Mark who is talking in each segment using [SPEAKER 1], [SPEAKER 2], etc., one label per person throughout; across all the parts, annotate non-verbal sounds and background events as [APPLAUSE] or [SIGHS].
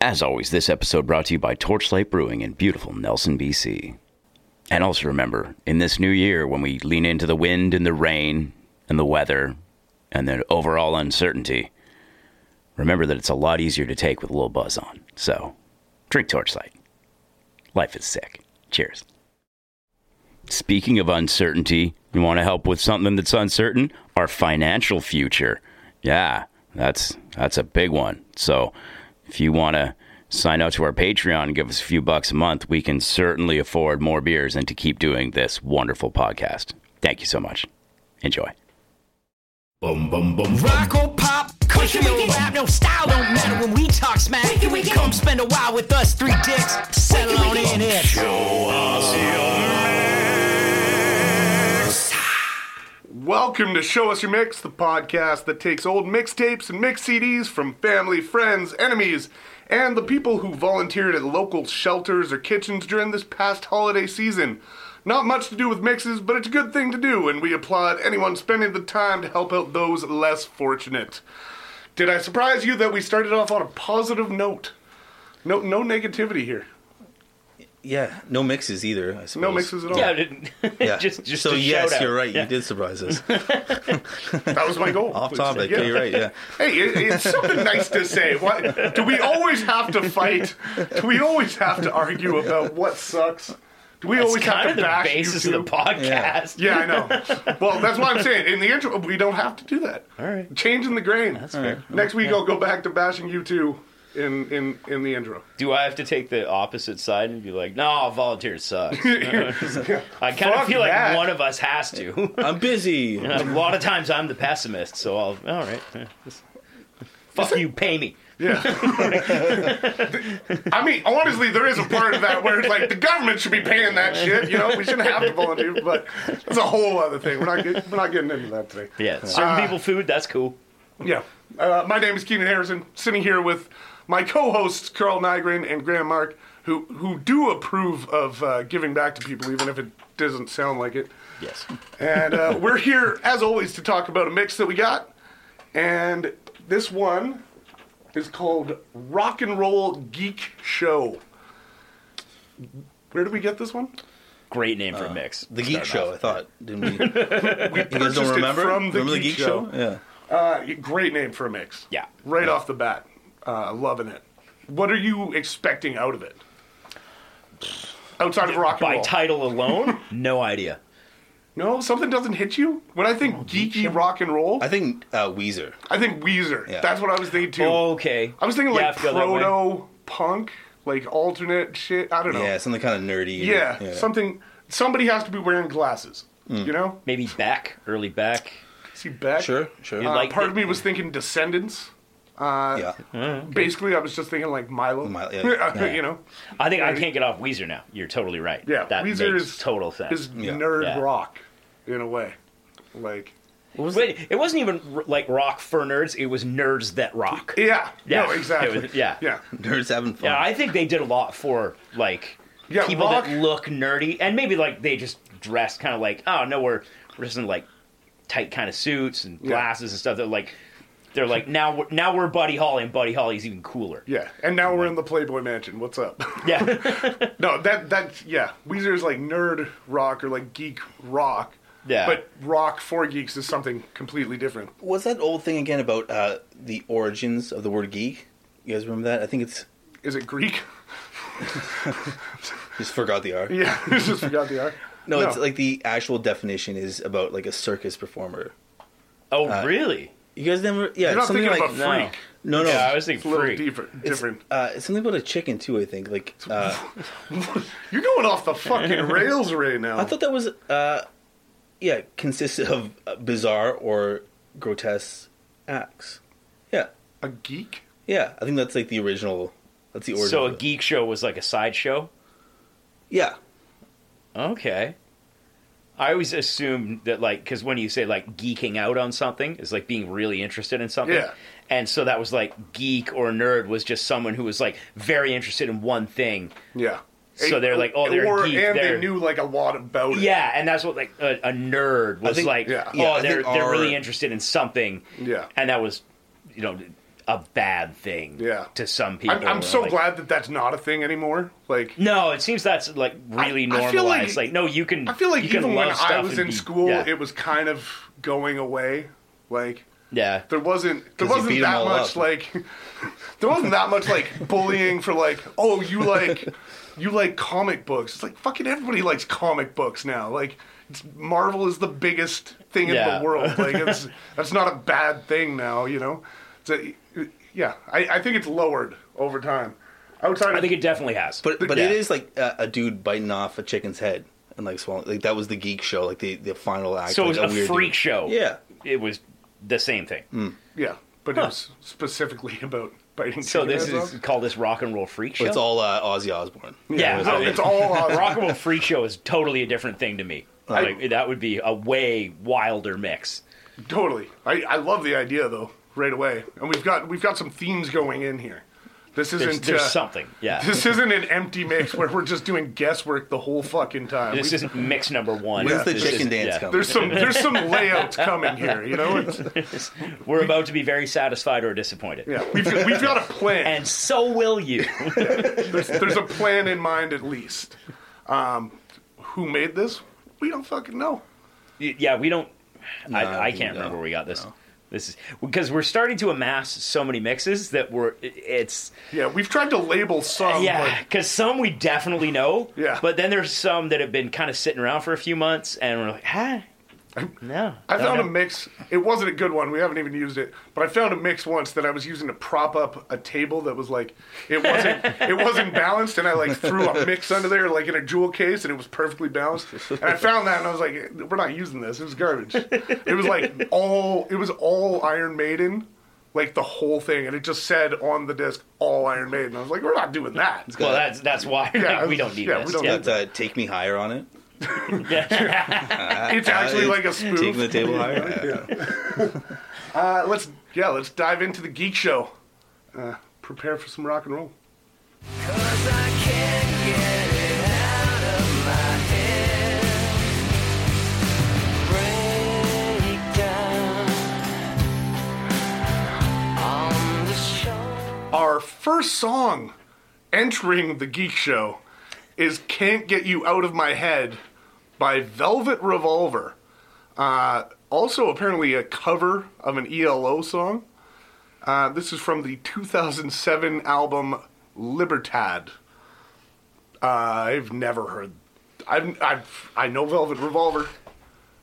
[SPEAKER 1] As always, this episode brought to you by Torchlight Brewing in beautiful Nelson, BC. And also remember, in this new year, when we lean into the wind and the rain and the weather and the overall uncertainty, remember that it's a lot easier to take with a little buzz on. So, drink Torchlight. Life is sick. Cheers. Speaking of uncertainty, you want to help with something that's uncertain? Our financial future. Yeah, that's that's a big one. So, if you want to sign up to our Patreon and give us a few bucks a month, we can certainly afford more beers and to keep doing this wonderful podcast. Thank you so much. Enjoy.
[SPEAKER 2] Bum bum bum.
[SPEAKER 3] [LAUGHS]
[SPEAKER 4] Rock or pop, country or rap, no style don't matter when we talk smack. Come spend a while with us, three dicks, settle on in it.
[SPEAKER 5] Welcome to Show Us Your Mix, the podcast that takes old mixtapes and mix CDs from family, friends, enemies, and the people who volunteered at local shelters or kitchens during this past holiday season. Not much to do with mixes, but it's a good thing to do, and we applaud anyone spending the time to help out those less fortunate. Did I surprise you that we started off on a positive note? No, no negativity here.
[SPEAKER 6] Yeah, no mixes either. I suppose.
[SPEAKER 5] No mixes at all.
[SPEAKER 3] Yeah, I [LAUGHS] didn't-
[SPEAKER 6] Yeah.
[SPEAKER 3] just just
[SPEAKER 6] so
[SPEAKER 3] a
[SPEAKER 6] yes,
[SPEAKER 3] shout-out.
[SPEAKER 6] you're right.
[SPEAKER 3] Yeah.
[SPEAKER 6] You did surprise us.
[SPEAKER 5] That was my goal.
[SPEAKER 6] [LAUGHS] Off topic. Yeah. You're right. Yeah.
[SPEAKER 5] Hey, it, it's something nice to say. What, do we always have to fight? Do we always have to argue about what sucks? Do we
[SPEAKER 3] It's
[SPEAKER 5] always have
[SPEAKER 3] kind
[SPEAKER 5] to
[SPEAKER 3] of the
[SPEAKER 5] bash
[SPEAKER 3] basis
[SPEAKER 5] YouTube?
[SPEAKER 3] of the podcast.
[SPEAKER 5] Yeah, I know. Well, that's why I'm saying in the intro we don't have to do that. All
[SPEAKER 3] right.
[SPEAKER 5] Changing the grain. That's
[SPEAKER 3] fair.
[SPEAKER 5] Next week I'll go back to bashing you two in in in the
[SPEAKER 3] [LAUGHS]
[SPEAKER 5] intro.
[SPEAKER 3] [LAUGHS] Do I have to take the opposite side and be like, no, volunteers
[SPEAKER 5] [LAUGHS]
[SPEAKER 3] suck? I kind
[SPEAKER 5] Fuck
[SPEAKER 3] of feel like
[SPEAKER 5] that.
[SPEAKER 3] one of us has to. [LAUGHS]
[SPEAKER 6] I'm busy.
[SPEAKER 3] a lot of times I'm the pessimist, so I'll, all right. [LAUGHS] eh, just- Fuck you, pay me.
[SPEAKER 5] Yeah. I mean, honestly, there is a part of that where it's like the government should be paying that shit. You know, we shouldn't have to volunteer, but that's a whole other thing. We're not get, we're not getting into that today.
[SPEAKER 3] Yeah, serving
[SPEAKER 5] Ah.
[SPEAKER 3] people food, that's cool.
[SPEAKER 5] Yeah. Uh, my name is Keenan Harrison, sitting here with my co-hosts Carl Nygren and Graham Mark, who who do approve of uh, giving back to people, even if it doesn't sound like it.
[SPEAKER 3] Yes.
[SPEAKER 5] And uh, we're here, as always, to talk about a mix that we got. And this one is called Rock and Roll Geek Show. Where did we get this one?
[SPEAKER 3] Great name
[SPEAKER 5] Uh,
[SPEAKER 3] for a mix.
[SPEAKER 6] The Geek Show. I thought. Didn't we?
[SPEAKER 5] We
[SPEAKER 6] You guys
[SPEAKER 5] purchased
[SPEAKER 6] don't
[SPEAKER 5] it
[SPEAKER 6] remember?
[SPEAKER 5] from the,
[SPEAKER 6] remember
[SPEAKER 5] Geek, Show.
[SPEAKER 6] Yeah.
[SPEAKER 5] Uh, great name for a mix.
[SPEAKER 3] Yeah.
[SPEAKER 5] Right off the bat. Uh, loving it. What are you expecting out of it? Outside of rock and
[SPEAKER 3] By
[SPEAKER 5] roll.
[SPEAKER 3] title alone,
[SPEAKER 5] [LAUGHS]
[SPEAKER 3] no idea.
[SPEAKER 5] no, something doesn't hit you? When I
[SPEAKER 3] Oh,
[SPEAKER 5] think geeky rock and roll, I,
[SPEAKER 6] I think uh, Weezer.
[SPEAKER 5] think Weezer.
[SPEAKER 6] Yeah.
[SPEAKER 5] That's what I was thinking too.
[SPEAKER 3] Okay.
[SPEAKER 5] I was thinking
[SPEAKER 3] Oh, Yeah,
[SPEAKER 5] like
[SPEAKER 3] I feel that way.
[SPEAKER 5] proto punk, like alternate shit. I don't know.
[SPEAKER 6] Yeah, something kind of nerdy.
[SPEAKER 5] Oh. yeah, something. Somebody has to be wearing glasses.
[SPEAKER 3] Mm.
[SPEAKER 5] You know?
[SPEAKER 3] Maybe back, early back.
[SPEAKER 5] See, back.
[SPEAKER 6] Sure. Sure.
[SPEAKER 3] You
[SPEAKER 5] Uh,
[SPEAKER 3] like
[SPEAKER 5] part
[SPEAKER 3] the-
[SPEAKER 5] of me was thinking Descendants.
[SPEAKER 6] yeah.
[SPEAKER 5] Basically, I was just thinking like Milo. [LAUGHS]
[SPEAKER 6] Milo, yeah.
[SPEAKER 5] you know?
[SPEAKER 3] I think I can't get off Weezer now. You're totally right.
[SPEAKER 5] Yeah,
[SPEAKER 3] that
[SPEAKER 5] Weezer
[SPEAKER 3] makes
[SPEAKER 5] is-
[SPEAKER 3] total sense.
[SPEAKER 5] is nerd
[SPEAKER 3] Yeah.
[SPEAKER 5] rock in a way. Like,
[SPEAKER 3] Wait, it wasn't even r- like rock for nerds. It was nerds that rock.
[SPEAKER 5] yeah,
[SPEAKER 3] Yeah, [LAUGHS]
[SPEAKER 5] no, exactly.
[SPEAKER 3] it was- yeah.
[SPEAKER 5] yeah,
[SPEAKER 6] [LAUGHS] Nerds having fun.
[SPEAKER 3] Yeah, I think they did a lot for like
[SPEAKER 5] Yeah,
[SPEAKER 3] people
[SPEAKER 5] rock-
[SPEAKER 3] that look nerdy, and maybe like they just dress kind of like oh no, we're we're just in like tight kind of suits and glasses and stuff. They're like they're like now we're, now we're Buddy Holly, and Buddy Holly's even cooler.
[SPEAKER 5] yeah. And now we're in the Playboy Mansion. What's up? [LAUGHS]
[SPEAKER 3] Yeah,
[SPEAKER 5] no, that that yeah, Weezer is like nerd rock or like geek rock.
[SPEAKER 3] Yeah.
[SPEAKER 5] but rock for geeks is something completely different.
[SPEAKER 6] What's that old thing again about uh, the origins of the word geek? You guys remember that? I think it's
[SPEAKER 5] Is it Greek? [LAUGHS]
[SPEAKER 6] just forgot the R.
[SPEAKER 5] Yeah, [LAUGHS] I just forgot the R.
[SPEAKER 6] No, it's like the actual definition is about like a circus performer.
[SPEAKER 3] oh really?
[SPEAKER 6] You guys never? Yeah.
[SPEAKER 5] you're not
[SPEAKER 6] something
[SPEAKER 5] thinking
[SPEAKER 6] like
[SPEAKER 5] of a
[SPEAKER 3] no.
[SPEAKER 5] freak.
[SPEAKER 6] no, no.
[SPEAKER 3] Yeah, I was thinking
[SPEAKER 5] Uh, It's a little
[SPEAKER 3] free.
[SPEAKER 5] deeper, different.
[SPEAKER 6] Uh, it's something about a chicken too. I think like uh,
[SPEAKER 5] You're going off
[SPEAKER 3] [LAUGHS]
[SPEAKER 5] the fucking rails right now.
[SPEAKER 6] I thought that was uh, yeah consisted of uh, bizarre or grotesque acts. Yeah,
[SPEAKER 5] a geek.
[SPEAKER 6] yeah. I think that's like the original. That's the origin.
[SPEAKER 3] So
[SPEAKER 6] of
[SPEAKER 3] a
[SPEAKER 6] it.
[SPEAKER 3] geek show was like a sideshow.
[SPEAKER 6] Yeah,
[SPEAKER 3] Okay. I always assume that, like, because when you say like geeking out on something, is like being really interested in something.
[SPEAKER 5] Yeah.
[SPEAKER 3] And so that was like geek or nerd was just someone who was like very interested in one thing.
[SPEAKER 5] Yeah.
[SPEAKER 3] So they're like, oh, they're a
[SPEAKER 5] or,
[SPEAKER 3] geek,
[SPEAKER 5] and
[SPEAKER 3] they're-
[SPEAKER 5] they knew like a lot about it.
[SPEAKER 3] Yeah, and that's what like a, a nerd was
[SPEAKER 6] think-
[SPEAKER 3] like.
[SPEAKER 5] yeah.
[SPEAKER 3] Oh,
[SPEAKER 6] Yeah, I
[SPEAKER 3] they're
[SPEAKER 6] think
[SPEAKER 3] they're
[SPEAKER 6] our-
[SPEAKER 3] really interested in something.
[SPEAKER 5] Yeah.
[SPEAKER 3] And that was, you know, a bad thing
[SPEAKER 5] Yeah.
[SPEAKER 3] to some people.
[SPEAKER 5] I'm, I'm
[SPEAKER 3] or,
[SPEAKER 5] so
[SPEAKER 3] like-
[SPEAKER 5] glad that that's not a thing anymore. Like,
[SPEAKER 3] No, it seems that's like really
[SPEAKER 5] I- I feel like-
[SPEAKER 3] normalized. like, no, you can.
[SPEAKER 5] I feel like
[SPEAKER 3] you can
[SPEAKER 5] even when
[SPEAKER 3] love
[SPEAKER 5] I
[SPEAKER 3] stuff
[SPEAKER 5] was
[SPEAKER 3] and
[SPEAKER 5] in
[SPEAKER 3] be-
[SPEAKER 5] school,
[SPEAKER 3] yeah,
[SPEAKER 5] it was kind of going away. Like,
[SPEAKER 3] yeah.
[SPEAKER 5] there wasn't there
[SPEAKER 6] 'Cause you
[SPEAKER 5] wasn't
[SPEAKER 6] beat 'em
[SPEAKER 5] that
[SPEAKER 6] all
[SPEAKER 5] much
[SPEAKER 6] up.
[SPEAKER 5] like [LAUGHS] there wasn't that much like bullying for like oh you like you like comic books it's like fucking everybody likes comic books now like it's, Marvel is the biggest thing in
[SPEAKER 3] Yeah. [LAUGHS]
[SPEAKER 5] the world like it's, that's not a bad thing now you know it's a, yeah I, I think it's lowered over time outside
[SPEAKER 3] I
[SPEAKER 5] of,
[SPEAKER 3] think it definitely has.
[SPEAKER 6] But but it
[SPEAKER 3] Yeah.
[SPEAKER 6] is like a, a dude biting off a chicken's head and like swallowing. Like that was the geek show, like the, the final act.
[SPEAKER 3] so it
[SPEAKER 6] like
[SPEAKER 3] was a,
[SPEAKER 6] weird
[SPEAKER 3] freak
[SPEAKER 6] dude.
[SPEAKER 3] show.
[SPEAKER 6] Yeah. Hmm.
[SPEAKER 3] it was the same thing.
[SPEAKER 5] yeah but it was specifically [LAUGHS] about biting
[SPEAKER 3] So
[SPEAKER 5] chicken
[SPEAKER 3] this
[SPEAKER 5] heads
[SPEAKER 3] is called this rock and roll freak show.
[SPEAKER 6] It's all uh, Ozzy Osbourne.
[SPEAKER 3] yeah,
[SPEAKER 5] off.
[SPEAKER 3] so
[SPEAKER 5] No,
[SPEAKER 6] [LAUGHS]
[SPEAKER 5] it's all uh, awesome.
[SPEAKER 3] rock and roll freak show is totally a different thing to me. like that would be a way wilder mix.
[SPEAKER 5] Totally. I, I love the idea though, right away. And we've got we've got some themes going in here. This
[SPEAKER 3] There's,
[SPEAKER 5] isn't
[SPEAKER 3] there's
[SPEAKER 5] uh,
[SPEAKER 3] something. Yeah, this,
[SPEAKER 5] [LAUGHS] This isn't an empty mix where we're just doing guesswork the whole fucking time. We-
[SPEAKER 3] isn't mix number one.
[SPEAKER 6] When's the
[SPEAKER 3] This
[SPEAKER 6] chicken
[SPEAKER 3] isn't-
[SPEAKER 6] dance
[SPEAKER 3] yeah.
[SPEAKER 6] coming?
[SPEAKER 5] there's some there's some layouts coming here, you know. It's,
[SPEAKER 3] [LAUGHS] We're about to be very satisfied or disappointed.
[SPEAKER 5] yeah, we've we've got a plan.
[SPEAKER 3] And so will
[SPEAKER 5] [LAUGHS]
[SPEAKER 3] you.
[SPEAKER 5] there's, there's a plan in mind at least. Um, who made this? We don't fucking know.
[SPEAKER 3] yeah, we don't.
[SPEAKER 6] No,
[SPEAKER 3] I, I
[SPEAKER 6] we
[SPEAKER 3] can't remember
[SPEAKER 6] don't.
[SPEAKER 3] where we got this. This is because we're starting to amass so many mixes that we're it's
[SPEAKER 5] Yeah, we've tried to label some.
[SPEAKER 3] yeah because some we definitely know
[SPEAKER 5] Yeah.
[SPEAKER 3] but then there's some that have been kind of sitting around for a few months and we're like huh no
[SPEAKER 5] I
[SPEAKER 3] don't
[SPEAKER 5] found a
[SPEAKER 3] know."
[SPEAKER 5] mix. It wasn't a good one. We haven't even used it, but I found a mix once that I was using to prop up a table that was like it wasn't it wasn't balanced, and I like threw a mix under there like in a jewel case, and it was perfectly balanced. And I found that, and I was like, "We're not using this. It was garbage. It was like all it was all Iron Maiden." Like the whole thing, and it just said on the disc "All Iron Maiden." I was like, "We're not doing that."
[SPEAKER 3] well that's that's why [LAUGHS]
[SPEAKER 5] Yeah,
[SPEAKER 3] we don't need
[SPEAKER 5] yeah, we
[SPEAKER 3] this
[SPEAKER 5] don't
[SPEAKER 3] yeah.
[SPEAKER 5] need
[SPEAKER 6] That uh, take me higher on it.
[SPEAKER 5] It's actually
[SPEAKER 6] Uh,
[SPEAKER 5] like a spoof.
[SPEAKER 6] Taking the
[SPEAKER 3] [LAUGHS]
[SPEAKER 6] table higher.
[SPEAKER 5] Uh, let's yeah, let's dive into the geek show. Uh, prepare for some rock and roll. Our first song entering the geek show is "Can't Get You Out of My Head" by Velvet Revolver. Uh, also, apparently, a cover of an ELO song. Uh, this is from the 2007 album Libertad. Uh, I've never heard. I've, I've, I know Velvet Revolver.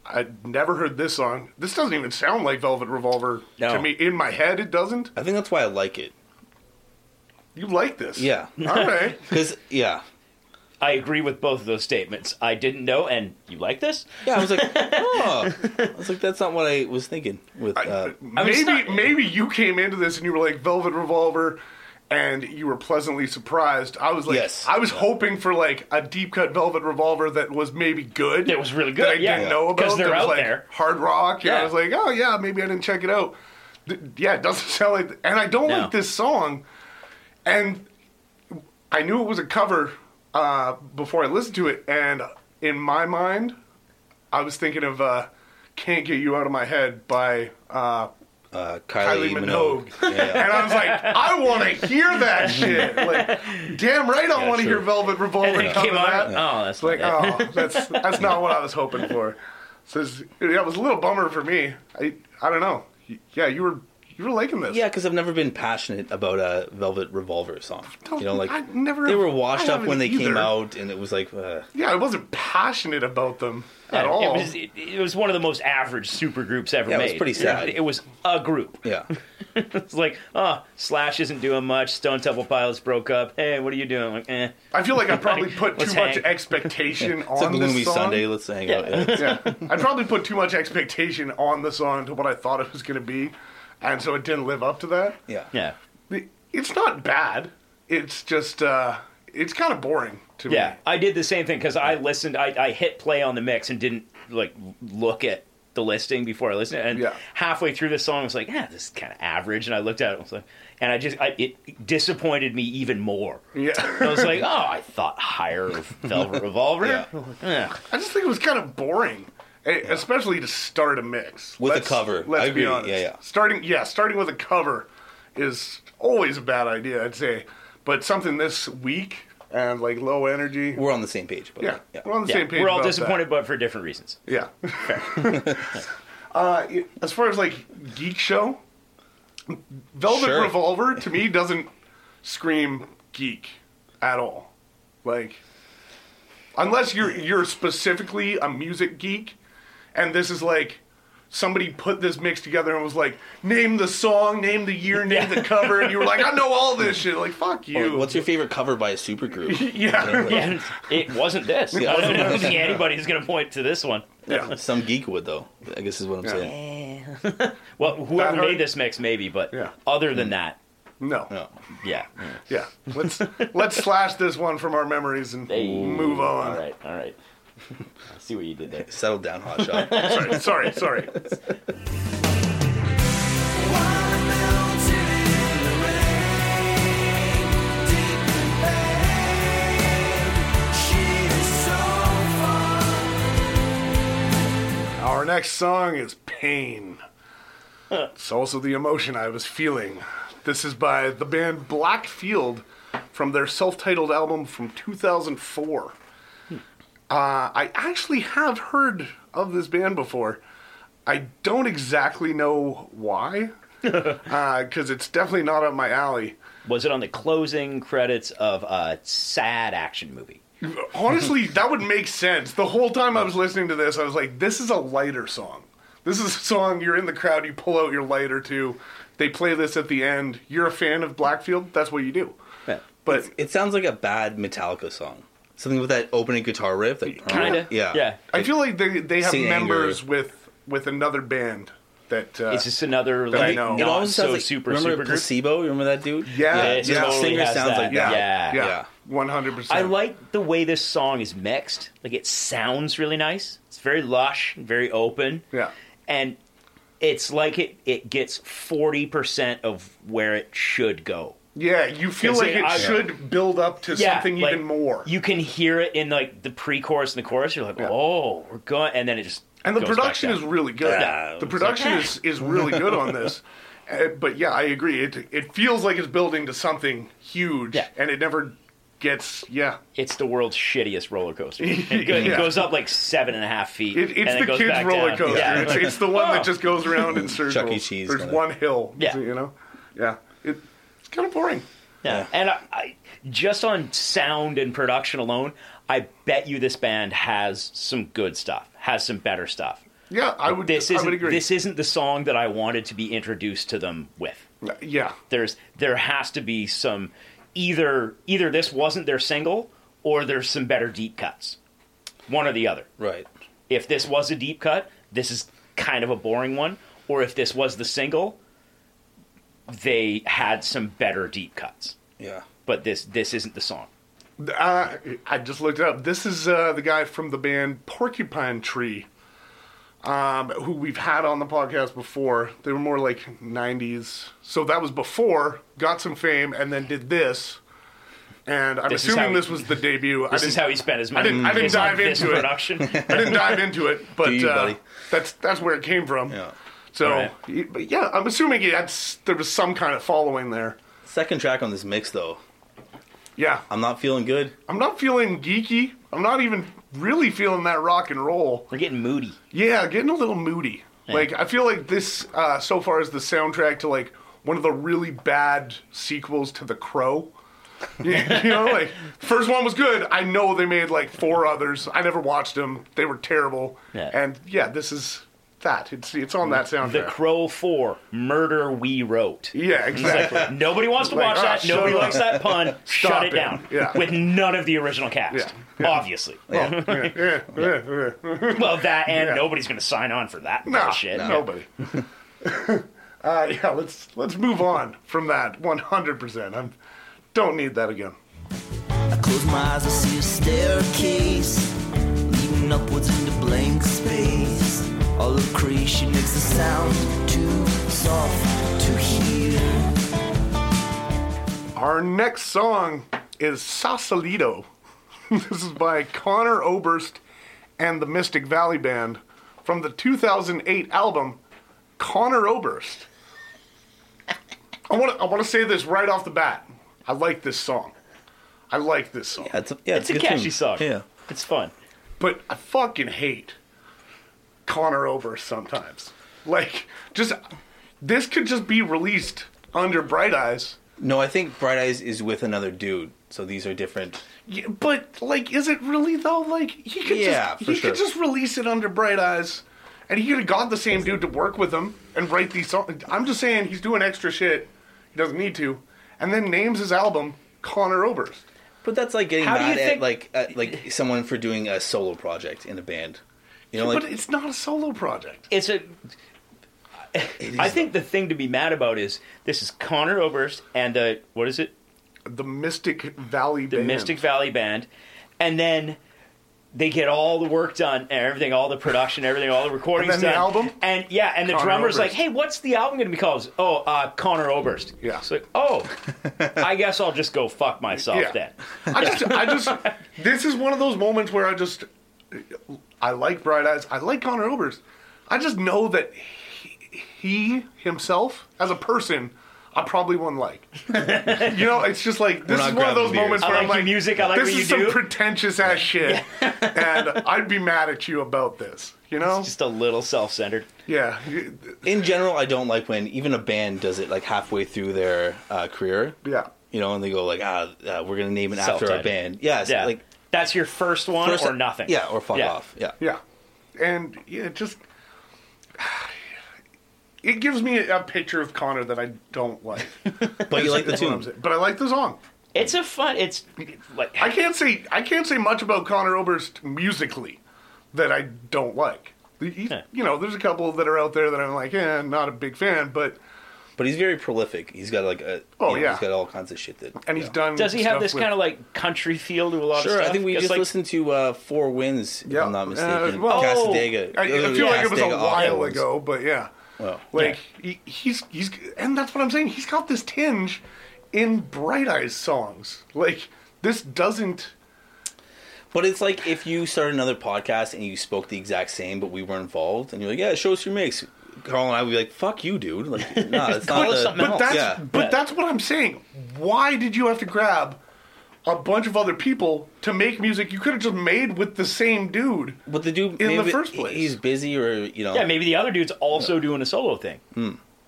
[SPEAKER 5] I've never heard this song. This doesn't even sound like Velvet Revolver
[SPEAKER 3] No.
[SPEAKER 5] to me. In my head, it doesn't.
[SPEAKER 6] I think that's why I like it.
[SPEAKER 5] You like this?
[SPEAKER 6] Yeah.
[SPEAKER 5] All right.
[SPEAKER 6] Because yeah,
[SPEAKER 3] I agree with both of those statements I didn't know and you like this
[SPEAKER 6] yeah. I was like, oh, I was like, that's not what I was thinking. With uh,
[SPEAKER 3] I mean,
[SPEAKER 5] maybe
[SPEAKER 3] it's not-
[SPEAKER 5] maybe you came into this and you were like Velvet Revolver, and you were pleasantly surprised. I was like,
[SPEAKER 6] Yes.
[SPEAKER 5] I was hoping for like a deep cut Velvet Revolver that was maybe good.
[SPEAKER 3] That was really
[SPEAKER 5] That I
[SPEAKER 3] good, yeah.
[SPEAKER 5] didn't know about.
[SPEAKER 3] 'Cause they're
[SPEAKER 5] that was
[SPEAKER 3] out
[SPEAKER 5] like
[SPEAKER 3] there.
[SPEAKER 5] Hard rock. Yeah. I
[SPEAKER 3] Yeah.
[SPEAKER 5] was like, oh yeah, maybe I didn't check it out. Th- yeah, it doesn't [LAUGHS] sound like. And I don't
[SPEAKER 3] No.
[SPEAKER 5] like this song. And I knew it was a cover uh, before I listened to it, and in my mind, I was thinking of uh, "Can't Get You Out of My Head" by. Uh,
[SPEAKER 6] uh, Kylie,
[SPEAKER 5] Kylie
[SPEAKER 6] Minogue.
[SPEAKER 5] Minogue.
[SPEAKER 6] [LAUGHS] Yeah.
[SPEAKER 5] And I was like, I want to hear
[SPEAKER 6] [LAUGHS]
[SPEAKER 5] that shit. Like, damn right, I want to
[SPEAKER 6] sure.
[SPEAKER 5] hear Velvet Revolver
[SPEAKER 3] It
[SPEAKER 5] cover
[SPEAKER 3] came on
[SPEAKER 5] that.
[SPEAKER 3] oh that's
[SPEAKER 5] Like,
[SPEAKER 3] like oh.
[SPEAKER 5] oh, that's that's not what I was hoping for. So it's, yeah, it was a little bummer for me. I I don't know. Yeah, you were you were liking this.
[SPEAKER 6] Yeah, because I've never been passionate about a Velvet Revolver song.
[SPEAKER 5] Don't-
[SPEAKER 6] you know, like
[SPEAKER 5] I never-
[SPEAKER 6] they were washed
[SPEAKER 5] I
[SPEAKER 6] up when they
[SPEAKER 5] haven't
[SPEAKER 6] came
[SPEAKER 5] either.
[SPEAKER 6] out, and it was like, uh,
[SPEAKER 5] yeah, I wasn't passionate about them at all.
[SPEAKER 3] It was, it, it was one of the most average super groups ever
[SPEAKER 6] Yeah, it
[SPEAKER 3] made.
[SPEAKER 6] was pretty sad.
[SPEAKER 3] It, was a group.
[SPEAKER 5] [LAUGHS]
[SPEAKER 6] yeah,
[SPEAKER 3] [LAUGHS] It's like, oh, Slash isn't doing much. Stone Temple Pilots broke up. Hey, what are you doing? Like, eh.
[SPEAKER 5] I feel like I
[SPEAKER 3] [LAUGHS]
[SPEAKER 5] probably put too
[SPEAKER 3] Let's
[SPEAKER 5] much
[SPEAKER 3] hang.
[SPEAKER 5] expectation
[SPEAKER 6] it's a
[SPEAKER 5] on
[SPEAKER 6] gloomy
[SPEAKER 5] this song.
[SPEAKER 6] Sunday. Let's hang out.
[SPEAKER 3] Yeah.
[SPEAKER 5] [LAUGHS]
[SPEAKER 6] Yeah.
[SPEAKER 5] yeah, I probably put too much expectation on the song to what I thought it was going to be, and so it didn't live up to that.
[SPEAKER 6] yeah,
[SPEAKER 3] Yeah.
[SPEAKER 5] It's not bad. It's just uh, it's kind of boring to me.
[SPEAKER 3] Yeah. I did the same thing because I listened, I, I hit play on the mix and didn't, like, look at the listing before I listened. And
[SPEAKER 5] Yeah.
[SPEAKER 3] halfway through the song, I was like, yeah, this is kind of average. And I looked at it and I was like, and I just, I, it disappointed me even more.
[SPEAKER 5] Yeah, [LAUGHS]
[SPEAKER 3] I was like, oh, I thought higher of Velvet Revolver. Ugh.
[SPEAKER 5] I just think it was kind of boring, e- especially to start a mix
[SPEAKER 6] With a
[SPEAKER 5] Let's-
[SPEAKER 6] cover.
[SPEAKER 5] Let's
[SPEAKER 6] I
[SPEAKER 5] be
[SPEAKER 6] agree.
[SPEAKER 5] honest.
[SPEAKER 6] Yeah, yeah.
[SPEAKER 5] Starting, yeah, starting with a cover is always a bad idea, I'd say. But something this weak and like low energy.
[SPEAKER 6] We're on the same page. But
[SPEAKER 5] Yeah, we're on the
[SPEAKER 3] Yeah,
[SPEAKER 5] same page.
[SPEAKER 3] we're all
[SPEAKER 5] about that.
[SPEAKER 3] disappointed, but for different reasons.
[SPEAKER 5] Yeah. [LAUGHS] uh, as far as like geek show, Velvet
[SPEAKER 6] Sure.
[SPEAKER 5] Revolver to me doesn't scream geek at all. Like, unless you're you're specifically a music geek, and this is like somebody put this mix together and was like, name the song, name the year, name the cover, and you were like, I know all this shit. Like, fuck you.
[SPEAKER 6] Like, What's your favorite cover by a supergroup?
[SPEAKER 5] [LAUGHS] yeah.
[SPEAKER 3] Yeah, it wasn't
[SPEAKER 5] [LAUGHS]
[SPEAKER 3] this.
[SPEAKER 6] Yeah.
[SPEAKER 3] I don't, I don't think anybody's going to point to this one.
[SPEAKER 5] yeah.
[SPEAKER 6] Some geek would though. I guess is what I'm saying.
[SPEAKER 3] Well,
[SPEAKER 5] That
[SPEAKER 3] whoever
[SPEAKER 5] hard?
[SPEAKER 3] made this mix, maybe, but
[SPEAKER 5] Yeah.
[SPEAKER 3] other than that,
[SPEAKER 5] No.
[SPEAKER 6] No.
[SPEAKER 3] yeah.
[SPEAKER 5] Yeah. Let's let's slash this one from our memories and
[SPEAKER 3] Hey.
[SPEAKER 5] move on.
[SPEAKER 3] All right, all right. I see what you did there.
[SPEAKER 6] Settle down, hotshot.
[SPEAKER 5] sorry, sorry, sorry. Our next song is Pain. It's also the emotion I was feeling. This is by the band Blackfield from their self titled album from 2004. Uh, I actually have heard of this band before. I don't exactly know why, [LAUGHS] because it's definitely not up my alley.
[SPEAKER 3] Was it on the closing credits of a sad action movie?
[SPEAKER 5] Honestly, that would make sense. The whole time I was listening to this, I was like, this is a lighter song. This is a song you're in the crowd, you pull out your lighter to. They play this at the end. You're a fan of Blackfield, that's what you do.
[SPEAKER 6] Yeah.
[SPEAKER 5] But
[SPEAKER 6] It sounds like a bad Metallica song. Something with that opening guitar riff. That,
[SPEAKER 3] Kinda.
[SPEAKER 6] Yeah.
[SPEAKER 3] Yeah.
[SPEAKER 5] I feel like they, they have
[SPEAKER 6] Seeing anger.
[SPEAKER 5] members with with another band that. Uh,
[SPEAKER 3] It's just another
[SPEAKER 5] That I
[SPEAKER 3] like
[SPEAKER 5] know.
[SPEAKER 3] not
[SPEAKER 5] It
[SPEAKER 3] so super
[SPEAKER 6] remember
[SPEAKER 3] super group.
[SPEAKER 6] placebo? You remember that dude?
[SPEAKER 5] yeah,
[SPEAKER 3] It
[SPEAKER 5] yeah,
[SPEAKER 3] totally
[SPEAKER 6] singer
[SPEAKER 3] has
[SPEAKER 6] sounds
[SPEAKER 3] that.
[SPEAKER 6] like
[SPEAKER 5] yeah,
[SPEAKER 6] that.
[SPEAKER 5] yeah,
[SPEAKER 3] yeah.
[SPEAKER 6] yeah.
[SPEAKER 5] 100%.
[SPEAKER 3] I like the way this song is mixed. Like it sounds really nice. It's very lush, very open.
[SPEAKER 5] Yeah.
[SPEAKER 3] And it's like it it gets 40% of where it should go.
[SPEAKER 5] Yeah, you feel
[SPEAKER 3] Yeah,
[SPEAKER 5] like
[SPEAKER 3] see,
[SPEAKER 5] it
[SPEAKER 3] I-
[SPEAKER 5] should build up to something
[SPEAKER 3] like,
[SPEAKER 5] even more.
[SPEAKER 3] You can hear it in like the pre-chorus and the chorus. You're like, "Oh, we're going." And then it just
[SPEAKER 5] and the
[SPEAKER 3] goes back
[SPEAKER 5] production
[SPEAKER 3] down.
[SPEAKER 5] is really good.
[SPEAKER 3] Yeah.
[SPEAKER 5] The production
[SPEAKER 3] It's
[SPEAKER 5] is, is really good on
[SPEAKER 6] [LAUGHS]
[SPEAKER 5] this. Uh, but yeah, I agree. It it feels like it's building to something huge,
[SPEAKER 3] Yeah.
[SPEAKER 5] and it never gets. Yeah,
[SPEAKER 3] it's the world's shittiest roller
[SPEAKER 5] [LAUGHS]
[SPEAKER 3] coaster. It, go-
[SPEAKER 5] Yeah.
[SPEAKER 3] it goes up like seven and a half feet.
[SPEAKER 5] it,
[SPEAKER 3] and
[SPEAKER 5] it's
[SPEAKER 3] then
[SPEAKER 5] the
[SPEAKER 3] goes
[SPEAKER 5] kids
[SPEAKER 3] back
[SPEAKER 5] roller
[SPEAKER 3] down.
[SPEAKER 5] coaster.
[SPEAKER 3] Yeah.
[SPEAKER 5] It's, it's the one
[SPEAKER 3] Oh.
[SPEAKER 5] that just goes around in circles.
[SPEAKER 6] [LAUGHS] Chuck E. Cheese
[SPEAKER 5] There's
[SPEAKER 6] kinda.
[SPEAKER 5] one hill.
[SPEAKER 3] Yeah.
[SPEAKER 5] you know. Yeah, it, it's kind of boring.
[SPEAKER 3] Yeah. And I, I, just on sound and production alone, I bet you this band has some good stuff, has some better stuff.
[SPEAKER 5] Yeah, I would.
[SPEAKER 3] This
[SPEAKER 5] I
[SPEAKER 3] isn't
[SPEAKER 5] would agree.
[SPEAKER 3] this isn't the song that I wanted to be introduced to them with.
[SPEAKER 5] yeah,
[SPEAKER 3] There's there has to be some either either this wasn't their single or there's some better deep cuts. One or the other.
[SPEAKER 6] Right.
[SPEAKER 3] If this was a deep cut, this is kind of a boring one. Or if this was the single, they had some better deep cuts.
[SPEAKER 6] Yeah.
[SPEAKER 3] But this this isn't the song.
[SPEAKER 5] Uh, I just looked it up. This is uh, the guy from the band Porcupine Tree, um, who we've had on the podcast before. They were more like 90s. So that was before, got some fame, and then did this. And I'm
[SPEAKER 3] This is
[SPEAKER 5] assuming
[SPEAKER 3] how-
[SPEAKER 5] this was the debut. I
[SPEAKER 3] This is
[SPEAKER 5] didn't-
[SPEAKER 3] how he spent his money.
[SPEAKER 5] didn't- I didn't
[SPEAKER 3] It's on
[SPEAKER 5] dive
[SPEAKER 3] this
[SPEAKER 5] into it. [LAUGHS]
[SPEAKER 3] production.
[SPEAKER 5] I didn't dive
[SPEAKER 3] [LAUGHS]
[SPEAKER 5] into it, but
[SPEAKER 6] Do you,
[SPEAKER 5] uh,
[SPEAKER 6] buddy?
[SPEAKER 5] that's that's where it came from.
[SPEAKER 6] Yeah.
[SPEAKER 5] So,
[SPEAKER 3] Alright.
[SPEAKER 5] y- but yeah, I'm assuming he had, s- there was some kind of following there.
[SPEAKER 6] Second track on this mix though.
[SPEAKER 5] Yeah,
[SPEAKER 6] I'm not feeling good.
[SPEAKER 5] I'm not feeling geeky. I'm not even really feeling that rock and roll.
[SPEAKER 3] We're getting moody.
[SPEAKER 5] Yeah, getting a little moody. Like I feel like this uh, so far is the soundtrack to like one of the really bad sequels to The Crow. [LAUGHS] Yeah, you know, like first one was good. I know they made like four others. I never watched them. They were terrible.
[SPEAKER 3] Yeah.
[SPEAKER 5] And yeah, this is that. It's it's on that soundtrack.
[SPEAKER 3] The Crow Four, Murder We Wrote.
[SPEAKER 5] yeah, exactly.
[SPEAKER 3] Nobody wants to
[SPEAKER 5] Like,
[SPEAKER 3] watch
[SPEAKER 5] ah,
[SPEAKER 3] that.
[SPEAKER 5] shut
[SPEAKER 3] Nobody
[SPEAKER 5] up.
[SPEAKER 3] likes that
[SPEAKER 5] [LAUGHS]
[SPEAKER 3] pun. Shut it
[SPEAKER 5] it.
[SPEAKER 3] down.
[SPEAKER 5] Yeah.
[SPEAKER 3] With none of the original cast.
[SPEAKER 5] Yeah.
[SPEAKER 3] Obviously. [LAUGHS]
[SPEAKER 5] yeah, yeah, yeah.
[SPEAKER 3] Well, that and
[SPEAKER 5] Yeah.
[SPEAKER 3] nobody's going to sign on for that
[SPEAKER 5] No,
[SPEAKER 3] bullshit.
[SPEAKER 5] nobody. [LAUGHS] uh, yeah, let's let's move on from that 100. percent I don't need that again.
[SPEAKER 7] I close my eyes, I see a staircase leading upwards into blank space. All of creation makes a sound too soft to hear.
[SPEAKER 5] Our next song is Sausalito. [LAUGHS] this is by Connor Oberst and the Mystic Valley Band from the 2008 album Connor Oberst. I want to I want to say this right off the bat. I like this song. I like this song.
[SPEAKER 6] Yeah, it's a, yeah,
[SPEAKER 3] It's a
[SPEAKER 6] good
[SPEAKER 3] catchy
[SPEAKER 6] tune.
[SPEAKER 3] song.
[SPEAKER 6] Yeah.
[SPEAKER 3] It's fun.
[SPEAKER 5] but I fucking hate Connor over sometimes. Like, just this could just be released under Bright Eyes.
[SPEAKER 6] No, I think Bright Eyes is with another dude, so these are different.
[SPEAKER 5] Yeah, but like, is it really though? Like, he could
[SPEAKER 6] Yeah,
[SPEAKER 5] just
[SPEAKER 6] for
[SPEAKER 5] he
[SPEAKER 6] sure.
[SPEAKER 5] could just release it under Bright Eyes, and he could have got the same dude to work with him and write these songs. I'm just saying he's doing extra shit. He doesn't need to, and then names his album Connor Oberst.
[SPEAKER 6] But that's like getting
[SPEAKER 3] How do you
[SPEAKER 6] mad at
[SPEAKER 3] think-
[SPEAKER 6] like at, like someone for doing a solo project in a band. You know, like
[SPEAKER 5] but it's not a solo project.
[SPEAKER 3] It's a. I think the thing to be mad about is this is Connor Oberst and the what is it?
[SPEAKER 5] The Mystic Valley
[SPEAKER 3] The
[SPEAKER 5] Band.
[SPEAKER 3] Mystic Valley Band, and then they get all the work done and everything, all the production, everything, all the recordings
[SPEAKER 5] And then the
[SPEAKER 3] done.
[SPEAKER 5] album?
[SPEAKER 3] and yeah, and the
[SPEAKER 5] Connor
[SPEAKER 3] drummer's like,
[SPEAKER 5] Oberst.
[SPEAKER 3] "Hey, what's the album going to be called?" It's, Oh, uh, Connor Oberst.
[SPEAKER 5] Yeah.
[SPEAKER 3] It's like,
[SPEAKER 5] [LAUGHS]
[SPEAKER 3] oh, I guess I'll just go fuck myself
[SPEAKER 5] Yeah.
[SPEAKER 3] then.
[SPEAKER 5] I just, I just, this is one of those moments where I just, I like Bright Eyes. I like Connor Oberst. I just know that he, he himself, as a person, I probably
[SPEAKER 3] [LAUGHS]
[SPEAKER 5] wouldn't like. you know, it's just like, this
[SPEAKER 6] not
[SPEAKER 5] is one of
[SPEAKER 6] grabbing
[SPEAKER 5] those
[SPEAKER 6] beers.
[SPEAKER 5] moments
[SPEAKER 3] I
[SPEAKER 5] where
[SPEAKER 3] like
[SPEAKER 5] I'm
[SPEAKER 3] your
[SPEAKER 5] like,
[SPEAKER 3] music, I like
[SPEAKER 5] this
[SPEAKER 3] what
[SPEAKER 5] is
[SPEAKER 3] you
[SPEAKER 5] some
[SPEAKER 3] do. [LAUGHS]
[SPEAKER 5] pretentious ass shit. and I'd be mad at you about this, you know?
[SPEAKER 3] Just a little self-centered.
[SPEAKER 5] yeah.
[SPEAKER 6] in general, I don't like when even a band does it like halfway through their uh, career.
[SPEAKER 5] Yeah.
[SPEAKER 6] You know, and they go like, ah, uh, we're gonna name it after our
[SPEAKER 3] Self-titled.
[SPEAKER 6] band. Yeah, so,
[SPEAKER 3] Yeah,
[SPEAKER 6] like
[SPEAKER 3] that's your first one
[SPEAKER 6] first-
[SPEAKER 3] or nothing.
[SPEAKER 6] Yeah, or fuck
[SPEAKER 3] Yeah.
[SPEAKER 6] off. Yeah.
[SPEAKER 5] Yeah. And yeah, it just [SIGHS] it gives me a, a picture of Connor that I don't like.
[SPEAKER 6] But you like the
[SPEAKER 5] That's what I'm
[SPEAKER 6] tune.
[SPEAKER 5] saying. But I like the song.
[SPEAKER 3] It's a fun. It's like
[SPEAKER 5] I can't say I can't say much about Connor Oberst musically that I don't like. The- he-
[SPEAKER 3] Yeah.
[SPEAKER 5] You know, there's a couple that are out there that I'm like, eh, not a big fan, but
[SPEAKER 6] But he's very prolific. He's got like a
[SPEAKER 5] Oh,
[SPEAKER 6] you know,
[SPEAKER 5] yeah.
[SPEAKER 6] he's got all kinds of shit that.
[SPEAKER 5] and he's done.
[SPEAKER 3] Does he have
[SPEAKER 5] stuff
[SPEAKER 3] this
[SPEAKER 5] with-
[SPEAKER 3] kind of like country feel to a lot of
[SPEAKER 6] Sure,
[SPEAKER 3] stuff?
[SPEAKER 6] I think we
[SPEAKER 3] 'Cause,
[SPEAKER 6] just
[SPEAKER 3] like,
[SPEAKER 6] listened to uh, Four Winds, if
[SPEAKER 5] Yeah.
[SPEAKER 6] I'm not
[SPEAKER 5] Uh,
[SPEAKER 6] mistaken.
[SPEAKER 5] well-
[SPEAKER 6] Casadega.
[SPEAKER 5] I, I
[SPEAKER 6] Uh,
[SPEAKER 5] feel like it was a
[SPEAKER 6] Casadega off Four
[SPEAKER 5] while
[SPEAKER 6] Winds.
[SPEAKER 5] ago, but yeah.
[SPEAKER 6] Well,
[SPEAKER 5] Like he, he's he's and that's what I'm saying. He's got this tinge in Bright Eyes songs. Like this doesn't.
[SPEAKER 6] But it's like if you start another podcast and you spoke the exact same, but we were involved, and you're like, "Yeah, show us your mix." Carl and I would be like, "Fuck you,
[SPEAKER 3] [LAUGHS]
[SPEAKER 6] dude!" Like, nah, it's not.
[SPEAKER 3] call it
[SPEAKER 6] the-
[SPEAKER 3] something
[SPEAKER 5] But
[SPEAKER 3] else.
[SPEAKER 5] that's
[SPEAKER 6] Oh, Yeah.
[SPEAKER 5] but that's what I'm saying. Why did you have to grab a bunch of other people to make music you could have just made with the same dude?
[SPEAKER 6] But the dude
[SPEAKER 5] In the
[SPEAKER 6] maybe
[SPEAKER 5] first place.
[SPEAKER 6] he's busy, or you know,
[SPEAKER 3] Yeah, maybe the other dude's also doing a solo thing.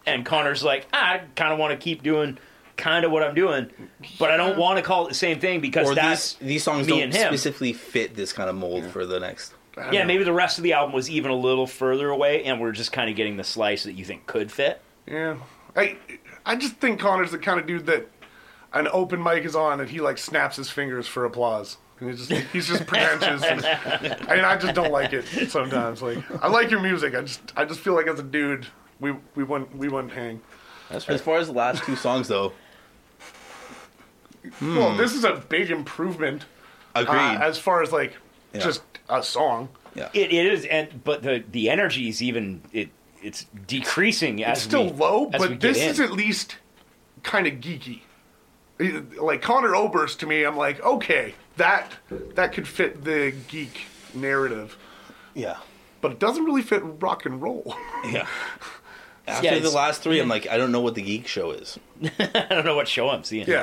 [SPEAKER 3] And Connor's like, "Ah, I kind of want to keep doing kind of what I'm doing, but I don't want to call it the same thing because
[SPEAKER 6] or
[SPEAKER 3] that's
[SPEAKER 6] these these songs
[SPEAKER 3] me
[SPEAKER 6] don't
[SPEAKER 3] and him.
[SPEAKER 6] specifically fit this kind of mold for the next.
[SPEAKER 5] I don't
[SPEAKER 3] yeah,
[SPEAKER 5] know.
[SPEAKER 3] maybe the rest of the album was even a little further away, and we're just kind of getting the slice that you think could fit.
[SPEAKER 5] Yeah, I I just think Connor's the kind of dude that an open mic is on and he like snaps his fingers for applause. And he's just he's just
[SPEAKER 3] [LAUGHS]
[SPEAKER 5] pretentious. and, I mean, I just don't like it sometimes. Like I like your music. I just I just feel like as a dude, we we wouldn't we wouldn't hang.
[SPEAKER 6] As far as the last two songs, though,
[SPEAKER 5] Well, this is a big improvement. uh,
[SPEAKER 6] Hmm. agreed.
[SPEAKER 5] as far as like
[SPEAKER 6] Yeah.
[SPEAKER 5] just a song.
[SPEAKER 3] It, it is, and but the the energy is even it it's decreasing as
[SPEAKER 5] It's still
[SPEAKER 3] we-
[SPEAKER 5] low,
[SPEAKER 3] as we
[SPEAKER 5] but
[SPEAKER 3] get
[SPEAKER 5] this
[SPEAKER 3] in.
[SPEAKER 5] is at least kind of geeky. It- Like Connor Oberst to me, I'm like, okay, that that could fit the geek narrative,
[SPEAKER 6] yeah,
[SPEAKER 5] but it doesn't really fit rock and roll.
[SPEAKER 6] yeah. After
[SPEAKER 3] Yeah,
[SPEAKER 6] the
[SPEAKER 3] it's-
[SPEAKER 6] last three, I'm like, I don't know what the geek show
[SPEAKER 3] [LAUGHS]
[SPEAKER 6] is.
[SPEAKER 3] I don't know what show I'm seeing.
[SPEAKER 5] [LAUGHS]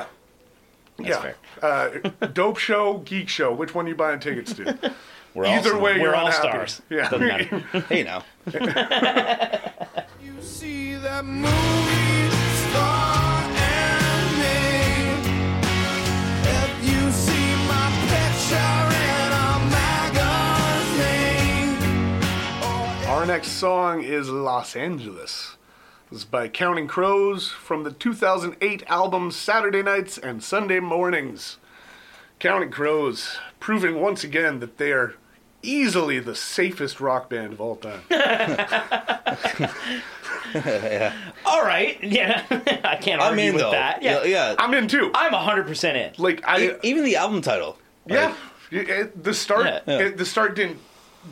[SPEAKER 5] Yeah. yeah.
[SPEAKER 3] fair.
[SPEAKER 5] Uh, [LAUGHS] dope show, geek show. Which one you buying tickets to?
[SPEAKER 3] We're all,
[SPEAKER 5] Either way,
[SPEAKER 3] we're
[SPEAKER 5] you're
[SPEAKER 3] all
[SPEAKER 5] unhappy.
[SPEAKER 3] stars.
[SPEAKER 5] Yeah.
[SPEAKER 3] Doesn't matter.
[SPEAKER 6] Hey, now.
[SPEAKER 8] You see that movie star and me. If you see my picture in a magazine,
[SPEAKER 5] Our next song is Los Angeles. This is by Counting Crows from the 2008 album Saturday Nights and Sunday Mornings. Counting Crows proving once again that they are easily the safest rock band of
[SPEAKER 3] [LAUGHS]
[SPEAKER 5] all time.
[SPEAKER 3] All right. [LAUGHS] Yeah. I can't
[SPEAKER 6] I'm
[SPEAKER 3] argue
[SPEAKER 6] in
[SPEAKER 3] with
[SPEAKER 6] though.
[SPEAKER 3] that.
[SPEAKER 6] Yeah, yeah.
[SPEAKER 5] I'm in too.
[SPEAKER 3] I'm 100% in.
[SPEAKER 5] Like I
[SPEAKER 6] E- even the album title.
[SPEAKER 5] yeah, It- it- the start
[SPEAKER 3] Yeah.
[SPEAKER 5] It, the start didn't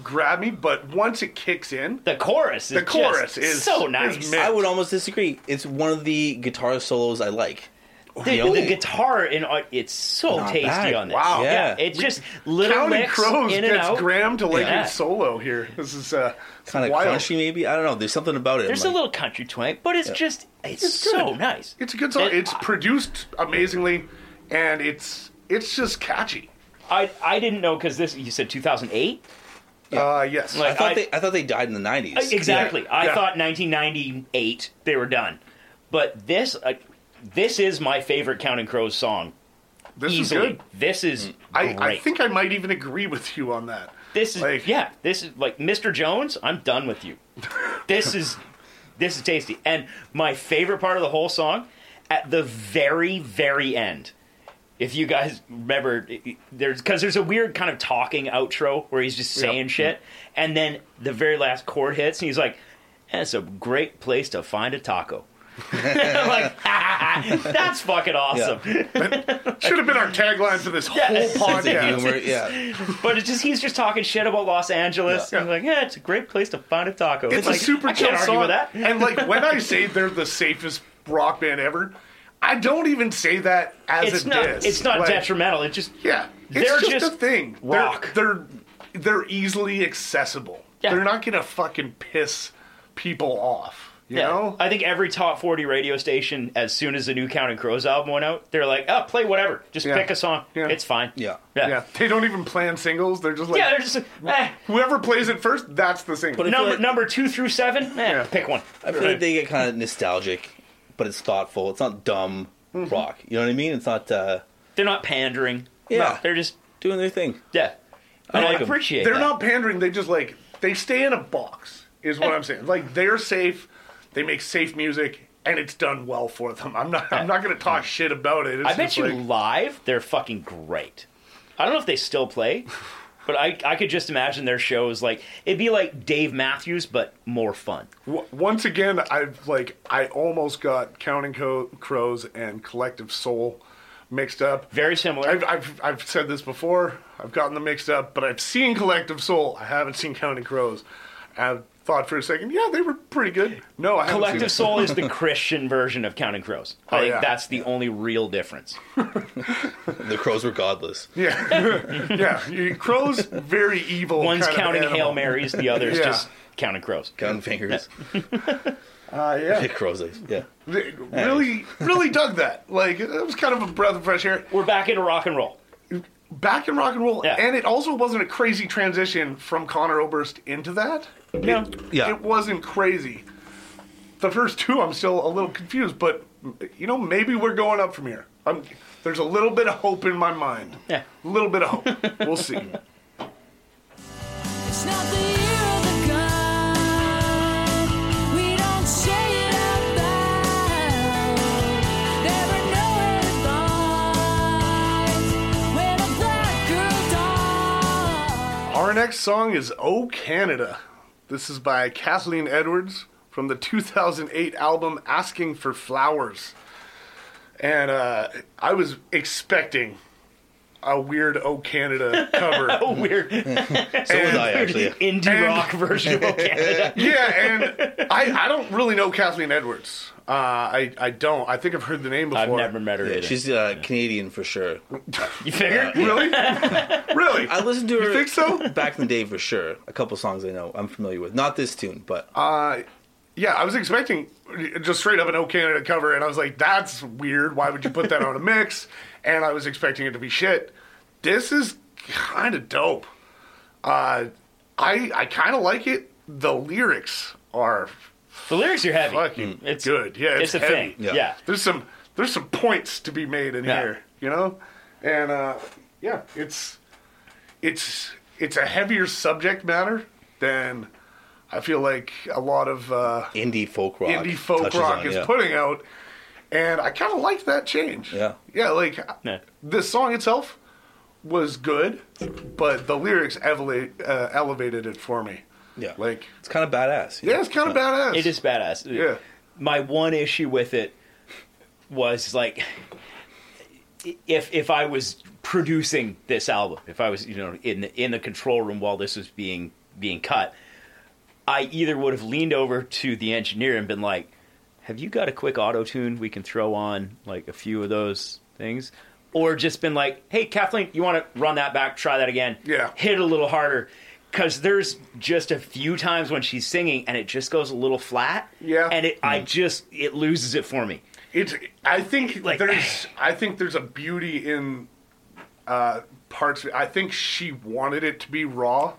[SPEAKER 5] grab me, but once it kicks in,
[SPEAKER 3] The chorus is
[SPEAKER 5] The chorus
[SPEAKER 3] just
[SPEAKER 5] is-
[SPEAKER 3] so
[SPEAKER 5] is
[SPEAKER 3] nice.
[SPEAKER 5] ma-
[SPEAKER 6] I would almost disagree. It's one of the guitar solos I like.
[SPEAKER 3] The,
[SPEAKER 6] Really?
[SPEAKER 3] the guitar in uh, it's so
[SPEAKER 6] Not
[SPEAKER 3] tasty
[SPEAKER 6] bad.
[SPEAKER 3] on this.
[SPEAKER 5] Wow.
[SPEAKER 3] Yeah,
[SPEAKER 6] Yeah.
[SPEAKER 3] it's just little
[SPEAKER 5] Counting
[SPEAKER 3] licks
[SPEAKER 5] Crows
[SPEAKER 3] in and
[SPEAKER 5] gets
[SPEAKER 3] out.
[SPEAKER 5] Graham to like
[SPEAKER 3] Yeah.
[SPEAKER 5] his solo here. This is uh,
[SPEAKER 6] kind of
[SPEAKER 5] wild.
[SPEAKER 6] crunchy, maybe. I don't know. There's something about it.
[SPEAKER 3] There's
[SPEAKER 6] I'm
[SPEAKER 3] a
[SPEAKER 6] like,
[SPEAKER 3] little country twang, but it's just it's,
[SPEAKER 5] good.
[SPEAKER 3] so nice.
[SPEAKER 5] It's a good song.
[SPEAKER 3] It-
[SPEAKER 5] it's produced amazingly, and it's it's just catchy.
[SPEAKER 3] I I didn't know because this you said 2008.
[SPEAKER 5] Uh, yes.
[SPEAKER 6] I thought
[SPEAKER 3] I-
[SPEAKER 6] they. I thought they died in the '90s.
[SPEAKER 3] Uh, Exactly. I
[SPEAKER 5] Yeah.
[SPEAKER 3] thought 1998 they were done, but this uh, this is my favorite Counting Crows song.
[SPEAKER 5] this
[SPEAKER 3] easily,
[SPEAKER 5] is good.
[SPEAKER 3] this is
[SPEAKER 5] I,
[SPEAKER 3] great.
[SPEAKER 5] I think I might even agree with you on that.
[SPEAKER 3] this is
[SPEAKER 5] like-
[SPEAKER 3] yeah. This is like Mr. Jones. I'm done with you. this is this is tasty. And my favorite part of the whole song at the very very end. If you guys remember, there's because there's a weird kind of talking outro where he's just saying shit, and then the very last chord hits, and he's like, "That's a great place to find a taco." [LAUGHS] I'm like, [LAUGHS] "Ah, that's fucking awesome.
[SPEAKER 5] Should have been our tagline for this
[SPEAKER 3] Yes.
[SPEAKER 5] whole
[SPEAKER 6] Sense of
[SPEAKER 5] podcast.
[SPEAKER 3] [LAUGHS]
[SPEAKER 6] humor, yeah.
[SPEAKER 3] But it's just he's just talking shit about Los Angeles.
[SPEAKER 5] Yeah.
[SPEAKER 3] And he's like, yeah, it's a great place to find a taco.
[SPEAKER 5] It's
[SPEAKER 3] like,
[SPEAKER 5] a super
[SPEAKER 3] I can't
[SPEAKER 5] chill
[SPEAKER 3] argue
[SPEAKER 5] song.
[SPEAKER 3] with that.
[SPEAKER 5] And like
[SPEAKER 3] [LAUGHS]
[SPEAKER 5] when I say they're the safest rock band ever, I don't even say that as
[SPEAKER 3] It's
[SPEAKER 5] a
[SPEAKER 3] not.
[SPEAKER 5] diss.
[SPEAKER 3] It's not
[SPEAKER 5] Like,
[SPEAKER 3] detrimental. It just
[SPEAKER 5] Yeah, it's
[SPEAKER 3] They're
[SPEAKER 5] just,
[SPEAKER 3] just
[SPEAKER 5] a thing. They're-
[SPEAKER 3] rock.
[SPEAKER 5] They're they're, easily accessible.
[SPEAKER 3] Yeah.
[SPEAKER 5] They're not gonna fucking piss people off. You
[SPEAKER 3] yeah.
[SPEAKER 5] know?
[SPEAKER 3] I think every top forty radio station, as soon as the new Counting Crows album went out, they're like, oh, play whatever. Just
[SPEAKER 5] Yeah.
[SPEAKER 3] pick a song.
[SPEAKER 5] Yeah.
[SPEAKER 3] It's fine.
[SPEAKER 6] Yeah.
[SPEAKER 3] Yeah. [LAUGHS]
[SPEAKER 5] yeah,
[SPEAKER 3] Yeah.
[SPEAKER 5] they don't even plan singles. They're just like
[SPEAKER 3] they're just eh,
[SPEAKER 5] whoever plays it first, that's the single.
[SPEAKER 6] But I feel
[SPEAKER 3] number
[SPEAKER 6] like-
[SPEAKER 3] number two through seven. Eh,
[SPEAKER 5] Yeah.
[SPEAKER 3] Pick one.
[SPEAKER 6] I feel like they get kind of nostalgic, but it's thoughtful. It's not dumb rock. You know what I mean? It's not uh,
[SPEAKER 3] They're not pandering.
[SPEAKER 6] Yeah.
[SPEAKER 3] No, they're just
[SPEAKER 6] doing their thing.
[SPEAKER 3] yeah. And I,
[SPEAKER 6] like 'em.
[SPEAKER 3] appreciate.
[SPEAKER 5] They're
[SPEAKER 3] that.
[SPEAKER 5] not pandering. They just like they stay in a box. Is what I'm saying. Like they're safe. They make safe music, and it's done well for them. I'm not. I'm not gonna talk shit about it. It's
[SPEAKER 3] I bet
[SPEAKER 5] just
[SPEAKER 3] you
[SPEAKER 5] like-
[SPEAKER 3] live, they're fucking great. I don't know if they still play, but I, I could just imagine their shows like it'd be like Dave Matthews, but more fun.
[SPEAKER 5] W- once again, I've like I almost got Counting Co- Crows and Collective Soul mixed up.
[SPEAKER 3] Very similar.
[SPEAKER 5] I've, I've I've said this before. I've gotten them mixed up, but I've seen Collective Soul. I haven't seen Counting Crows. I thought for a second, yeah, they were pretty good. No, I haven't
[SPEAKER 3] Collective
[SPEAKER 5] seen
[SPEAKER 3] Soul is
[SPEAKER 5] [LAUGHS]
[SPEAKER 3] the Christian version of Counting Crows. I
[SPEAKER 5] Oh,
[SPEAKER 3] think
[SPEAKER 5] yeah.
[SPEAKER 3] that's the only real difference.
[SPEAKER 6] The crows were godless.
[SPEAKER 5] Them. Yeah, [LAUGHS] you- Crows very evil.
[SPEAKER 3] One's
[SPEAKER 5] kind of
[SPEAKER 3] counting
[SPEAKER 5] animal.
[SPEAKER 3] Hail Marys, the other's
[SPEAKER 5] [LAUGHS] Yeah.
[SPEAKER 3] just Counting Crows.
[SPEAKER 6] Gun fingers.
[SPEAKER 5] Uh, yeah,
[SPEAKER 6] crows eyes. Yeah.
[SPEAKER 5] They really really dug that. Like it was kind of a breath of fresh air.
[SPEAKER 3] We're back into rock and
[SPEAKER 5] [LAUGHS]
[SPEAKER 3] roll.
[SPEAKER 5] back in rock and roll,
[SPEAKER 3] Yeah.
[SPEAKER 5] and it also wasn't a crazy transition from Connor Oberst into that.
[SPEAKER 3] No.
[SPEAKER 6] Yeah.
[SPEAKER 5] It wasn't crazy. The first two, I'm still a little confused, but you know, maybe we're going up from here. I'm, there's a little bit of hope in my mind.
[SPEAKER 3] Yeah.
[SPEAKER 5] A little bit of hope. we'll see. [LAUGHS]
[SPEAKER 9] It's not the year of the gun. We don't say it out loud. Never know where it lies when a black girl dies.
[SPEAKER 5] Our next song is "Oh Canada." This is by Kathleen Edwards from the 2008 album "Asking for Flowers," and uh, I was expecting a weird "Oh Canada"
[SPEAKER 3] [LAUGHS]
[SPEAKER 5] cover.
[SPEAKER 3] A weird
[SPEAKER 6] So was
[SPEAKER 5] And-
[SPEAKER 6] I
[SPEAKER 3] [LAUGHS]
[SPEAKER 6] actually.
[SPEAKER 3] indie rock
[SPEAKER 5] [LAUGHS]
[SPEAKER 3] version of Canada.
[SPEAKER 5] yeah, and I, I don't really know Kathleen Edwards. Uh, I I don't. I think I've heard the name before.
[SPEAKER 3] I've never met her.
[SPEAKER 6] Yeah,
[SPEAKER 3] either.
[SPEAKER 6] she's uh, Canadian for sure.
[SPEAKER 3] you figure?
[SPEAKER 5] Really, really.
[SPEAKER 6] I listened to her.
[SPEAKER 5] think so?
[SPEAKER 6] [LAUGHS] Back in the day for sure. A couple songs I know I'm familiar with. Not this tune, but
[SPEAKER 5] Uh, yeah, I was expecting just straight up an O Canada cover, and I was like, that's weird. Why would you put that on a mix? [LAUGHS] And I was expecting it to be shit. This is kind of dope. Uh, I I kind of like it. The lyrics are
[SPEAKER 3] The lyrics are heavy.
[SPEAKER 5] fucking
[SPEAKER 3] Mm-hmm. It's
[SPEAKER 5] good. Yeah,
[SPEAKER 3] It's,
[SPEAKER 5] it's,
[SPEAKER 3] a
[SPEAKER 5] heavy.
[SPEAKER 3] thing.
[SPEAKER 6] Yeah.
[SPEAKER 3] yeah.
[SPEAKER 5] there's some there's some points to be made in
[SPEAKER 3] Yeah.
[SPEAKER 5] here, you know, and uh, yeah, it's it's it's a heavier subject matter than I feel like a lot of uh,
[SPEAKER 6] indie folk rock.
[SPEAKER 5] indie folk
[SPEAKER 6] touches
[SPEAKER 5] rock
[SPEAKER 6] on,
[SPEAKER 5] is
[SPEAKER 6] yeah.
[SPEAKER 5] putting out, and I kind of like that change.
[SPEAKER 6] Yeah.
[SPEAKER 5] yeah, like
[SPEAKER 3] Yeah.
[SPEAKER 5] the song itself was good, but the lyrics elevate, uh, elevated it for me.
[SPEAKER 6] Yeah.
[SPEAKER 5] Like,
[SPEAKER 6] It's kind of badass.
[SPEAKER 5] yeah, it's kind of badass.
[SPEAKER 3] It is badass.
[SPEAKER 5] Yeah.
[SPEAKER 3] My one issue with it was like, if if I was producing this album, if I was you know in the, in the control room while this was being being cut, I either would have leaned over to the engineer and been like, have you got a quick auto tune we can throw on like a few of those things? Or just been like, hey, Kathleen, you want to run that back, try that again?
[SPEAKER 5] Yeah.
[SPEAKER 3] Hit it a little harder. Because there's just a few times when she's singing and it just goes a little flat.
[SPEAKER 5] Yeah. Mm.
[SPEAKER 3] And it, I just, it loses it for me.
[SPEAKER 5] It's. I think
[SPEAKER 3] Like-
[SPEAKER 5] there's. I think there's a beauty in uh, parts. of it. I think she wanted it to be raw,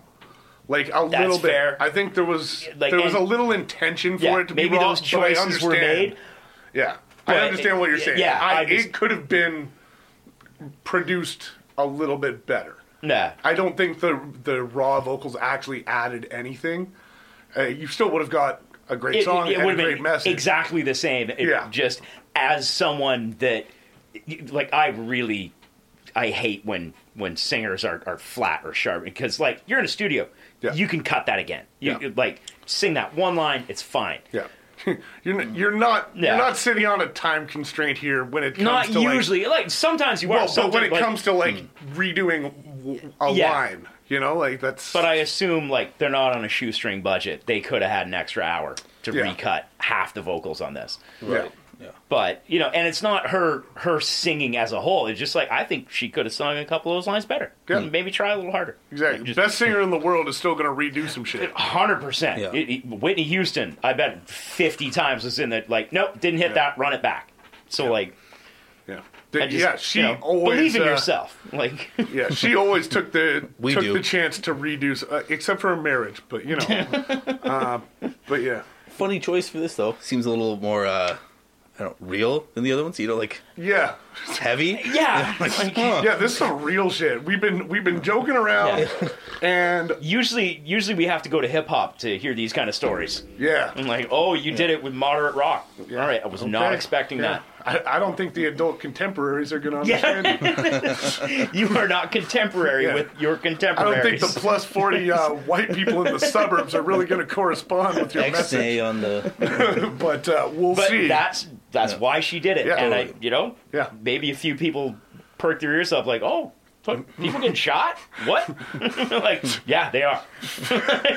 [SPEAKER 5] like a
[SPEAKER 3] That's
[SPEAKER 5] little bit.
[SPEAKER 3] fair.
[SPEAKER 5] I think there was
[SPEAKER 3] Like,
[SPEAKER 5] there was a
[SPEAKER 3] and-
[SPEAKER 5] little intention for
[SPEAKER 3] Yeah,
[SPEAKER 5] it to be
[SPEAKER 3] maybe
[SPEAKER 5] raw.
[SPEAKER 3] those
[SPEAKER 5] but I
[SPEAKER 3] choices were
[SPEAKER 5] understand.
[SPEAKER 3] made.
[SPEAKER 5] Yeah,
[SPEAKER 3] But
[SPEAKER 5] I understand what you're
[SPEAKER 3] it-
[SPEAKER 5] saying.
[SPEAKER 3] yeah,
[SPEAKER 5] I,
[SPEAKER 3] I just-
[SPEAKER 5] it could have been produced a little bit better.
[SPEAKER 3] Nah.
[SPEAKER 5] I don't think the the raw vocals actually added anything. Uh, you still would have got a great song and a
[SPEAKER 3] would've
[SPEAKER 5] great message.
[SPEAKER 3] exactly the same. It-
[SPEAKER 5] Yeah.
[SPEAKER 3] Just as someone that, like, I really, I hate when when singers are, are flat or sharp because like you're in a studio,
[SPEAKER 5] Yeah.
[SPEAKER 3] you can cut that again. You
[SPEAKER 5] Yeah.
[SPEAKER 3] like sing that one line, it's fine.
[SPEAKER 5] Yeah. [LAUGHS] You're, n- you're not
[SPEAKER 3] Yeah.
[SPEAKER 5] you're not sitting on a time constraint here when it comes
[SPEAKER 3] Not
[SPEAKER 5] to
[SPEAKER 3] usually. Like, sometimes you
[SPEAKER 5] like,
[SPEAKER 3] are.
[SPEAKER 5] well, but when
[SPEAKER 3] sometimes,
[SPEAKER 5] it
[SPEAKER 3] like- Hmm.
[SPEAKER 5] comes to like redoing w- a
[SPEAKER 3] Yeah.
[SPEAKER 5] line, you know, like that's
[SPEAKER 3] But I assume like they're not on a shoestring budget. They could have had an extra hour to
[SPEAKER 5] Yeah.
[SPEAKER 3] recut half the vocals on this.
[SPEAKER 5] yeah.
[SPEAKER 3] But you know, and it's not her her singing as a whole. It's just like I think she could have sung a couple of those lines better. Hmm.
[SPEAKER 5] Yeah.
[SPEAKER 3] Maybe try a little harder.
[SPEAKER 5] exactly.
[SPEAKER 3] Just-
[SPEAKER 5] Best singer in the world is still going to redo some
[SPEAKER 3] [LAUGHS]
[SPEAKER 5] shit.
[SPEAKER 3] Hundred percent.
[SPEAKER 6] Yeah.
[SPEAKER 3] It- it- Whitney Houston, I bet fifty times was in that. Like, nope, didn't hit that. Run it back. So like,
[SPEAKER 5] Yeah.
[SPEAKER 3] I just,
[SPEAKER 5] yeah, she
[SPEAKER 3] you know,
[SPEAKER 5] always
[SPEAKER 3] believe in
[SPEAKER 5] uh,
[SPEAKER 3] yourself. Like,
[SPEAKER 5] Yeah, she always
[SPEAKER 3] [LAUGHS]
[SPEAKER 5] took the
[SPEAKER 6] We
[SPEAKER 5] took
[SPEAKER 6] do.
[SPEAKER 5] the chance to redo uh, except for her marriage, but you know. uh, but yeah.
[SPEAKER 6] Funny choice for this though. Seems a little more uh I don't real than the other ones. You know, like
[SPEAKER 5] [LAUGHS] Yeah.
[SPEAKER 6] heavy.
[SPEAKER 3] yeah. [LAUGHS]
[SPEAKER 6] Like,
[SPEAKER 3] Like,
[SPEAKER 6] huh.
[SPEAKER 5] [LAUGHS] Yeah, this is some real shit. We've been we've been joking around and
[SPEAKER 3] usually, usually we have to go to hip hop to hear these kind of stories.
[SPEAKER 5] yeah.
[SPEAKER 3] I'm like, oh, you did it with moderate rock. All right, I was not
[SPEAKER 5] Okay.
[SPEAKER 3] expecting
[SPEAKER 5] Yeah. I, I don't think the adult contemporaries are going to understand. it.
[SPEAKER 3] that. [LAUGHS] You are not contemporary
[SPEAKER 5] Yeah.
[SPEAKER 3] with your
[SPEAKER 5] I
[SPEAKER 3] contemporaries.
[SPEAKER 5] don't think the plus 40 uh, white people in the suburbs are really going to correspond with your message.
[SPEAKER 6] XA on the
[SPEAKER 5] [LAUGHS] But uh, we'll
[SPEAKER 3] But
[SPEAKER 5] see.
[SPEAKER 3] that's that's why she did it.
[SPEAKER 5] Yeah.
[SPEAKER 3] and I, you know,
[SPEAKER 5] Yeah.
[SPEAKER 3] maybe a few people perk their ears up, like, oh, fuck,
[SPEAKER 5] Mm-hmm.
[SPEAKER 3] people getting shot? What? [LAUGHS]
[SPEAKER 5] [LAUGHS]
[SPEAKER 3] like, yeah, they are.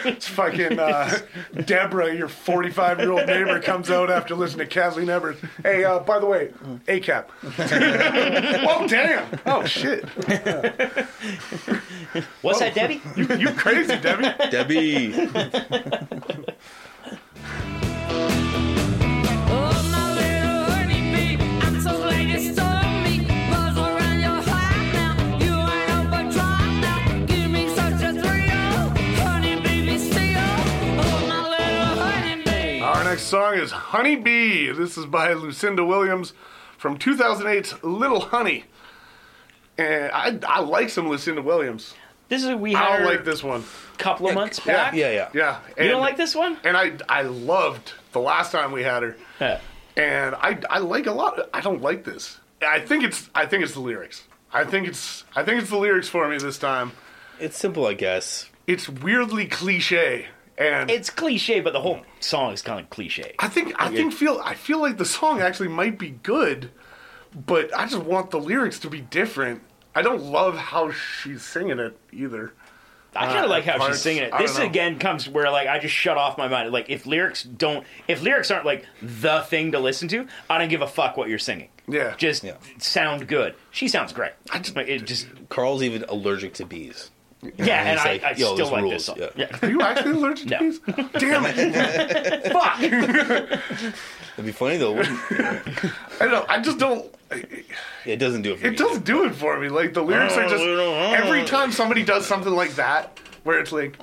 [SPEAKER 5] It's fucking uh, Deborah, your 45 year old neighbor, comes out after listening to Kathleen Evers. Hey, uh, by the way,
[SPEAKER 3] [LAUGHS]
[SPEAKER 5] ACAP. well, damn. Oh, shit.
[SPEAKER 3] What's that,
[SPEAKER 5] [LAUGHS]
[SPEAKER 3] Debbie?
[SPEAKER 5] You, you crazy, Debbie.
[SPEAKER 6] Debbie.
[SPEAKER 9] Oh, my little honeybee, I'm so glad you saw me. Buzz around your heart now, you ain't overdrive now. Give me such a thrill, honey, baby, still. Oh, my little honeybee.
[SPEAKER 5] Our next song is Honey Bee. This is by Lucinda Williams from 2008's Little Honey. And I, I like some Lucinda Williams.
[SPEAKER 3] This is we
[SPEAKER 5] I
[SPEAKER 3] had
[SPEAKER 5] don't like this one.
[SPEAKER 3] a couple of months
[SPEAKER 5] Yeah,
[SPEAKER 3] back.
[SPEAKER 6] Yeah, yeah.
[SPEAKER 5] Yeah.
[SPEAKER 3] You
[SPEAKER 5] and-
[SPEAKER 3] don't like this one?
[SPEAKER 5] and I I loved the last time we had her,
[SPEAKER 3] Yeah.
[SPEAKER 5] and I I like a lot. I don't like this. I think it's I think it's the lyrics. I think it's I think it's the lyrics for me this time.
[SPEAKER 6] It's simple, I guess.
[SPEAKER 5] It's weirdly cliche, and
[SPEAKER 3] It's cliche, but the whole song is kind of cliche.
[SPEAKER 5] I think I think feel I feel like the song actually might be good, but I just want the lyrics to be different. I don't love how she's singing it either.
[SPEAKER 3] I kind of like how
[SPEAKER 5] Uh, parts,
[SPEAKER 3] she's singing it.
[SPEAKER 5] I
[SPEAKER 3] This
[SPEAKER 5] don't know.
[SPEAKER 3] again comes where like I just shut off my mind. Like if lyrics don't, if lyrics aren't like the thing to listen to, I don't give a fuck what you're singing.
[SPEAKER 5] Yeah.
[SPEAKER 3] just
[SPEAKER 6] Yeah.
[SPEAKER 3] sound good. She sounds great. I
[SPEAKER 5] just-
[SPEAKER 3] just, it just
[SPEAKER 6] Carl's even allergic to bees.
[SPEAKER 3] yeah, and,
[SPEAKER 6] it's
[SPEAKER 3] I,
[SPEAKER 6] like,
[SPEAKER 3] I
[SPEAKER 6] yo,
[SPEAKER 3] still
[SPEAKER 6] this
[SPEAKER 3] like
[SPEAKER 6] rules,
[SPEAKER 3] this song.
[SPEAKER 6] yeah.
[SPEAKER 3] Yeah.
[SPEAKER 5] Are you actually allergic
[SPEAKER 3] No.
[SPEAKER 5] to these? Damn it!
[SPEAKER 3] fuck.
[SPEAKER 6] It'd be funny though. wouldn't it?
[SPEAKER 5] I don't. I just don't.
[SPEAKER 6] it doesn't do it for me.
[SPEAKER 5] It doesn't do it for me. Like the lyrics
[SPEAKER 3] Oh,
[SPEAKER 5] are just every time somebody does something like that, where it's like,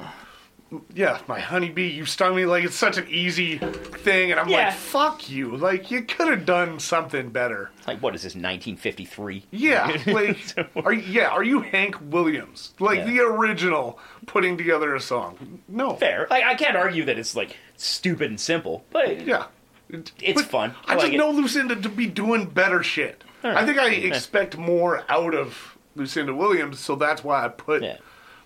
[SPEAKER 5] yeah, my honeybee, you stung me. Like it's such an easy thing, and I'm
[SPEAKER 3] Yeah.
[SPEAKER 5] like, fuck you. Like you could have done something better.
[SPEAKER 3] Like what is this? 1953. [LAUGHS]
[SPEAKER 5] Yeah, like are you, yeah, are you Hank Williams, like
[SPEAKER 3] Yeah.
[SPEAKER 5] the original, putting together a song? No,
[SPEAKER 3] Fair. Like I can't argue that it's like stupid and simple, but
[SPEAKER 5] Yeah.
[SPEAKER 3] it's fun.
[SPEAKER 5] I,
[SPEAKER 3] like
[SPEAKER 5] just
[SPEAKER 3] it.
[SPEAKER 5] know Lucinda to be doing better shit. I think I expect more out of Lucinda Williams, so that's why I put
[SPEAKER 3] Yeah.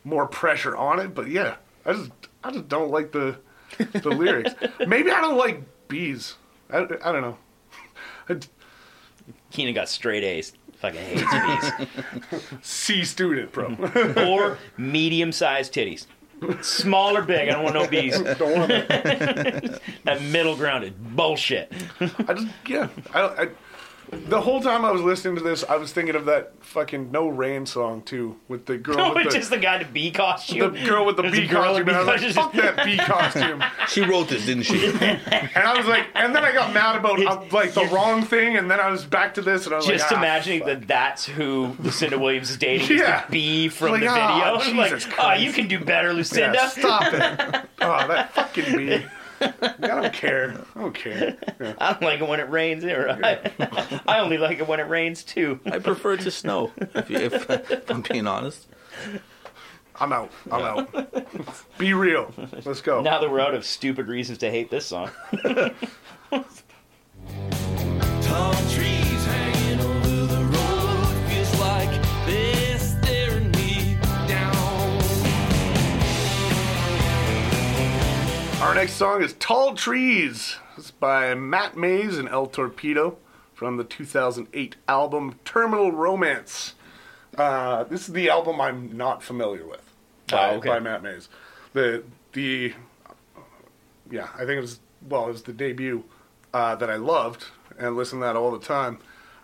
[SPEAKER 5] more pressure on it. But yeah, I just I just don't like the the lyrics.
[SPEAKER 3] [LAUGHS]
[SPEAKER 5] Maybe I don't like bees. I, I don't know. [LAUGHS] I-
[SPEAKER 3] Keenan got straight A's. Fucking hates these.
[SPEAKER 5] C student, bro.
[SPEAKER 3] Mm-hmm. [LAUGHS] or medium-sized titties. Small or big, I don't want no bees.
[SPEAKER 5] [LAUGHS] Don't
[SPEAKER 3] [LAUGHS]
[SPEAKER 5] want that.
[SPEAKER 3] That middle ground is bullshit.
[SPEAKER 5] [LAUGHS] I just yeah. I, I the whole time I was listening to this, I was thinking of that fucking No Rain song too, with
[SPEAKER 3] [LAUGHS]
[SPEAKER 5] the girl with
[SPEAKER 3] Which
[SPEAKER 5] the,
[SPEAKER 3] is the guy to bee
[SPEAKER 5] the
[SPEAKER 3] costume.
[SPEAKER 5] girl with the
[SPEAKER 3] There's a
[SPEAKER 5] bee
[SPEAKER 3] girl in
[SPEAKER 5] costume. And I was like,
[SPEAKER 3] bee
[SPEAKER 5] fuck that bee costume.
[SPEAKER 6] She wrote this, didn't she?
[SPEAKER 5] [LAUGHS] And I was like, and then I got mad about
[SPEAKER 3] [LAUGHS]
[SPEAKER 5] uh, like the wrong thing, and then I was back to this, and I was
[SPEAKER 3] Just
[SPEAKER 5] like, ah,
[SPEAKER 3] imagining
[SPEAKER 5] fuck.
[SPEAKER 3] that that's who Lucinda Williams is dating
[SPEAKER 5] Yeah.
[SPEAKER 3] is the bee from
[SPEAKER 5] Like,
[SPEAKER 3] the video. [LAUGHS]
[SPEAKER 5] ah,
[SPEAKER 3] I'm like,
[SPEAKER 5] Jesus
[SPEAKER 3] oh,
[SPEAKER 5] Christ."
[SPEAKER 3] you can do better,
[SPEAKER 5] Yeah,
[SPEAKER 3] Lucinda. [LAUGHS]
[SPEAKER 5] stop it. Oh, that fucking bee. I don't care. I don't care.
[SPEAKER 3] I don't [LAUGHS] like it when it rains. Or I, [LAUGHS] I only like it when it rains too.
[SPEAKER 6] I prefer it to snow, if, you, if, if I'm being honest.
[SPEAKER 5] I'm out. I'm out. Be real. Let's
[SPEAKER 3] [LAUGHS]
[SPEAKER 5] go.
[SPEAKER 3] Now that we're out of stupid reasons to hate this song,
[SPEAKER 7] Tall trees hanging over the road feels like they're staring me down.
[SPEAKER 5] Our next song is Tall Trees. It's by Matt Mays and El Torpedo from the 2008 album Terminal Romance. Uh, this is the album I'm not familiar with by,
[SPEAKER 3] Oh, okay.
[SPEAKER 5] by Matt Mays. The, the, yeah, I think it was, well, it was the debut uh, that I loved and listened to that all the time.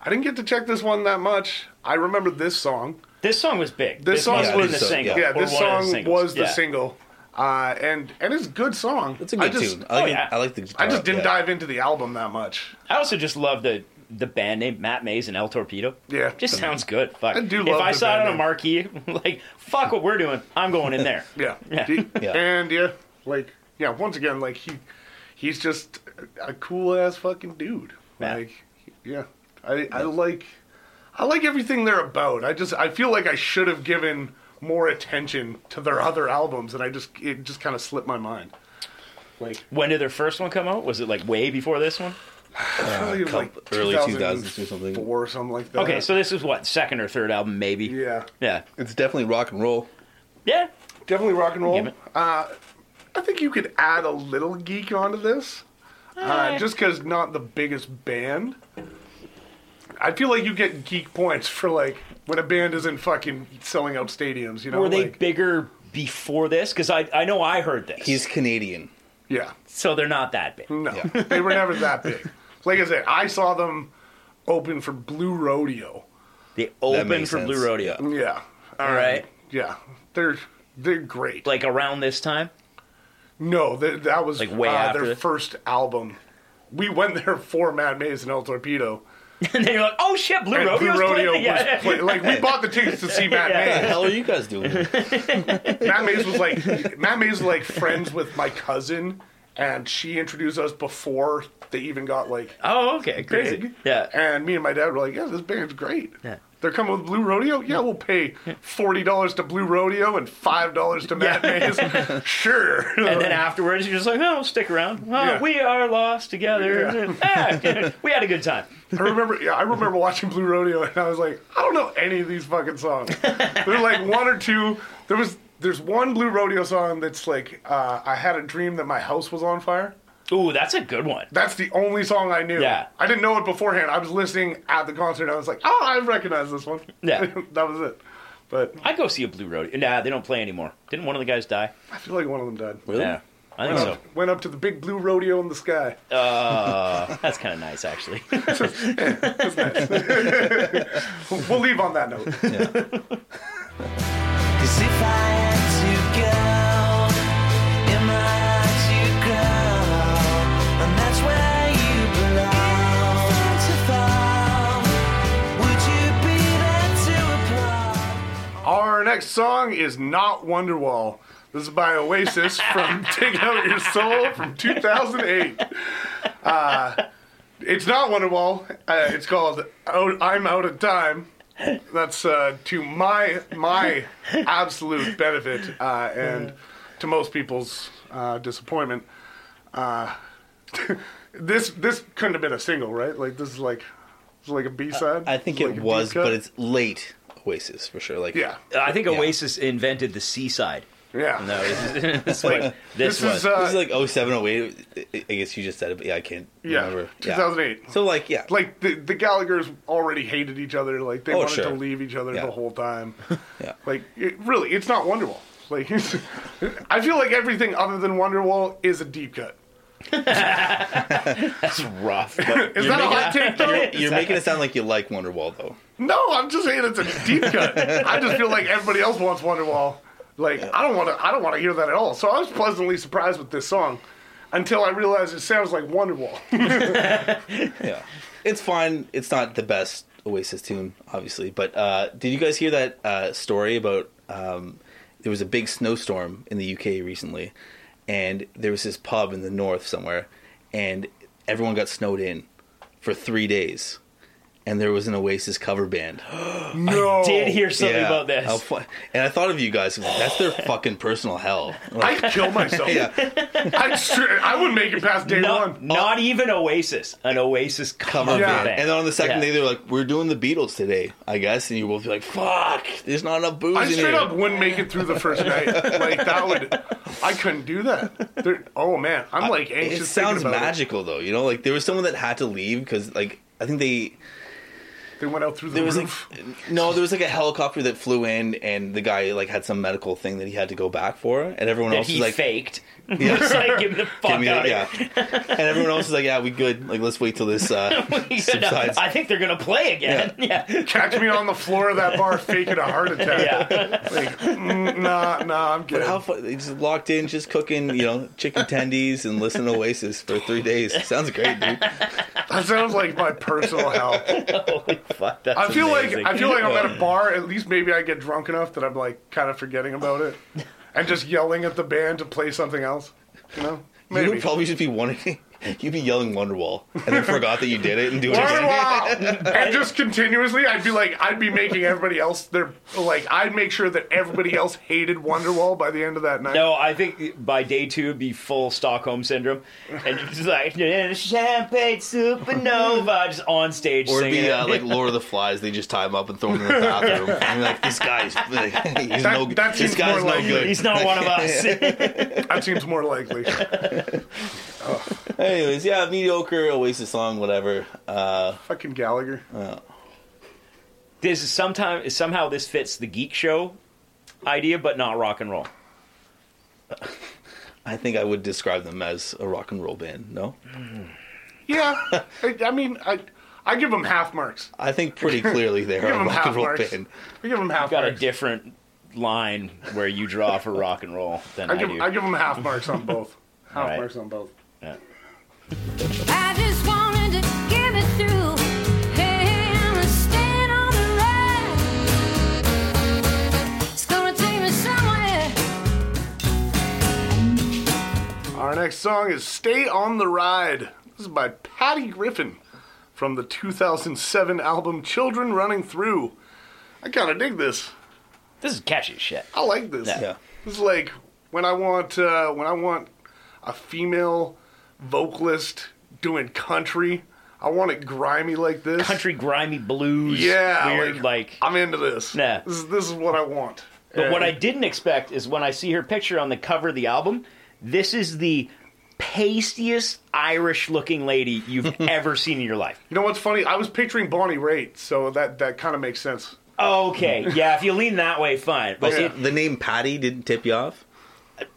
[SPEAKER 5] I didn't get to check this one that much. I remember this song.
[SPEAKER 3] this song was big.
[SPEAKER 5] This song
[SPEAKER 3] must've
[SPEAKER 5] was-
[SPEAKER 3] been the
[SPEAKER 6] yeah,
[SPEAKER 3] single.
[SPEAKER 5] Yeah,
[SPEAKER 3] or
[SPEAKER 5] this
[SPEAKER 3] one of the
[SPEAKER 5] song
[SPEAKER 3] singles.
[SPEAKER 5] was the
[SPEAKER 3] Yeah.
[SPEAKER 5] single. Uh, and, and it's a good song.
[SPEAKER 6] It's a good
[SPEAKER 5] I just-
[SPEAKER 6] tune. I like,
[SPEAKER 3] oh, yeah.
[SPEAKER 6] it, I like the guitar.
[SPEAKER 5] I just didn't
[SPEAKER 6] Uh, yeah.
[SPEAKER 5] dive into the album that much.
[SPEAKER 3] I also just love the the band name Matt Mays and El Torpedo.
[SPEAKER 5] Yeah.
[SPEAKER 3] just sounds good. Fuck.
[SPEAKER 5] I do
[SPEAKER 3] if
[SPEAKER 5] love
[SPEAKER 3] I
[SPEAKER 5] the
[SPEAKER 3] saw it
[SPEAKER 5] band
[SPEAKER 3] on a
[SPEAKER 5] name.
[SPEAKER 3] marquee, [LAUGHS] like fuck what we're doing, I'm going in there.
[SPEAKER 5] [LAUGHS] Yeah.
[SPEAKER 3] Yeah.
[SPEAKER 5] Do-
[SPEAKER 6] [LAUGHS] Yeah.
[SPEAKER 5] And yeah, like yeah, once again, like he he's just a cool ass fucking dude.
[SPEAKER 3] Yeah.
[SPEAKER 5] Like yeah. I I like I like everything they're about. I just I feel like I should have given more attention to their other albums and I just it just kind of slipped my mind. Like
[SPEAKER 3] When did their first one come out? Was it like way before this one?
[SPEAKER 5] probably like
[SPEAKER 6] Uh, couple- early 2000s or something.
[SPEAKER 5] 2004 or something like that.
[SPEAKER 3] Okay, so this is what second or third album, maybe.
[SPEAKER 5] Uh, yeah.
[SPEAKER 3] yeah,
[SPEAKER 6] It's definitely rock and roll.
[SPEAKER 3] yeah.
[SPEAKER 5] Definitely rock and roll. Uh,
[SPEAKER 3] Give it.
[SPEAKER 5] I think you could add a little geek onto this,
[SPEAKER 3] Eh.
[SPEAKER 5] uh, just because not the biggest band. I feel like you get geek points for like when a band isn't fucking selling out stadiums. You know,
[SPEAKER 3] Were they
[SPEAKER 5] like,
[SPEAKER 3] bigger before this? Because I I know I heard this.
[SPEAKER 6] He's Canadian.
[SPEAKER 5] yeah,
[SPEAKER 3] so they're not that big.
[SPEAKER 5] no, [LAUGHS]
[SPEAKER 6] Yeah.
[SPEAKER 5] they were never that big. Like I said, I saw them open for Blue Rodeo.
[SPEAKER 3] They
[SPEAKER 6] That
[SPEAKER 3] opened
[SPEAKER 6] makes
[SPEAKER 3] for
[SPEAKER 6] sense.
[SPEAKER 3] Blue Rodeo.
[SPEAKER 6] Yeah.
[SPEAKER 5] Yeah, Um,
[SPEAKER 3] All right,
[SPEAKER 5] yeah, they're they're great.
[SPEAKER 3] like around this time. [LAUGHS]
[SPEAKER 5] No, that, that was
[SPEAKER 3] Like, way
[SPEAKER 5] uh,
[SPEAKER 3] after
[SPEAKER 5] their
[SPEAKER 3] this?
[SPEAKER 5] first album. We went there for Mad Maze and El Torpedo.
[SPEAKER 3] And then you're like, oh shit, Blue
[SPEAKER 5] And
[SPEAKER 3] Rodeo's
[SPEAKER 5] Blue Rodeo
[SPEAKER 3] playing. Yeah. [LAUGHS]
[SPEAKER 5] was play, like we bought the tickets to see Matt
[SPEAKER 6] What the
[SPEAKER 5] Mays.
[SPEAKER 6] hell are you guys doing? [LAUGHS] here?
[SPEAKER 5] Matt Mays was like Matt Mays was like friends with my cousin, and she introduced us before they even got like
[SPEAKER 3] Oh, okay, crazy.
[SPEAKER 5] big.
[SPEAKER 3] Yeah,
[SPEAKER 5] And me and my dad were like, "Yeah, this band's great.
[SPEAKER 3] Yeah.
[SPEAKER 5] They're coming with Blue Rodeo. Yeah, we'll pay forty dollars to Blue Rodeo and five dollars to
[SPEAKER 3] [LAUGHS]
[SPEAKER 5] Matt Mays. sure."
[SPEAKER 3] And then afterwards, you're just like, oh, stick around. Oh,
[SPEAKER 5] Yeah.
[SPEAKER 3] We are lost together. [LAUGHS]
[SPEAKER 5] [LAUGHS]
[SPEAKER 3] Ah, we had a good time.
[SPEAKER 5] I remember, yeah,
[SPEAKER 3] [LAUGHS]
[SPEAKER 5] I remember watching Blue Rodeo, and I was like, I don't know any of these fucking songs.
[SPEAKER 3] [LAUGHS]
[SPEAKER 5] There's like one or two. There was, there's one Blue Rodeo song that's like, uh, I had a dream that my house was on fire.
[SPEAKER 3] Ooh, that's a good one.
[SPEAKER 5] That's the only song I knew.
[SPEAKER 3] Yeah.
[SPEAKER 5] I didn't know it beforehand. I was listening at the concert. And I was like, oh, I recognize this one.
[SPEAKER 3] Yeah.
[SPEAKER 5] [LAUGHS] that was it. But
[SPEAKER 3] I go see a Blue Road. Nah, they don't play anymore. Didn't one of the guys die?
[SPEAKER 5] I feel like one of them died.
[SPEAKER 6] Really?
[SPEAKER 3] Yeah, I think so.
[SPEAKER 5] Went up to the big blue rodeo in the sky.
[SPEAKER 3] That's kind of nice,
[SPEAKER 5] [LAUGHS]
[SPEAKER 3] actually.
[SPEAKER 5] We'll leave on that note.
[SPEAKER 7] Cause if I had to go, am I to go? And that's where you belong. If I'm to fall, would you be there to applaud?
[SPEAKER 5] Our next song is Not Wonderwall. This is by Oasis from Take Out Your Soul from 2008. Uh, it's not Wonderwall. Uh, it's called Out, I'm Out of Time. That's uh, to my my absolute benefit uh, and to most people's uh, disappointment. Uh, [LAUGHS] this this couldn't have been a single, right? Like this is like this is like a B side.
[SPEAKER 6] I think it was, but it's late Oasis for sure. Like,
[SPEAKER 5] yeah,
[SPEAKER 3] Uh, I think Oasis invented the seaside.
[SPEAKER 5] yeah.
[SPEAKER 3] No, it's, it's like [LAUGHS] this,
[SPEAKER 5] this
[SPEAKER 3] was.
[SPEAKER 5] is, uh,
[SPEAKER 6] this is like 07, 08. I- I I guess you just said it, but yeah, I can't
[SPEAKER 5] Yeah,
[SPEAKER 6] remember.
[SPEAKER 5] 2008.
[SPEAKER 6] So like, yeah,
[SPEAKER 5] like the the Gallagher's already hated each other. Like they
[SPEAKER 6] Oh,
[SPEAKER 5] wanted
[SPEAKER 6] sure.
[SPEAKER 5] to leave each other
[SPEAKER 6] [LAUGHS] Yeah.
[SPEAKER 5] the whole time.
[SPEAKER 6] yeah.
[SPEAKER 5] Like it, really, it's [LAUGHS] not Wonderwall. Like, I feel like everything other than Wonderwall is a deep
[SPEAKER 6] [LAUGHS]
[SPEAKER 5] cut.
[SPEAKER 3] That's rough. But
[SPEAKER 5] [LAUGHS] Is that a hot take
[SPEAKER 6] [LAUGHS]
[SPEAKER 5] though?
[SPEAKER 6] You're making it sound like you like Wonderwall though.
[SPEAKER 5] No, I'm just saying it's a deep cut. I just feel like everybody else wants Wonderwall. Like I don't want to. I don't want to hear that at all. So I was pleasantly surprised with this song, until I realized it sounds like Wonderwall.
[SPEAKER 6] Yeah, it's fine. It's not the best Oasis tune, obviously. But uh, did you guys hear that uh, story about um, there was a big snowstorm in the UK recently, and there was this pub in the north somewhere, and everyone got snowed in for three days, and there was an Oasis cover band.
[SPEAKER 5] no,
[SPEAKER 3] did
[SPEAKER 5] [LAUGHS]
[SPEAKER 3] hear something about this.
[SPEAKER 6] How fu- and I thought of you guys.
[SPEAKER 3] [LAUGHS]
[SPEAKER 6] That's their fucking personal hell. Like,
[SPEAKER 5] I'd kill myself.
[SPEAKER 6] yeah.
[SPEAKER 5] I'd str- I wouldn't make it past day
[SPEAKER 3] Not,
[SPEAKER 5] one.
[SPEAKER 3] not even Oasis. An Oasis cover
[SPEAKER 5] Yeah.
[SPEAKER 3] band.
[SPEAKER 6] And then oh. on the second
[SPEAKER 3] Yeah.
[SPEAKER 6] day, they're like, "We're doing the Beatles today, I guess." And you will be like, "Fuck, there's not enough booze
[SPEAKER 5] I
[SPEAKER 6] in
[SPEAKER 5] straight
[SPEAKER 6] here."
[SPEAKER 5] up wouldn't make it through the first night. Like that would, I couldn't do that. There- oh man, I'm like anxious.
[SPEAKER 6] it
[SPEAKER 5] thinking
[SPEAKER 6] sounds
[SPEAKER 5] about
[SPEAKER 6] magical though, you know. Like there was someone that had to leave because, like, I think they
[SPEAKER 5] They went out through the
[SPEAKER 6] there was like
[SPEAKER 5] roof.
[SPEAKER 6] no, there was like a helicopter that flew in, and the guy like had some medical thing that he had to go back for, and everyone
[SPEAKER 3] that
[SPEAKER 6] else
[SPEAKER 3] he
[SPEAKER 6] was like,
[SPEAKER 3] faked.
[SPEAKER 6] [LAUGHS] Yeah.
[SPEAKER 3] It's like, give me the fuck
[SPEAKER 6] Give me
[SPEAKER 3] out
[SPEAKER 6] that,
[SPEAKER 3] of
[SPEAKER 6] yeah.
[SPEAKER 3] here.
[SPEAKER 6] and everyone else is like, "Yeah, we good. Like, let's wait till
[SPEAKER 3] [LAUGHS]
[SPEAKER 6] this uh, subsides."
[SPEAKER 3] I think they're gonna play again. [LAUGHS] Yeah.
[SPEAKER 5] Catch me on the floor of that bar faking a heart attack. Like, mm, nah, nah, I'm good.
[SPEAKER 6] How fun! They just locked in, just cooking, you know, chicken tendies and listening to Oasis for three days. Sounds great, dude.
[SPEAKER 5] That sounds like my
[SPEAKER 6] [LAUGHS]
[SPEAKER 5] personal hell.
[SPEAKER 3] Holy [LAUGHS] fuck. That's
[SPEAKER 5] I feel
[SPEAKER 3] amazing.
[SPEAKER 5] like I feel like I'm
[SPEAKER 6] [LAUGHS]
[SPEAKER 5] at a bar. At least maybe I get drunk enough that I'm like kind of forgetting about it, and just yelling at the band to play something else. You know,
[SPEAKER 6] You would
[SPEAKER 5] maybe.
[SPEAKER 6] probably just be wanting. [LAUGHS] You'd be yelling Wonderwall, and then forgot that you did it [LAUGHS] and do it again.
[SPEAKER 5] Wonderwall! and just continuously, I'd be like, I'd be making everybody else their like. I'd make sure that everybody else hated Wonderwall by the end of that
[SPEAKER 3] [LAUGHS]
[SPEAKER 5] night.
[SPEAKER 3] No, I think by day two it'd be full Stockholm syndrome, and you're just like champagne
[SPEAKER 6] [LAUGHS]
[SPEAKER 3] supernova, just on stage
[SPEAKER 6] Or it'd
[SPEAKER 3] singing.
[SPEAKER 6] be
[SPEAKER 3] it.
[SPEAKER 6] uh, like Lord of the Flies. They just tie him up and throw him in the bathroom.
[SPEAKER 5] [LAUGHS]
[SPEAKER 6] and like this guy's, like, [LAUGHS] he's
[SPEAKER 5] That-
[SPEAKER 6] no,
[SPEAKER 5] that
[SPEAKER 6] this
[SPEAKER 5] seems
[SPEAKER 6] guy's
[SPEAKER 5] more
[SPEAKER 6] no
[SPEAKER 5] likely.
[SPEAKER 3] [LAUGHS]
[SPEAKER 6] good.
[SPEAKER 3] He's not one
[SPEAKER 6] [LAUGHS]
[SPEAKER 3] of us. [LAUGHS]
[SPEAKER 5] That seems more likely.
[SPEAKER 6] Anyways, yeah, mediocre Oasis song, whatever. Uh,
[SPEAKER 5] Fucking Gallagher.
[SPEAKER 3] Uh. this is sometime somehow this fits the geek show idea, but not rock and roll.
[SPEAKER 6] I think I would describe them as a rock and roll band. No,
[SPEAKER 5] Yeah, I, I mean, I I give him half marks.
[SPEAKER 6] I think
[SPEAKER 5] [LAUGHS]
[SPEAKER 6] pretty clearly they're
[SPEAKER 5] Give
[SPEAKER 6] a
[SPEAKER 5] him
[SPEAKER 6] rock and
[SPEAKER 5] half
[SPEAKER 6] roll
[SPEAKER 5] marks.
[SPEAKER 6] band.
[SPEAKER 5] We give him half
[SPEAKER 3] Got a
[SPEAKER 5] marks.
[SPEAKER 3] different line where you draw [LAUGHS] for rock and roll than I,
[SPEAKER 5] I give
[SPEAKER 3] do.
[SPEAKER 5] I give him half marks on
[SPEAKER 3] [LAUGHS]
[SPEAKER 5] both. Half
[SPEAKER 3] Right.
[SPEAKER 5] marks on both.
[SPEAKER 3] Yeah.
[SPEAKER 9] I just wanted to give it through. Hey, I'm gonna stand on the ride. It's gonna take me somewhere.
[SPEAKER 5] Our next song is "Stay on the Ride." This is by Patty Griffin from the 2007 album "Children Running Through." I kind of dig this.
[SPEAKER 3] This is catchy as shit.
[SPEAKER 5] I like this.
[SPEAKER 6] Yeah.
[SPEAKER 5] It's like when I want uh, when I want a female vocalist doing country. I want it grimy like this.
[SPEAKER 3] Country grimy blues.
[SPEAKER 5] yeah,
[SPEAKER 3] weird like.
[SPEAKER 5] I'm into this.
[SPEAKER 3] Nah.
[SPEAKER 5] This is, this is what I want.
[SPEAKER 3] But what I didn't expect is when I see her picture on the cover of the album, this is the pastiest Irish looking lady [LAUGHS] you've ever seen in your life.
[SPEAKER 5] You know what's funny? I was picturing Bonnie Raitt, so that that kind of makes sense.
[SPEAKER 3] Okay, yeah, if you lean that way, fine. But
[SPEAKER 6] Also, the name Patty didn't tip you off.
[SPEAKER 3] it,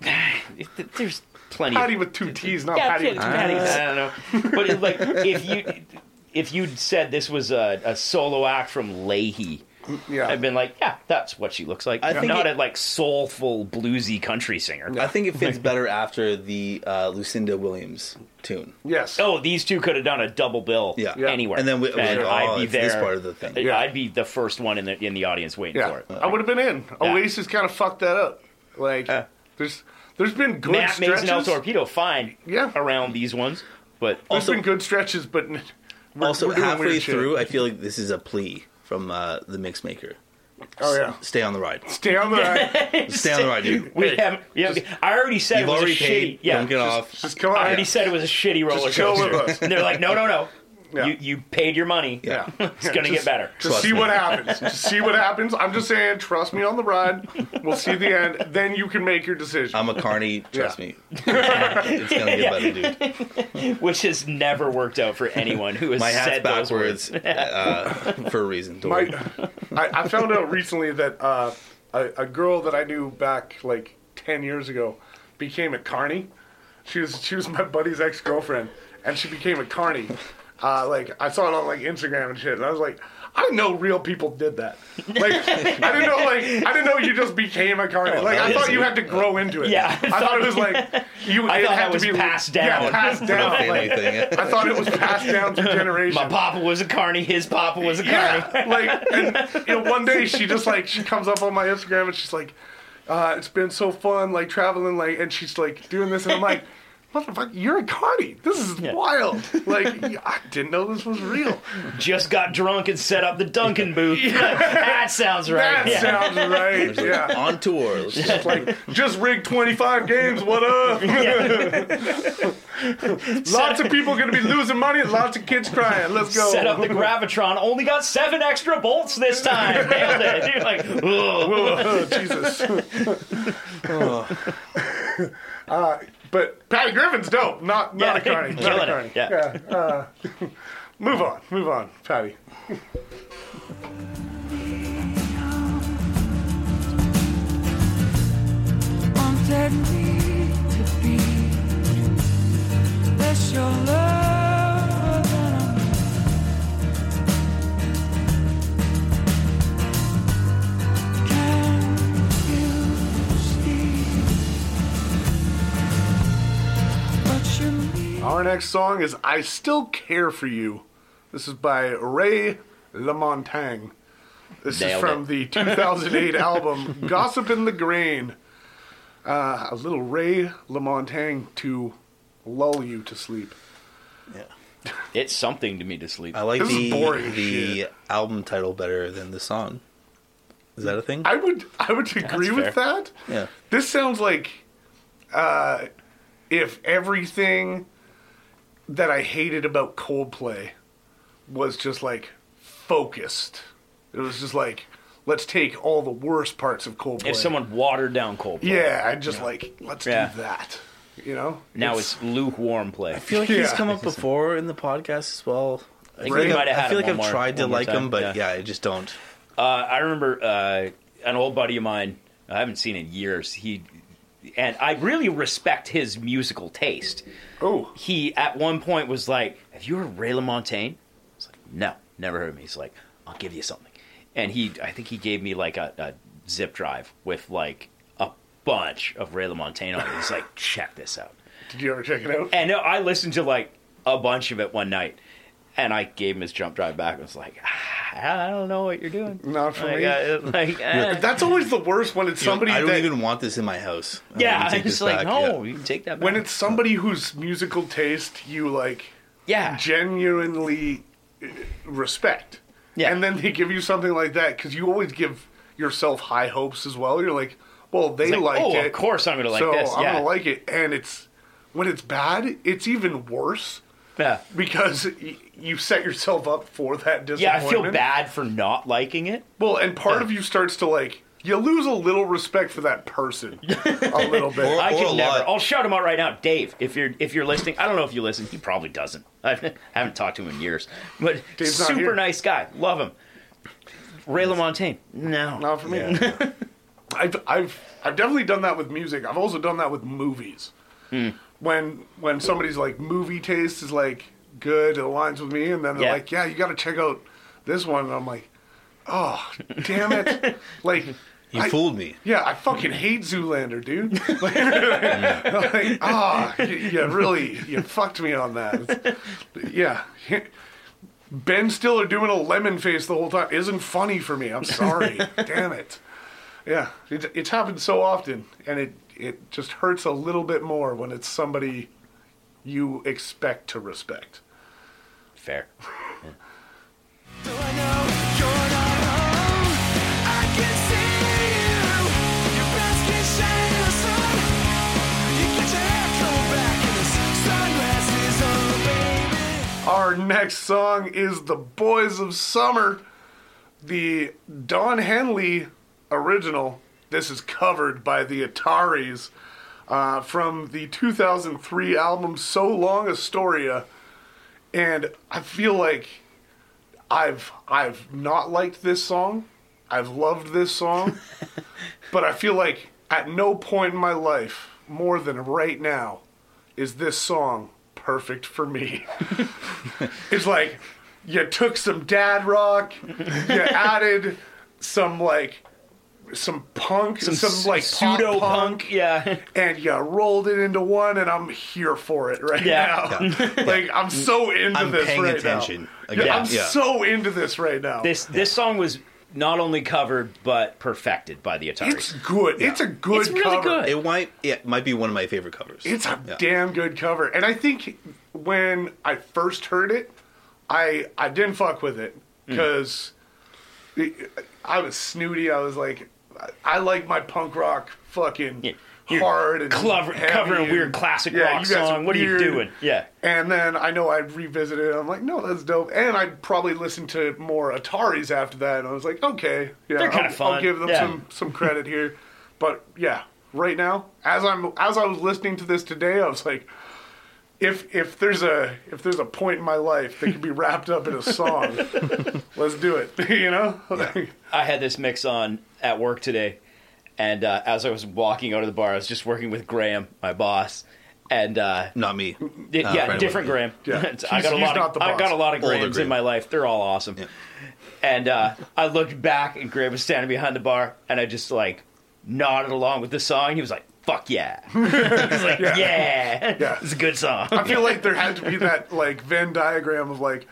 [SPEAKER 3] it, there's plenty
[SPEAKER 5] Patty
[SPEAKER 3] of
[SPEAKER 5] with two T's, not
[SPEAKER 3] yeah,
[SPEAKER 5] Patty.
[SPEAKER 3] it's
[SPEAKER 5] with two
[SPEAKER 3] Patty, I don't know. [LAUGHS] But it, like if you if you'd said this was a, a solo act from Leahy,
[SPEAKER 5] Yeah.
[SPEAKER 3] I've been like, yeah, that's what she looks like.
[SPEAKER 6] I think
[SPEAKER 3] not
[SPEAKER 6] it-
[SPEAKER 3] a like soulful bluesy country singer.
[SPEAKER 6] I think
[SPEAKER 5] [LAUGHS]
[SPEAKER 6] it fits better after the uh, Lucinda Williams tune.
[SPEAKER 5] Yes.
[SPEAKER 3] Oh, these two could have done a double bill
[SPEAKER 6] Yeah. Yeah.
[SPEAKER 3] anywhere.
[SPEAKER 6] And then we- we're like, "Oh, it's this part of the thing."
[SPEAKER 3] Uh, Yeah.
[SPEAKER 5] Yeah.
[SPEAKER 3] I'd be the first one in the in the audience waiting
[SPEAKER 5] yeah. Uh,
[SPEAKER 3] for it.
[SPEAKER 5] I would have been in. Oasis kind of fucked that up. Like there's there's been good
[SPEAKER 3] Matt
[SPEAKER 5] stretches.
[SPEAKER 3] makes an El Torpedo fine
[SPEAKER 5] Yeah. Oh,
[SPEAKER 3] around these ones, but
[SPEAKER 5] There's
[SPEAKER 6] Also-
[SPEAKER 5] been good stretches, but n- we're,
[SPEAKER 6] also,
[SPEAKER 5] we're doing
[SPEAKER 6] halfway
[SPEAKER 5] weird shit.
[SPEAKER 6] through, I feel like this is a plea from uh, the mix maker.
[SPEAKER 5] Oh yeah.
[SPEAKER 6] Stay on the ride.
[SPEAKER 5] Stay
[SPEAKER 6] [LAUGHS]
[SPEAKER 5] on the ride.
[SPEAKER 6] Stay on the ride, dude.
[SPEAKER 3] we
[SPEAKER 5] Hey,
[SPEAKER 3] haven't. We haven't I already said it
[SPEAKER 6] You've
[SPEAKER 3] was
[SPEAKER 6] already
[SPEAKER 3] a
[SPEAKER 6] paid.
[SPEAKER 3] shitty. Yeah,
[SPEAKER 6] Don't get off.
[SPEAKER 5] Just come on.
[SPEAKER 3] I already said it was a shitty roller
[SPEAKER 5] chill with
[SPEAKER 3] coaster.
[SPEAKER 5] us.
[SPEAKER 3] and they're like, no, no, no.
[SPEAKER 5] Yeah.
[SPEAKER 3] You you paid your money.
[SPEAKER 5] Yeah.
[SPEAKER 3] It's gonna get
[SPEAKER 5] Just-
[SPEAKER 3] better.
[SPEAKER 5] Just
[SPEAKER 6] Trust
[SPEAKER 5] see
[SPEAKER 6] me.
[SPEAKER 5] what happens. Just see what happens. I'm just saying, trust me on the ride. We'll see the end. Then you can make your decision.
[SPEAKER 6] I'm
[SPEAKER 3] [LAUGHS]
[SPEAKER 6] a carny. Trust
[SPEAKER 5] Yeah.
[SPEAKER 6] me. it's gonna get better, dude.
[SPEAKER 3] Which has never worked out for anyone who has
[SPEAKER 6] My hat's
[SPEAKER 3] said those words. [LAUGHS]
[SPEAKER 6] backwards uh, for a reason. Don't worry.
[SPEAKER 5] My, I, I found out recently that uh, a, a girl that I knew back like ten years ago became a carny. She was she was my buddy's ex girlfriend, and she became a carny. Uh, like I saw it on like Instagram and shit, and I was like, I didn't know real people did that. Like I didn't know like I didn't know you just became a carny. like I
[SPEAKER 6] Oh, that
[SPEAKER 5] thought
[SPEAKER 6] is
[SPEAKER 5] you had to grow into it.
[SPEAKER 3] Yeah, I
[SPEAKER 5] I thought it was like you.
[SPEAKER 3] I
[SPEAKER 5] it
[SPEAKER 3] thought
[SPEAKER 5] had
[SPEAKER 3] that
[SPEAKER 5] to
[SPEAKER 3] was
[SPEAKER 5] be
[SPEAKER 3] passed
[SPEAKER 5] Yeah,
[SPEAKER 3] down. [LAUGHS]
[SPEAKER 5] passed down. like,
[SPEAKER 6] [LAUGHS] anything.
[SPEAKER 5] I thought it was passed down through generations.
[SPEAKER 3] My papa was a carny. His papa was a carny.
[SPEAKER 5] Yeah, like and you know, one day she just like she comes up on my Instagram and she's like, uh, "It's been so fun, like traveling, like," and she's like doing this, and I'm like, "Motherfucker, you're a cardi. This
[SPEAKER 3] [LAUGHS]
[SPEAKER 5] is wild. Like, I didn't know this was real.
[SPEAKER 3] [LAUGHS] Just got drunk and set up the Duncan
[SPEAKER 5] [LAUGHS]
[SPEAKER 3] booth. that sounds right. Yeah. [LAUGHS]
[SPEAKER 5] That sounds right. Yeah,
[SPEAKER 6] On tour. Let's just-
[SPEAKER 5] like just rigged 25 games. What up?
[SPEAKER 3] [LAUGHS]
[SPEAKER 5] [LAUGHS] lots of people gonna be losing money. Lots of kids crying. Let's go.
[SPEAKER 3] Set up the gravitron. Only got seven extra bolts this
[SPEAKER 5] [LAUGHS]
[SPEAKER 3] time. Nailed it. You're like, ugh.
[SPEAKER 5] oh, [LAUGHS] Jesus. Uh, but Patty Griffin's dope. Not not
[SPEAKER 3] Yeah,
[SPEAKER 5] a carny. Not
[SPEAKER 3] killing
[SPEAKER 5] a
[SPEAKER 3] it,
[SPEAKER 5] carny.
[SPEAKER 3] yeah.
[SPEAKER 5] uh, [LAUGHS] move on. Move on, Patty.
[SPEAKER 9] wanted me to be special lover than I'm. Can you see what you mean?
[SPEAKER 5] Our next song is "I Still Care for You." This is by Ray LaMontagne. This
[SPEAKER 3] Nailed
[SPEAKER 5] is from
[SPEAKER 3] it. [LAUGHS]
[SPEAKER 5] the 2008 album "Gossip in the Grain." Uh, a little Ray LaMontagne to lull you to sleep.
[SPEAKER 3] It's something to me to sleep.
[SPEAKER 6] I like
[SPEAKER 5] This is
[SPEAKER 6] the
[SPEAKER 5] boring as
[SPEAKER 6] the
[SPEAKER 5] shit.
[SPEAKER 6] album title better than the song. Is that a thing?
[SPEAKER 5] I would I would agree with that.
[SPEAKER 6] yeah.
[SPEAKER 5] This sounds like uh, if everything that I hated about Coldplay was just like focused. It was just like let's take all the worst parts of Coldplay.
[SPEAKER 3] if someone watered down Coldplay,
[SPEAKER 5] yeah, I just like let's
[SPEAKER 3] Yeah.
[SPEAKER 5] do that. You know,
[SPEAKER 3] now it's, lukewarm play.
[SPEAKER 6] I feel like he's
[SPEAKER 5] Yeah.
[SPEAKER 6] come up before in the podcast as well. I feel
[SPEAKER 3] we
[SPEAKER 6] like,
[SPEAKER 3] might have
[SPEAKER 6] I've,
[SPEAKER 3] had
[SPEAKER 6] I
[SPEAKER 3] him
[SPEAKER 6] feel like
[SPEAKER 3] one
[SPEAKER 6] I've
[SPEAKER 3] more-
[SPEAKER 6] tried to
[SPEAKER 3] one more
[SPEAKER 6] like
[SPEAKER 3] time.
[SPEAKER 6] him, but
[SPEAKER 3] Yeah.
[SPEAKER 6] yeah. I just don't.
[SPEAKER 3] Uh, I remember uh, an old buddy of mine. I haven't seen in years. He and I really respect his musical taste.
[SPEAKER 5] oh
[SPEAKER 3] He at one point was like, "Have you heard of Ray LaMontagne?" I was like, "No, never heard of him." He's like, "I'll give you something," and he, I think he gave me like a, a zip drive with like a bunch of Ray LaMontagne on it. He's like, "Check this out."
[SPEAKER 5] did you ever check it out?
[SPEAKER 3] And no, I listened to like a bunch of it one night, and I gave him his jump drive back. and was like, "Ah, I don't know what you're
[SPEAKER 6] [LAUGHS]
[SPEAKER 3] doing.
[SPEAKER 5] Not for
[SPEAKER 3] like,
[SPEAKER 5] me.
[SPEAKER 3] uh, like, eh.
[SPEAKER 5] That's always the worst when it's somebody
[SPEAKER 6] I don't
[SPEAKER 5] that
[SPEAKER 6] even want this in my house.
[SPEAKER 3] [LAUGHS]
[SPEAKER 6] I'm
[SPEAKER 3] yeah,
[SPEAKER 6] gonna
[SPEAKER 3] I'm
[SPEAKER 6] take
[SPEAKER 3] just
[SPEAKER 6] this
[SPEAKER 3] like,
[SPEAKER 6] back,
[SPEAKER 3] no,
[SPEAKER 6] yeah.
[SPEAKER 3] you can take that back.
[SPEAKER 5] when it's somebody whose musical taste you like
[SPEAKER 3] yeah,
[SPEAKER 5] genuinely uh, respect.
[SPEAKER 3] Yeah.
[SPEAKER 5] And then they give you something like that because you always give yourself high hopes as well. You're like, well, they
[SPEAKER 3] It's like,
[SPEAKER 5] liked
[SPEAKER 3] oh,
[SPEAKER 5] it.
[SPEAKER 3] of course I'm gonna like
[SPEAKER 5] so
[SPEAKER 3] this.
[SPEAKER 5] I'm
[SPEAKER 3] yeah.
[SPEAKER 5] gonna like it, and it's when it's bad, it's even worse
[SPEAKER 3] yeah.
[SPEAKER 5] because y- you set yourself up for that disappointment.
[SPEAKER 3] Yeah, I feel bad for not liking it.
[SPEAKER 5] Well, and part of you starts to like you lose a little respect for
[SPEAKER 3] [LAUGHS]
[SPEAKER 5] that person, a little bit.
[SPEAKER 6] Or-
[SPEAKER 3] I
[SPEAKER 6] a
[SPEAKER 3] can never.
[SPEAKER 6] lot.
[SPEAKER 3] I'll shout him out right now, Dave. If you're if you're listening, I don't know if you listen. He probably doesn't. [LAUGHS] I haven't talked to him in years. But
[SPEAKER 5] Dave's not
[SPEAKER 3] super
[SPEAKER 5] here.
[SPEAKER 3] nice guy. Love him. Ray LaMontagne. No.
[SPEAKER 5] Not for me. [LAUGHS] I've I've I've definitely done that with music. I've also done that with movies.
[SPEAKER 3] Hmm.
[SPEAKER 5] When when somebody's like movie taste is like good, it aligns with me, and then they're
[SPEAKER 3] Yeah.
[SPEAKER 5] like, yeah, you got to check out this one, and I'm like, oh damn
[SPEAKER 3] [LAUGHS]
[SPEAKER 5] it, like.
[SPEAKER 6] you
[SPEAKER 5] I-
[SPEAKER 6] fooled me.
[SPEAKER 5] Yeah, I fucking hate Zoolander, dude. [LAUGHS] like, ah, you, you really, you fucked me on that. Yeah. Ben Stiller doing a lemon face the whole time isn't funny for me. I'm sorry. Damn it. Yeah, it, it's happened so often, and it, it just hurts a little bit more when it's somebody you expect to respect.
[SPEAKER 3] Fair.
[SPEAKER 5] Our next song is The Boys of Summer, the Don Henley original. This is covered by the Ataris uh, from the 2003 album So Long Astoria. And I feel like I've I've not liked this song I've loved this [LAUGHS] song, but I feel like at no point in my life, more than right now, is this song perfect for [LAUGHS] me. it's like you took some dad rock, [LAUGHS] you added some like some punk, some, like pseudo punk,
[SPEAKER 3] Yeah.
[SPEAKER 5] and you rolled it into one, and I'm here for it right
[SPEAKER 3] Yeah.
[SPEAKER 5] now. [LAUGHS] like I'm so into
[SPEAKER 6] Mm. I'm
[SPEAKER 5] this
[SPEAKER 6] paying
[SPEAKER 5] right
[SPEAKER 6] attention.
[SPEAKER 5] now.
[SPEAKER 6] Again,
[SPEAKER 5] Yeah, I'm
[SPEAKER 6] yeah.
[SPEAKER 5] so into this right
[SPEAKER 3] [LAUGHS]
[SPEAKER 5] now.
[SPEAKER 3] This this song was not only covered but perfected by the Atari.
[SPEAKER 5] it's good. It's a good
[SPEAKER 3] It's really
[SPEAKER 5] cover.
[SPEAKER 3] good.
[SPEAKER 6] It might yeah, it might be one of my favorite covers.
[SPEAKER 5] It's a
[SPEAKER 6] Yeah.
[SPEAKER 5] damn good cover. And I think when I first heard it, I I didn't fuck with it
[SPEAKER 6] Mm.
[SPEAKER 5] because I was snooty. I was like, I- I like my punk rock fucking
[SPEAKER 3] Yeah. You're
[SPEAKER 5] hard and
[SPEAKER 3] clover-
[SPEAKER 5] heavy
[SPEAKER 3] covering
[SPEAKER 5] and-
[SPEAKER 3] weird classic
[SPEAKER 5] Yeah,
[SPEAKER 3] rock
[SPEAKER 5] you guys are
[SPEAKER 3] song. What are you
[SPEAKER 5] weird.
[SPEAKER 3] doing? Yeah.
[SPEAKER 5] And then I know I revisited it. I'm like, no, that's dope. And I probably listened to more Ataris after that. And I was like, okay, yeah,
[SPEAKER 3] They're kinda
[SPEAKER 5] I'll,
[SPEAKER 3] fun.
[SPEAKER 5] I'll give them
[SPEAKER 3] Yeah.
[SPEAKER 5] some some credit here. But yeah, right now, as I'm as I was listening to this today, I was like, if if there's a if there's a point in my life that could be wrapped up in a
[SPEAKER 3] [LAUGHS]
[SPEAKER 5] song, let's do it. [LAUGHS] you know, Like,
[SPEAKER 3] I had this mix on at work today, and uh, as I was walking out of the bar, I was just working with Graham, my boss, and uh,
[SPEAKER 6] not me.
[SPEAKER 3] di-
[SPEAKER 6] Uh,
[SPEAKER 3] yeah,
[SPEAKER 6] right
[SPEAKER 3] different
[SPEAKER 6] away.
[SPEAKER 3] Graham. [LAUGHS]
[SPEAKER 5] Yeah.
[SPEAKER 3] I
[SPEAKER 5] He's-
[SPEAKER 3] got a
[SPEAKER 5] he's
[SPEAKER 3] lot.
[SPEAKER 5] not
[SPEAKER 3] Of,
[SPEAKER 5] the
[SPEAKER 3] I
[SPEAKER 5] boss.
[SPEAKER 3] got a lot of
[SPEAKER 6] Older
[SPEAKER 3] Grahams in
[SPEAKER 6] Graham.
[SPEAKER 3] my life. They're all awesome. And uh, I looked back, and Graham was standing behind the bar, and I just like nodded along with the song. He was like, "Fuck yeah!" [LAUGHS] He was like, "Yeah,
[SPEAKER 5] Yeah.
[SPEAKER 3] it's a good song." [LAUGHS]
[SPEAKER 5] I feel like there had to be that like Venn diagram of like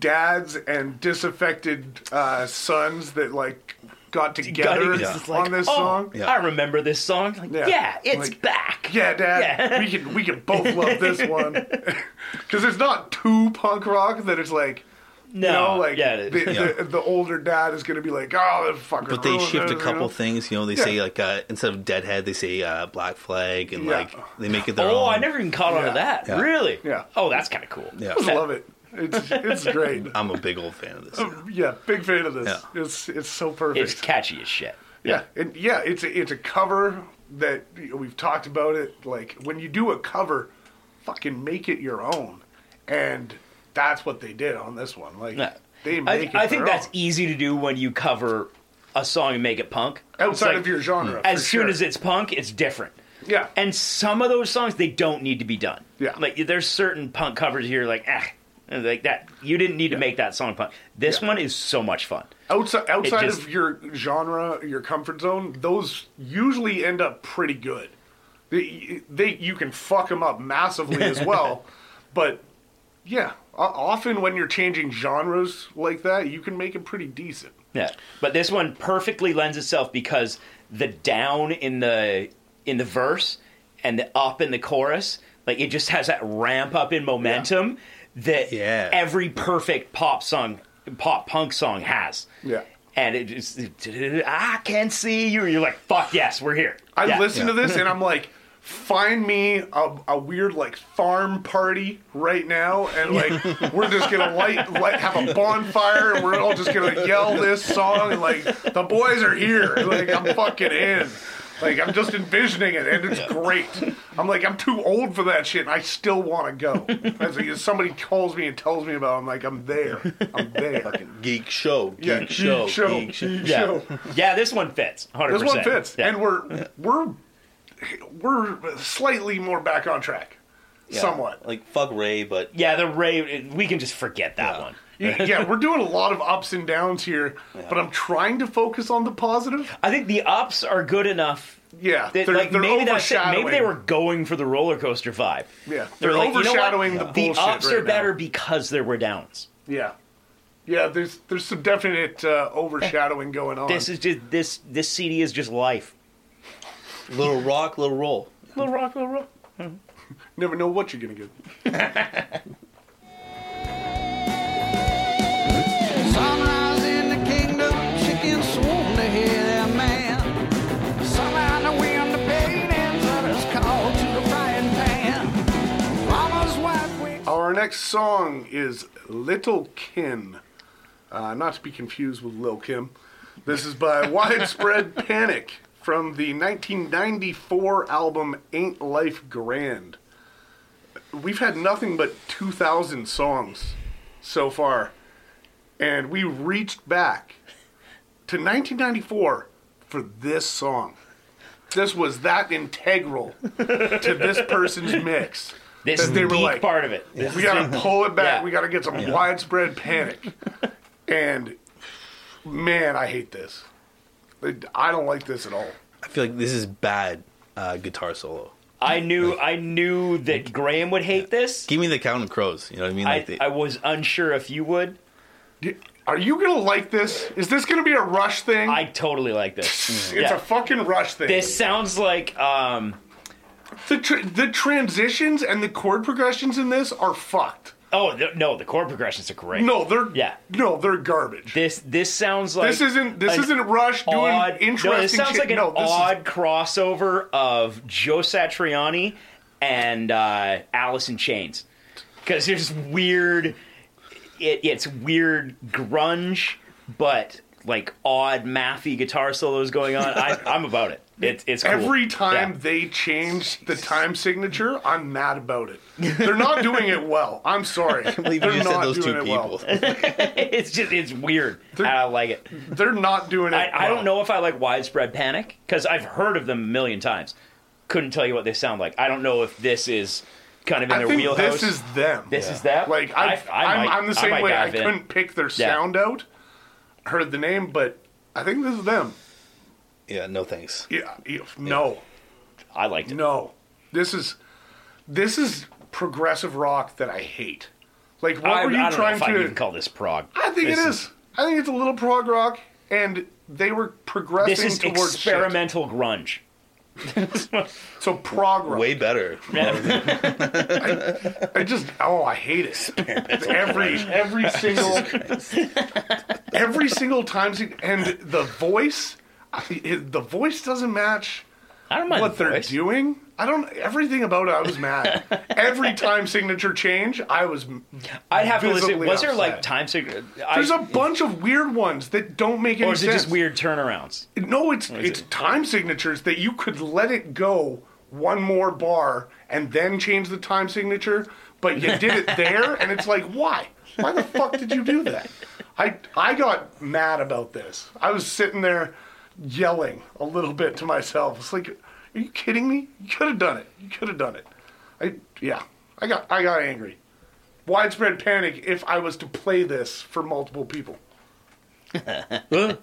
[SPEAKER 5] dads and disaffected uh, sons that like got together
[SPEAKER 3] Gutty was just like,
[SPEAKER 5] on this
[SPEAKER 3] "Oh,
[SPEAKER 5] song. Yeah,
[SPEAKER 6] Yeah.
[SPEAKER 3] I remember this song. Like, yeah.
[SPEAKER 5] Yeah.
[SPEAKER 3] it's
[SPEAKER 5] Like,
[SPEAKER 3] back.
[SPEAKER 5] dad,
[SPEAKER 3] Yeah.
[SPEAKER 5] we can we can both
[SPEAKER 3] [LAUGHS]
[SPEAKER 5] love this one [LAUGHS] because it's not too punk rock that it's like.
[SPEAKER 3] no,
[SPEAKER 5] You know, like
[SPEAKER 3] yeah,
[SPEAKER 5] the,
[SPEAKER 3] it-
[SPEAKER 5] the, the older dad is gonna be like, oh, the fucker.
[SPEAKER 6] But they
[SPEAKER 5] ruined
[SPEAKER 6] shift
[SPEAKER 5] it,"
[SPEAKER 6] a
[SPEAKER 5] you
[SPEAKER 6] couple
[SPEAKER 5] know?
[SPEAKER 6] things, you know. They
[SPEAKER 5] Yeah.
[SPEAKER 6] say like uh, instead of Deadhead, they say uh, Black Flag, and
[SPEAKER 5] Yeah.
[SPEAKER 6] like they make it their
[SPEAKER 3] Oh,
[SPEAKER 6] own.
[SPEAKER 3] I never even caught on to
[SPEAKER 5] Yeah.
[SPEAKER 3] that.
[SPEAKER 6] Yeah.
[SPEAKER 3] Really?
[SPEAKER 5] Yeah.
[SPEAKER 3] Oh, that's kind of cool.
[SPEAKER 6] Yeah.
[SPEAKER 5] I just love it. It's it's
[SPEAKER 6] [LAUGHS]
[SPEAKER 5] great.
[SPEAKER 6] I'm a big old fan of
[SPEAKER 5] Oh,
[SPEAKER 6] this.
[SPEAKER 5] yeah, big fan of this.
[SPEAKER 6] Yeah.
[SPEAKER 5] It's it's so perfect.
[SPEAKER 3] It's catchy as shit.
[SPEAKER 5] Yeah, and yeah, it's a, it's a cover that you know, we've talked about it. Like when you do a cover, fucking make it your own, and that's what they did on this one. Like
[SPEAKER 3] Yeah.
[SPEAKER 5] they make
[SPEAKER 3] I,
[SPEAKER 5] it.
[SPEAKER 3] I think
[SPEAKER 5] their
[SPEAKER 3] that's e-
[SPEAKER 5] own.
[SPEAKER 3] easy to do when you cover a song and make it punk. It's
[SPEAKER 5] outside
[SPEAKER 3] like, mm,
[SPEAKER 5] of your genre. for
[SPEAKER 3] As soon
[SPEAKER 5] sure.
[SPEAKER 3] as it's punk, it's different.
[SPEAKER 5] yeah,
[SPEAKER 3] And some of those songs they don't need to be done.
[SPEAKER 5] Yeah.
[SPEAKER 3] Like there's certain punk covers you're like, ah, like that. You didn't need to make that song punk. This
[SPEAKER 5] Yeah.
[SPEAKER 3] one is so much fun.
[SPEAKER 5] outside outside
[SPEAKER 3] just-
[SPEAKER 5] of your genre, your comfort zone, those usually end up pretty good. They, they you can fuck them up
[SPEAKER 3] [LAUGHS]
[SPEAKER 5] massively as well, but yeah, o- often when you're changing genres like that, you can make them pretty decent.
[SPEAKER 3] Yeah, but this one perfectly lends itself because the down in the in the verse and the up in the chorus, like it just has that ramp up in momentum that
[SPEAKER 6] Yeah.
[SPEAKER 3] every perfect pop song, pop punk song has.
[SPEAKER 5] Yeah.
[SPEAKER 3] and it just I can see you. You're like fuck yes, we're here.
[SPEAKER 5] I
[SPEAKER 3] Yeah.
[SPEAKER 5] listen to this and I'm like, find me a, a weird like farm party right now, and like we're just gonna light, light have a bonfire, and we're all just gonna yell this song, and like the boys are here, like I'm fucking in. Like I'm just envisioning it, and it's great. I'm like I'm too old for that shit. And I still want to go. As if somebody calls me and tells me about, it, I'm like I'm there. I'm there.
[SPEAKER 6] Geek show, geek
[SPEAKER 5] Yeah,
[SPEAKER 6] show,
[SPEAKER 5] show,
[SPEAKER 6] geek show.
[SPEAKER 3] Yeah.
[SPEAKER 5] show.
[SPEAKER 3] yeah, this one fits. 100%.
[SPEAKER 5] This one fits,
[SPEAKER 3] Yeah.
[SPEAKER 5] and we're we're we're slightly more back on track,
[SPEAKER 6] Yeah.
[SPEAKER 5] somewhat.
[SPEAKER 6] Like fuck Ray, but
[SPEAKER 3] yeah, the Ray. We can just forget that one. [LAUGHS]
[SPEAKER 5] Y- yeah, we're doing a lot of ups and downs here, but I'm trying to focus on the positive.
[SPEAKER 3] I think the ups are good enough
[SPEAKER 5] Yeah,
[SPEAKER 3] They-
[SPEAKER 5] they're,
[SPEAKER 3] like
[SPEAKER 5] they're
[SPEAKER 3] maybe that's it.
[SPEAKER 5] overshadowing.
[SPEAKER 3] Maybe they were going for the roller coaster vibe.
[SPEAKER 5] yeah,
[SPEAKER 3] They're,
[SPEAKER 5] they're,
[SPEAKER 3] like, you know what?
[SPEAKER 5] overshadowing the
[SPEAKER 3] The
[SPEAKER 5] bullshit.
[SPEAKER 3] ups
[SPEAKER 5] right
[SPEAKER 3] are better
[SPEAKER 5] Now.
[SPEAKER 3] because there were downs.
[SPEAKER 5] Yeah, yeah. There's there's some definite uh, overshadowing going on.
[SPEAKER 3] This is just this this CD is just life.
[SPEAKER 6] little rock, little roll.
[SPEAKER 3] Little rock, little roll.
[SPEAKER 5] Never know what you're gonna get.
[SPEAKER 8] Sunrise in the kingdom, chickens swarm to hear their man. Somehow the wind debates, others call to the frying pan. Mama's wife wakes
[SPEAKER 5] Our next song is Little Kim. Uh, not to be confused with Lil Kim. This is by Widespread Panic from the 1994 album Ain't Life Grand. We've had nothing but 2,000 songs so far, and we reached back to 1994 for this song. This was that integral to this person's mix.
[SPEAKER 3] This is
[SPEAKER 5] that
[SPEAKER 3] the
[SPEAKER 5] they
[SPEAKER 3] geek
[SPEAKER 5] were like,
[SPEAKER 3] part of it. This
[SPEAKER 5] we
[SPEAKER 3] is- [LAUGHS]
[SPEAKER 5] gotta pull it back.
[SPEAKER 3] Yeah.
[SPEAKER 5] We gotta get some widespread panic.
[SPEAKER 3] [LAUGHS]
[SPEAKER 5] And man, I hate this. I don't like this at all.
[SPEAKER 6] I feel like this is bad uh, guitar solo.
[SPEAKER 3] I knew I knew that Graham would hate this.
[SPEAKER 6] Give me the Count of Crows. You know what [LAUGHS] I mean? Like
[SPEAKER 3] I,
[SPEAKER 6] the,
[SPEAKER 3] I was unsure if you would.
[SPEAKER 5] Are you gonna like this? Is this gonna be a rush thing?
[SPEAKER 3] I totally like this.
[SPEAKER 5] [LAUGHS] it's
[SPEAKER 3] yeah.
[SPEAKER 5] a fucking rush thing.
[SPEAKER 3] This sounds like um
[SPEAKER 5] The, tr- the transitions and the chord progressions in this are fucked.
[SPEAKER 3] oh th- no, the chord progressions are great.
[SPEAKER 5] No, they're
[SPEAKER 3] Yeah.
[SPEAKER 5] No, they're garbage.
[SPEAKER 3] This this sounds like
[SPEAKER 5] this isn't this
[SPEAKER 3] an
[SPEAKER 5] isn't Rush doing
[SPEAKER 3] odd,
[SPEAKER 5] interesting.
[SPEAKER 3] No, this sounds
[SPEAKER 5] shit.
[SPEAKER 3] like an
[SPEAKER 5] no, this
[SPEAKER 3] odd crossover of Joe Satriani and uh, Alice in Chains because there's weird. It, it's weird grunge, but like odd mathy guitar solos going on.
[SPEAKER 5] [LAUGHS]
[SPEAKER 3] I, I'm about it. It's it's cool.
[SPEAKER 5] Every time
[SPEAKER 3] Yeah.
[SPEAKER 5] they change the time signature, I'm mad about it. They're not doing it well. I'm
[SPEAKER 6] [LAUGHS]
[SPEAKER 5] sorry.
[SPEAKER 6] believe
[SPEAKER 5] They're
[SPEAKER 6] you said
[SPEAKER 5] not
[SPEAKER 6] those two
[SPEAKER 5] doing it well.
[SPEAKER 6] people. [LAUGHS]
[SPEAKER 3] [LAUGHS] it's just it's weird. And I like it.
[SPEAKER 5] They're not doing it.
[SPEAKER 3] I, I
[SPEAKER 5] well.
[SPEAKER 3] don't know if I like widespread panic because I've heard of them a million times. Couldn't tell you what they sound like. I don't know if this is kind of in
[SPEAKER 5] I
[SPEAKER 3] their
[SPEAKER 5] think
[SPEAKER 3] wheelhouse.
[SPEAKER 5] this is them.
[SPEAKER 3] This is that.
[SPEAKER 5] Like I,
[SPEAKER 3] I- I
[SPEAKER 5] I, am
[SPEAKER 3] might-
[SPEAKER 5] I'm the
[SPEAKER 3] I
[SPEAKER 5] same
[SPEAKER 3] might
[SPEAKER 5] way. I
[SPEAKER 3] dive in.
[SPEAKER 5] couldn't pick their
[SPEAKER 3] Yeah.
[SPEAKER 5] sound out. Heard the name, but I think this is them.
[SPEAKER 6] yeah, no thanks.
[SPEAKER 5] Yeah, yeah, no,
[SPEAKER 3] I liked it.
[SPEAKER 5] no. This is this is progressive rock that I hate. Like what
[SPEAKER 3] I,
[SPEAKER 5] were you
[SPEAKER 3] I don't know
[SPEAKER 5] trying
[SPEAKER 3] if I
[SPEAKER 5] to?
[SPEAKER 3] even call this prog.
[SPEAKER 5] I think
[SPEAKER 3] this
[SPEAKER 5] it is. I think it's a little prog rock, and they were progressing
[SPEAKER 3] This is
[SPEAKER 5] towards shit.
[SPEAKER 3] experimental grunge.
[SPEAKER 5] So prog rock.
[SPEAKER 6] Way better.
[SPEAKER 5] I just oh, I hate it. every every
[SPEAKER 3] [LAUGHS]
[SPEAKER 5] single every single time, she- and the voice, I- it- the voice doesn't match
[SPEAKER 3] I don't mind
[SPEAKER 5] what
[SPEAKER 3] the
[SPEAKER 5] they're
[SPEAKER 3] voice.
[SPEAKER 5] doing. I don't. Everything about it, I was mad. every time signature change, I was.
[SPEAKER 3] I'd have to listen.
[SPEAKER 5] visibly
[SPEAKER 3] Was there like
[SPEAKER 5] upset.
[SPEAKER 3] time signature?
[SPEAKER 5] There's a bunch of weird ones that don't make any
[SPEAKER 3] or is it
[SPEAKER 5] sense.
[SPEAKER 3] just weird turnarounds?
[SPEAKER 5] No, it's it's time signatures that you could let it go one more bar and then change the time signature, but you did it there, and it's like, why? Why the fuck did you do that? I I got mad about this. I was sitting there yelling a little bit to myself. It's like, are you kidding me? You could have done it. You could have done it. I yeah. I got I got angry. Widespread panic if I was to play this for multiple people. Blech.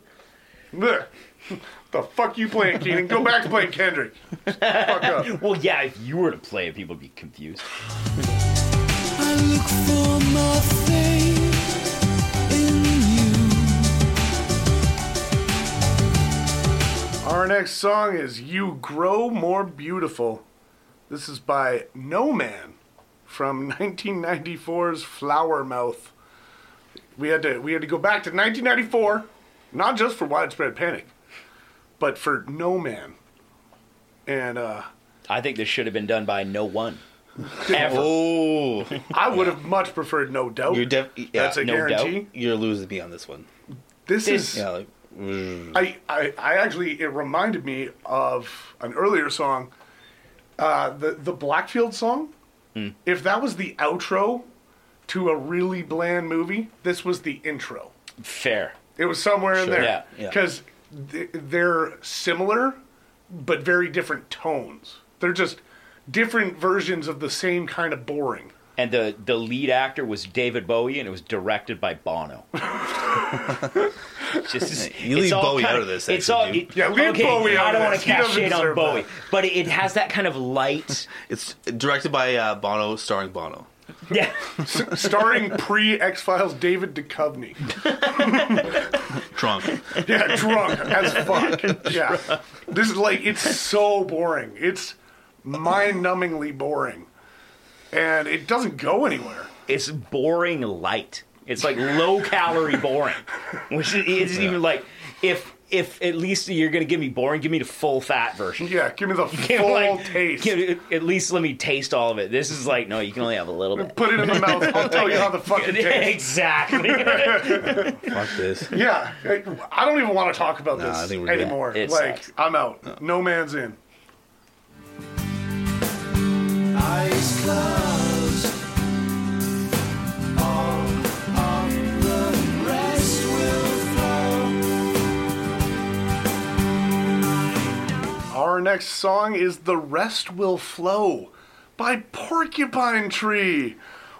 [SPEAKER 5] The fuck you playing, Keenan? Go back to playing Kendrick. Fuck up.
[SPEAKER 3] Well, yeah. If you were to play it, people would be confused.
[SPEAKER 9] I look for my faith in you.
[SPEAKER 5] [LAUGHS] Our next song is You Grow More Beautiful. This is by No Man from 1994's Flower Mouth. We had to we had to go back to 1994, not just for widespread panic, but for No Man. And uh,
[SPEAKER 3] I think this should have been done by no one.
[SPEAKER 6] Oh,
[SPEAKER 5] I would have much preferred No Doubt.
[SPEAKER 6] You're def- yeah,
[SPEAKER 5] That's a
[SPEAKER 3] No
[SPEAKER 5] guarantee.
[SPEAKER 3] Doubt.
[SPEAKER 6] you're losing me on this one.
[SPEAKER 5] This,
[SPEAKER 3] This-
[SPEAKER 5] is
[SPEAKER 6] Yeah, like,
[SPEAKER 5] I, I, I actually it reminded me of an earlier song, uh, the the Blackfield song. If that was the outro to a really bland movie, this was the intro.
[SPEAKER 3] Fair.
[SPEAKER 5] It was somewhere in
[SPEAKER 3] Yeah,
[SPEAKER 5] there
[SPEAKER 6] yeah.
[SPEAKER 5] because they're similar but very different tones. They're just different versions of the same kind of boring.
[SPEAKER 3] And the the lead actor was David Bowie, and it was directed by
[SPEAKER 5] [LAUGHS]
[SPEAKER 3] Bono. Just,
[SPEAKER 6] You
[SPEAKER 3] it's
[SPEAKER 6] leave
[SPEAKER 3] all
[SPEAKER 6] Bowie
[SPEAKER 3] kinda-
[SPEAKER 6] out of this,
[SPEAKER 3] It's
[SPEAKER 6] actually,
[SPEAKER 3] all.
[SPEAKER 6] dude.
[SPEAKER 3] it-
[SPEAKER 5] Yeah, leave
[SPEAKER 3] okay,
[SPEAKER 5] Bowie out
[SPEAKER 3] I
[SPEAKER 5] of
[SPEAKER 3] don't want
[SPEAKER 5] this.
[SPEAKER 3] to
[SPEAKER 5] He
[SPEAKER 3] cast
[SPEAKER 5] doesn't
[SPEAKER 3] shade on
[SPEAKER 5] deserve that.
[SPEAKER 3] Bowie, but it, it has that kind of
[SPEAKER 6] [LAUGHS]
[SPEAKER 3] light.
[SPEAKER 6] it's directed by uh, Bono, starring Bono.
[SPEAKER 3] yeah,
[SPEAKER 5] S- starring pre X Files David Duchovny. [LAUGHS]
[SPEAKER 6] Drunk.
[SPEAKER 5] Yeah,
[SPEAKER 3] [LAUGHS]
[SPEAKER 5] drunk as fuck. Yeah. This is like, it's so boring. It's mind numbingly boring. And it doesn't go anywhere.
[SPEAKER 3] it's boring light. It's like low
[SPEAKER 5] [LAUGHS]
[SPEAKER 3] calorie boring, which is it's even like if if at least you're gonna give me boring, give me the full fat version. [LAUGHS]
[SPEAKER 5] Yeah, give me the
[SPEAKER 3] Give,
[SPEAKER 5] full
[SPEAKER 3] like,
[SPEAKER 5] taste.
[SPEAKER 3] give- at least let me taste all of it. This is like no, you can only have a little bit.
[SPEAKER 5] Put it in my mouth. I'll tell you
[SPEAKER 3] [LAUGHS]
[SPEAKER 5] how [LAUGHS] the fuck it tastes. [LAUGHS]
[SPEAKER 3] exactly.
[SPEAKER 6] Fuck this.
[SPEAKER 5] Yeah. like, I don't even want to talk about
[SPEAKER 6] Nah, I
[SPEAKER 5] this
[SPEAKER 6] think we're good.
[SPEAKER 5] anymore.
[SPEAKER 3] It
[SPEAKER 5] like,
[SPEAKER 3] sucks.
[SPEAKER 5] I'm out. No. man's in.
[SPEAKER 7] Eyes closed. All of the rest will fall.
[SPEAKER 5] Our next song is The Rest Will Flow by Porcupine Tree.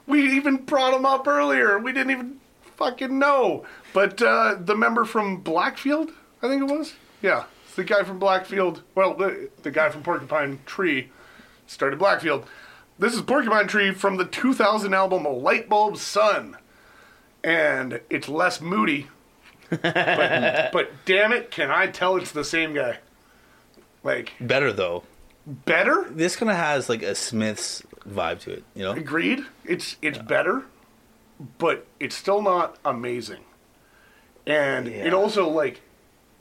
[SPEAKER 5] We even brought him up earlier. We didn't even fucking know. But uh, the member from Blackfield, I think it was? Yeah, it's the guy from Blackfield. Well, the, the guy from Porcupine Tree started Blackfield. This is Porcupine Tree from the 2000 album Lightbulb Sun. And it's less moody. but, but damn it, can I tell it's the same guy? Like,
[SPEAKER 6] Better though.
[SPEAKER 5] better?
[SPEAKER 6] This kind of has like a Smiths vibe to it, you know?
[SPEAKER 5] Agreed. It's it's better, but it's still not amazing. And it
[SPEAKER 6] Yeah.
[SPEAKER 5] also like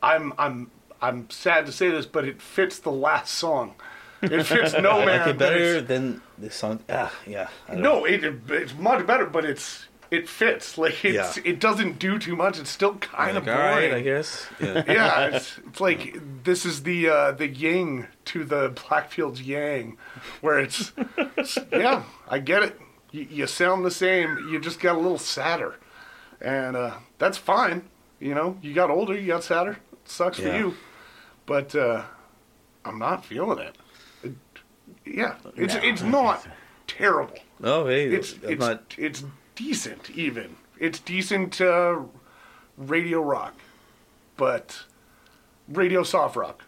[SPEAKER 5] I'm I'm I'm sad to say this, but it fits the last song. It
[SPEAKER 6] [LAUGHS]
[SPEAKER 5] fits No
[SPEAKER 6] I
[SPEAKER 5] Man.
[SPEAKER 6] like it
[SPEAKER 5] but
[SPEAKER 6] better
[SPEAKER 5] it's-
[SPEAKER 6] than the song. Ah, yeah. I don't know.
[SPEAKER 5] No, it, it- it's much better, but it's it fits. Like it's
[SPEAKER 6] Yeah.
[SPEAKER 5] it doesn't do too much. It's still kind of
[SPEAKER 6] Like, all
[SPEAKER 5] boring.
[SPEAKER 6] right, I guess. Yeah.
[SPEAKER 5] [LAUGHS] yeah, it's, it's like this is the uh, the yin to the Blackfield's yang, where it's, it's- yeah, I get it. You, you sound the same. You just got a little sadder, and uh, that's fine. You know, you got older, you got sadder. sucks for
[SPEAKER 6] Yeah.
[SPEAKER 5] you, but uh, I'm not feeling it. It- yeah, it's it's not terrible.
[SPEAKER 6] No, Oh, hey,
[SPEAKER 5] It's
[SPEAKER 6] I'm
[SPEAKER 5] it's
[SPEAKER 6] not.
[SPEAKER 5] it's decent even. It's decent uh, radio rock, but radio soft rock.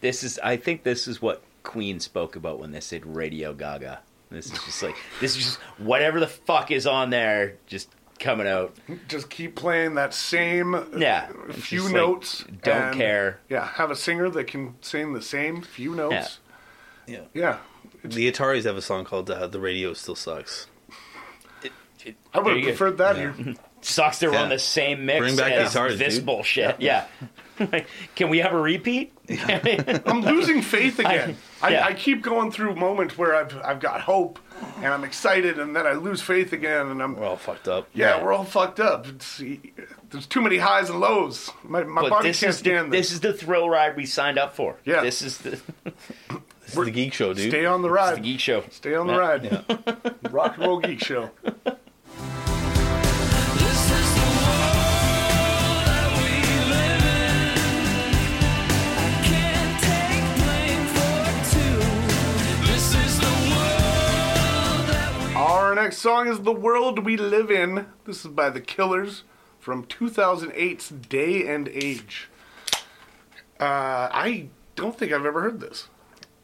[SPEAKER 3] This is, I think, this is what Queen spoke about when they said Radio Gaga. This is just like, this is just whatever the fuck is on there, just coming out.
[SPEAKER 5] Just keep playing that same
[SPEAKER 3] Yeah,
[SPEAKER 5] uh,
[SPEAKER 3] it's
[SPEAKER 5] few
[SPEAKER 3] just like,
[SPEAKER 5] notes.
[SPEAKER 3] don't
[SPEAKER 5] and-
[SPEAKER 3] care.
[SPEAKER 5] Yeah, have a singer that can sing the same few notes.
[SPEAKER 6] Yeah.
[SPEAKER 5] Yeah,
[SPEAKER 6] The Ataris have a song called uh, "The Radio Still Sucks."
[SPEAKER 5] I would
[SPEAKER 3] There
[SPEAKER 5] have
[SPEAKER 3] you go.
[SPEAKER 5] preferred that.
[SPEAKER 3] Sucks they're on
[SPEAKER 6] Yeah.
[SPEAKER 3] the same mix
[SPEAKER 6] Bring back
[SPEAKER 3] as
[SPEAKER 6] the guitars,
[SPEAKER 3] this
[SPEAKER 6] dude.
[SPEAKER 3] bullshit. Yeah. [LAUGHS] Like, Can we have a
[SPEAKER 6] [LAUGHS]
[SPEAKER 3] repeat? [LAUGHS]
[SPEAKER 5] I'm losing faith again. I,
[SPEAKER 3] yeah.
[SPEAKER 5] I keep going through moments where I've I've got hope and I'm excited, and then I lose faith again, and I'm
[SPEAKER 6] We're all fucked up.
[SPEAKER 5] Yeah, we're all fucked up. It's, there's too many highs and lows. My, my
[SPEAKER 3] But
[SPEAKER 5] body
[SPEAKER 3] this
[SPEAKER 5] can't
[SPEAKER 3] is, the,
[SPEAKER 5] stand this.
[SPEAKER 3] this is the thrill ride we signed up for.
[SPEAKER 5] Yeah.
[SPEAKER 3] This is the, [LAUGHS]
[SPEAKER 6] This is the Geek Show, dude.
[SPEAKER 5] Stay on the ride.
[SPEAKER 3] the geek show.
[SPEAKER 5] Stay on the
[SPEAKER 3] Yeah.
[SPEAKER 5] ride. [LAUGHS] Rock and roll geek show.
[SPEAKER 9] This is the world that we live in. I can't take blame for two. This is the world that we
[SPEAKER 5] Our next song is "The World We Live In." This is by The Killers from 2008's "Day and Age." Uh, I don't think I've ever heard this.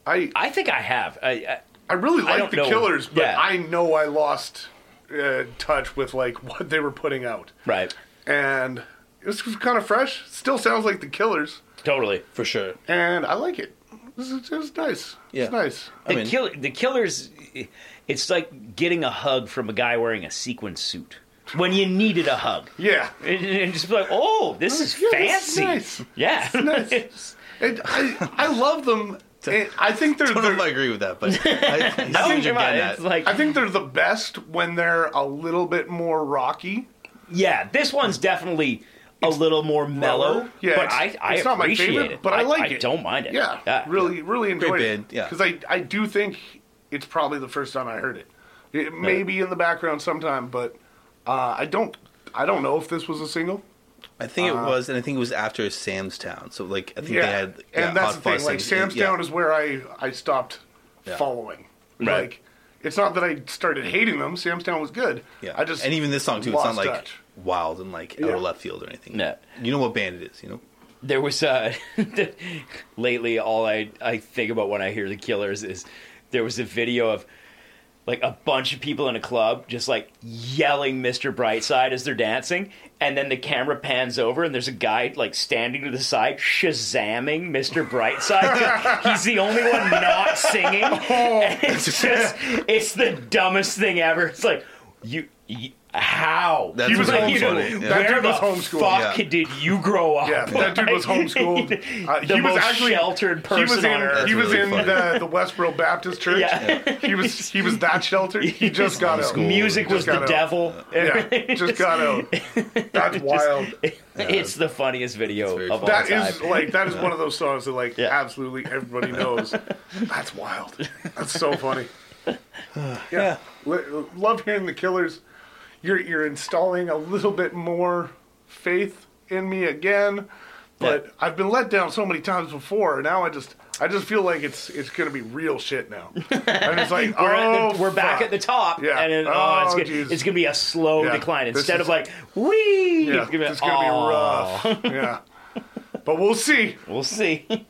[SPEAKER 5] I
[SPEAKER 3] I think I have. I, I,
[SPEAKER 5] I really
[SPEAKER 3] I
[SPEAKER 5] like
[SPEAKER 3] don't
[SPEAKER 5] The
[SPEAKER 3] know.
[SPEAKER 5] Killers, but
[SPEAKER 3] Yeah.
[SPEAKER 5] I know I lost uh, touch with like [LAUGHS] what they were putting out,
[SPEAKER 3] right.
[SPEAKER 5] and it was kind of fresh. Still sounds like The Killers.
[SPEAKER 3] Totally.
[SPEAKER 6] for sure.
[SPEAKER 5] and I like it. It's, it's, it's nice.
[SPEAKER 6] Yeah.
[SPEAKER 5] It's nice.
[SPEAKER 6] I
[SPEAKER 3] The,
[SPEAKER 6] mean-
[SPEAKER 3] kill, the killers, it's like getting a hug from a guy wearing a sequin suit when you needed a hug. [LAUGHS]
[SPEAKER 5] Yeah.
[SPEAKER 3] And, and just be like, oh, this is
[SPEAKER 5] Yeah, this is
[SPEAKER 3] fancy.
[SPEAKER 5] nice.
[SPEAKER 3] Yeah.
[SPEAKER 5] nice. And I, I love them. And I think they're,
[SPEAKER 6] I don't know if I
[SPEAKER 5] they're
[SPEAKER 6] agree with that, but I, I see
[SPEAKER 3] [LAUGHS] I
[SPEAKER 6] what
[SPEAKER 3] think
[SPEAKER 6] you're
[SPEAKER 3] about
[SPEAKER 6] getting
[SPEAKER 3] it.
[SPEAKER 6] at.
[SPEAKER 3] It's like,
[SPEAKER 5] I think they're the best when they're a little bit more rocky.
[SPEAKER 3] yeah, this one's definitely a little more mellow.
[SPEAKER 5] Yeah,
[SPEAKER 3] but
[SPEAKER 5] it's,
[SPEAKER 3] I, I appreciate
[SPEAKER 5] it's not my favorite,
[SPEAKER 3] it.
[SPEAKER 5] but I, like it.
[SPEAKER 3] don't mind it.
[SPEAKER 5] Yeah, really, really enjoyed
[SPEAKER 6] band,
[SPEAKER 5] it.
[SPEAKER 6] yeah.
[SPEAKER 5] because I, I do think it's probably the first time I heard it. It may be in the background sometime, but uh, I don't I don't know if this was a single.
[SPEAKER 6] I think it was, and I think it was after Sam's Town. So like, I think
[SPEAKER 5] uh, Yeah,
[SPEAKER 6] they had yeah,
[SPEAKER 5] and that's
[SPEAKER 6] Hot
[SPEAKER 5] the thing.
[SPEAKER 6] Fuzz
[SPEAKER 5] Like
[SPEAKER 6] things.
[SPEAKER 5] Sam's
[SPEAKER 6] Yeah.
[SPEAKER 5] Town is where I I stopped
[SPEAKER 6] Yeah.
[SPEAKER 5] following.
[SPEAKER 3] Right.
[SPEAKER 5] Like it's not that I started hating them. Sam's Town was good.
[SPEAKER 6] Yeah,
[SPEAKER 5] I just
[SPEAKER 6] and even this song too. It's not
[SPEAKER 5] lost
[SPEAKER 6] like
[SPEAKER 5] touch.
[SPEAKER 6] wild and like out
[SPEAKER 5] Yeah.
[SPEAKER 6] of left field or anything.
[SPEAKER 3] No.
[SPEAKER 6] you know what band it is. You know,
[SPEAKER 3] there was uh [LAUGHS] lately all I I think about when I hear the killers is there was a video of like a bunch of people in a club just like yelling Mr. Brightside as they're dancing and then the camera pans over and there's a guy like standing to the side shazamming Mr.
[SPEAKER 5] [LAUGHS]
[SPEAKER 3] Brightside. He's the only one not singing.
[SPEAKER 5] Oh.
[SPEAKER 3] And it's just it's the dumbest thing ever. It's like you, you how?
[SPEAKER 6] That's
[SPEAKER 5] was
[SPEAKER 3] like, you know,
[SPEAKER 6] homeschooled. Yeah.
[SPEAKER 5] That
[SPEAKER 3] Where
[SPEAKER 5] dude
[SPEAKER 3] the
[SPEAKER 5] was homeschooled.
[SPEAKER 3] fuck
[SPEAKER 6] Yeah.
[SPEAKER 3] did you grow up? [LAUGHS]
[SPEAKER 5] Yeah, [LAUGHS] that dude was homeschooled. Uh,
[SPEAKER 3] The
[SPEAKER 5] he was
[SPEAKER 3] most
[SPEAKER 5] actually
[SPEAKER 3] sheltered person
[SPEAKER 5] He was in
[SPEAKER 3] on earth.
[SPEAKER 5] he was
[SPEAKER 6] That's
[SPEAKER 5] in
[SPEAKER 6] really
[SPEAKER 5] the, the Westboro
[SPEAKER 3] [LAUGHS]
[SPEAKER 5] Baptist Church.
[SPEAKER 3] Yeah.
[SPEAKER 5] He was he was that
[SPEAKER 3] [LAUGHS]
[SPEAKER 5] sheltered. He just got out.
[SPEAKER 6] Homeschooled.
[SPEAKER 3] Music was
[SPEAKER 5] Just
[SPEAKER 3] the
[SPEAKER 5] got out.
[SPEAKER 3] devil. [LAUGHS]
[SPEAKER 5] Yeah, just got out. That's wild.
[SPEAKER 3] It's the funniest video
[SPEAKER 6] very
[SPEAKER 3] of all
[SPEAKER 6] funny.
[SPEAKER 5] That
[SPEAKER 3] time.
[SPEAKER 5] is
[SPEAKER 3] [LAUGHS]
[SPEAKER 5] like that is one of those songs that like
[SPEAKER 3] Yeah.
[SPEAKER 5] absolutely everybody
[SPEAKER 3] [LAUGHS]
[SPEAKER 5] knows. That's wild. That's so funny.
[SPEAKER 3] [SIGHS]
[SPEAKER 5] Yeah, L- love hearing the Killers. You're you're installing a little bit more faith in me again. But I've been let down so many times before. Now I just I just feel like it's it's gonna be real shit
[SPEAKER 3] [LAUGHS]
[SPEAKER 5] now. And it's like
[SPEAKER 3] We're,
[SPEAKER 5] oh,
[SPEAKER 3] at the, we're back
[SPEAKER 5] fuck.
[SPEAKER 3] at the top,
[SPEAKER 5] Yeah.
[SPEAKER 3] and then, oh, it's
[SPEAKER 5] Oh,
[SPEAKER 3] gonna,
[SPEAKER 5] Jesus.
[SPEAKER 3] it's gonna be a slow
[SPEAKER 5] Yeah.
[SPEAKER 3] decline
[SPEAKER 5] This
[SPEAKER 3] instead
[SPEAKER 5] is-
[SPEAKER 3] of like wee.
[SPEAKER 5] Yeah,
[SPEAKER 3] it's gonna be, oh.
[SPEAKER 5] it's gonna be
[SPEAKER 3] "Aw."
[SPEAKER 5] rough.
[SPEAKER 3] [LAUGHS]
[SPEAKER 5] yeah, but we'll see.
[SPEAKER 3] We'll see. [LAUGHS]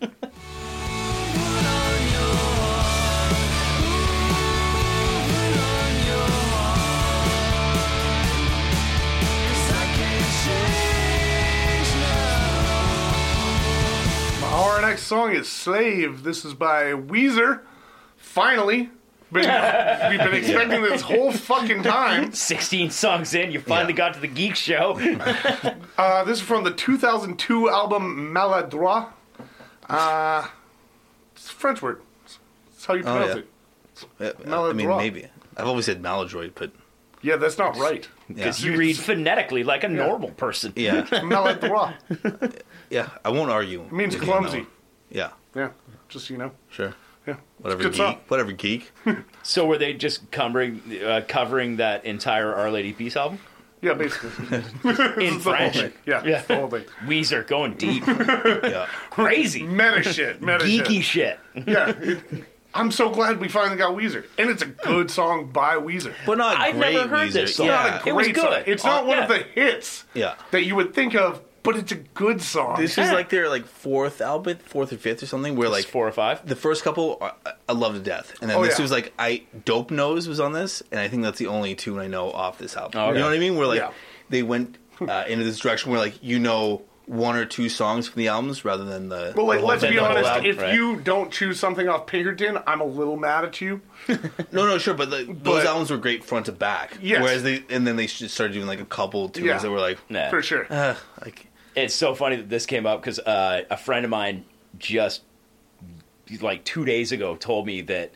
[SPEAKER 5] Our next song is "Slave." This is by Weezer. Finally,
[SPEAKER 3] [LAUGHS]
[SPEAKER 5] Been- we've been expecting this whole fucking time.
[SPEAKER 3] Sixteen songs in, you finally got to the geek show. [LAUGHS]
[SPEAKER 5] Uh, this is from the 2002 album Maladroit. Uh, it's a French word. That's how you pronounce
[SPEAKER 6] Oh, yeah.
[SPEAKER 5] it.
[SPEAKER 6] Uh, I mean,
[SPEAKER 5] Maladroit.
[SPEAKER 6] maybe. I've always said maladroit, but
[SPEAKER 5] Yeah, that's not right.
[SPEAKER 6] [LAUGHS] yeah.
[SPEAKER 3] You read phonetically like a normal person.
[SPEAKER 5] [LAUGHS]
[SPEAKER 6] yeah,
[SPEAKER 5] Maladroit It
[SPEAKER 6] yeah. I won't argue. It
[SPEAKER 5] means clumsy.
[SPEAKER 6] Yeah,
[SPEAKER 5] Yeah, just so you know.
[SPEAKER 6] sure.
[SPEAKER 5] Yeah,
[SPEAKER 6] Whatever
[SPEAKER 5] Good
[SPEAKER 6] geek.
[SPEAKER 5] song. [LAUGHS]
[SPEAKER 6] Whatever geek.
[SPEAKER 3] So were they just covering uh, covering that entire Our Lady Peace album
[SPEAKER 5] Yeah, basically.
[SPEAKER 3] in
[SPEAKER 5] It's the whole
[SPEAKER 3] French?
[SPEAKER 5] thing. Yeah,
[SPEAKER 3] Yeah.
[SPEAKER 5] it's the whole thing.
[SPEAKER 3] Weezer going deep,
[SPEAKER 6] yeah.
[SPEAKER 3] crazy,
[SPEAKER 5] Meta shit. Meta
[SPEAKER 3] geeky
[SPEAKER 5] shit.
[SPEAKER 3] shit.
[SPEAKER 5] Yeah. it- I'm so glad we finally got Weezer, and it's a good song by Weezer.
[SPEAKER 6] But not
[SPEAKER 3] I've
[SPEAKER 6] great
[SPEAKER 3] never heard
[SPEAKER 6] Weezer.
[SPEAKER 3] this song.
[SPEAKER 6] Yeah.
[SPEAKER 3] It was
[SPEAKER 5] Great song.
[SPEAKER 3] good.
[SPEAKER 5] It's not
[SPEAKER 3] Uh,
[SPEAKER 5] one of
[SPEAKER 3] yeah.
[SPEAKER 5] the hits
[SPEAKER 6] Yeah.
[SPEAKER 5] that you would think of, but it's a good song.
[SPEAKER 6] This is like their like fourth album, fourth or fifth or something. Where like
[SPEAKER 3] Like four or five.
[SPEAKER 6] the first couple, I, I love to death, and then
[SPEAKER 5] Oh,
[SPEAKER 6] this
[SPEAKER 5] yeah.
[SPEAKER 6] was like I dope nose was on this, and I think that's the only tune I know off this album.
[SPEAKER 3] okay.
[SPEAKER 6] You know what I mean? Where like
[SPEAKER 5] Oh, Yeah.
[SPEAKER 6] they went uh, into this direction where like you know one or two songs from the albums rather than the.
[SPEAKER 5] Well, like,
[SPEAKER 6] the whole
[SPEAKER 5] let's
[SPEAKER 6] thing,
[SPEAKER 5] be
[SPEAKER 6] the whole
[SPEAKER 5] honest.
[SPEAKER 6] album.
[SPEAKER 5] if
[SPEAKER 3] right?
[SPEAKER 5] you don't choose something off Pinkerton, I'm a little mad at you.
[SPEAKER 6] no, no, sure, but, like,
[SPEAKER 5] But-
[SPEAKER 6] those albums were great front to back.
[SPEAKER 5] Yes.
[SPEAKER 6] Whereas they and then they just started doing like a couple tunes
[SPEAKER 5] Yeah.
[SPEAKER 6] that were like,
[SPEAKER 3] Nah.
[SPEAKER 5] For sure.
[SPEAKER 6] uh, [SIGHS] like
[SPEAKER 3] It's so funny that this came up because uh, a friend of mine just like two days ago told me that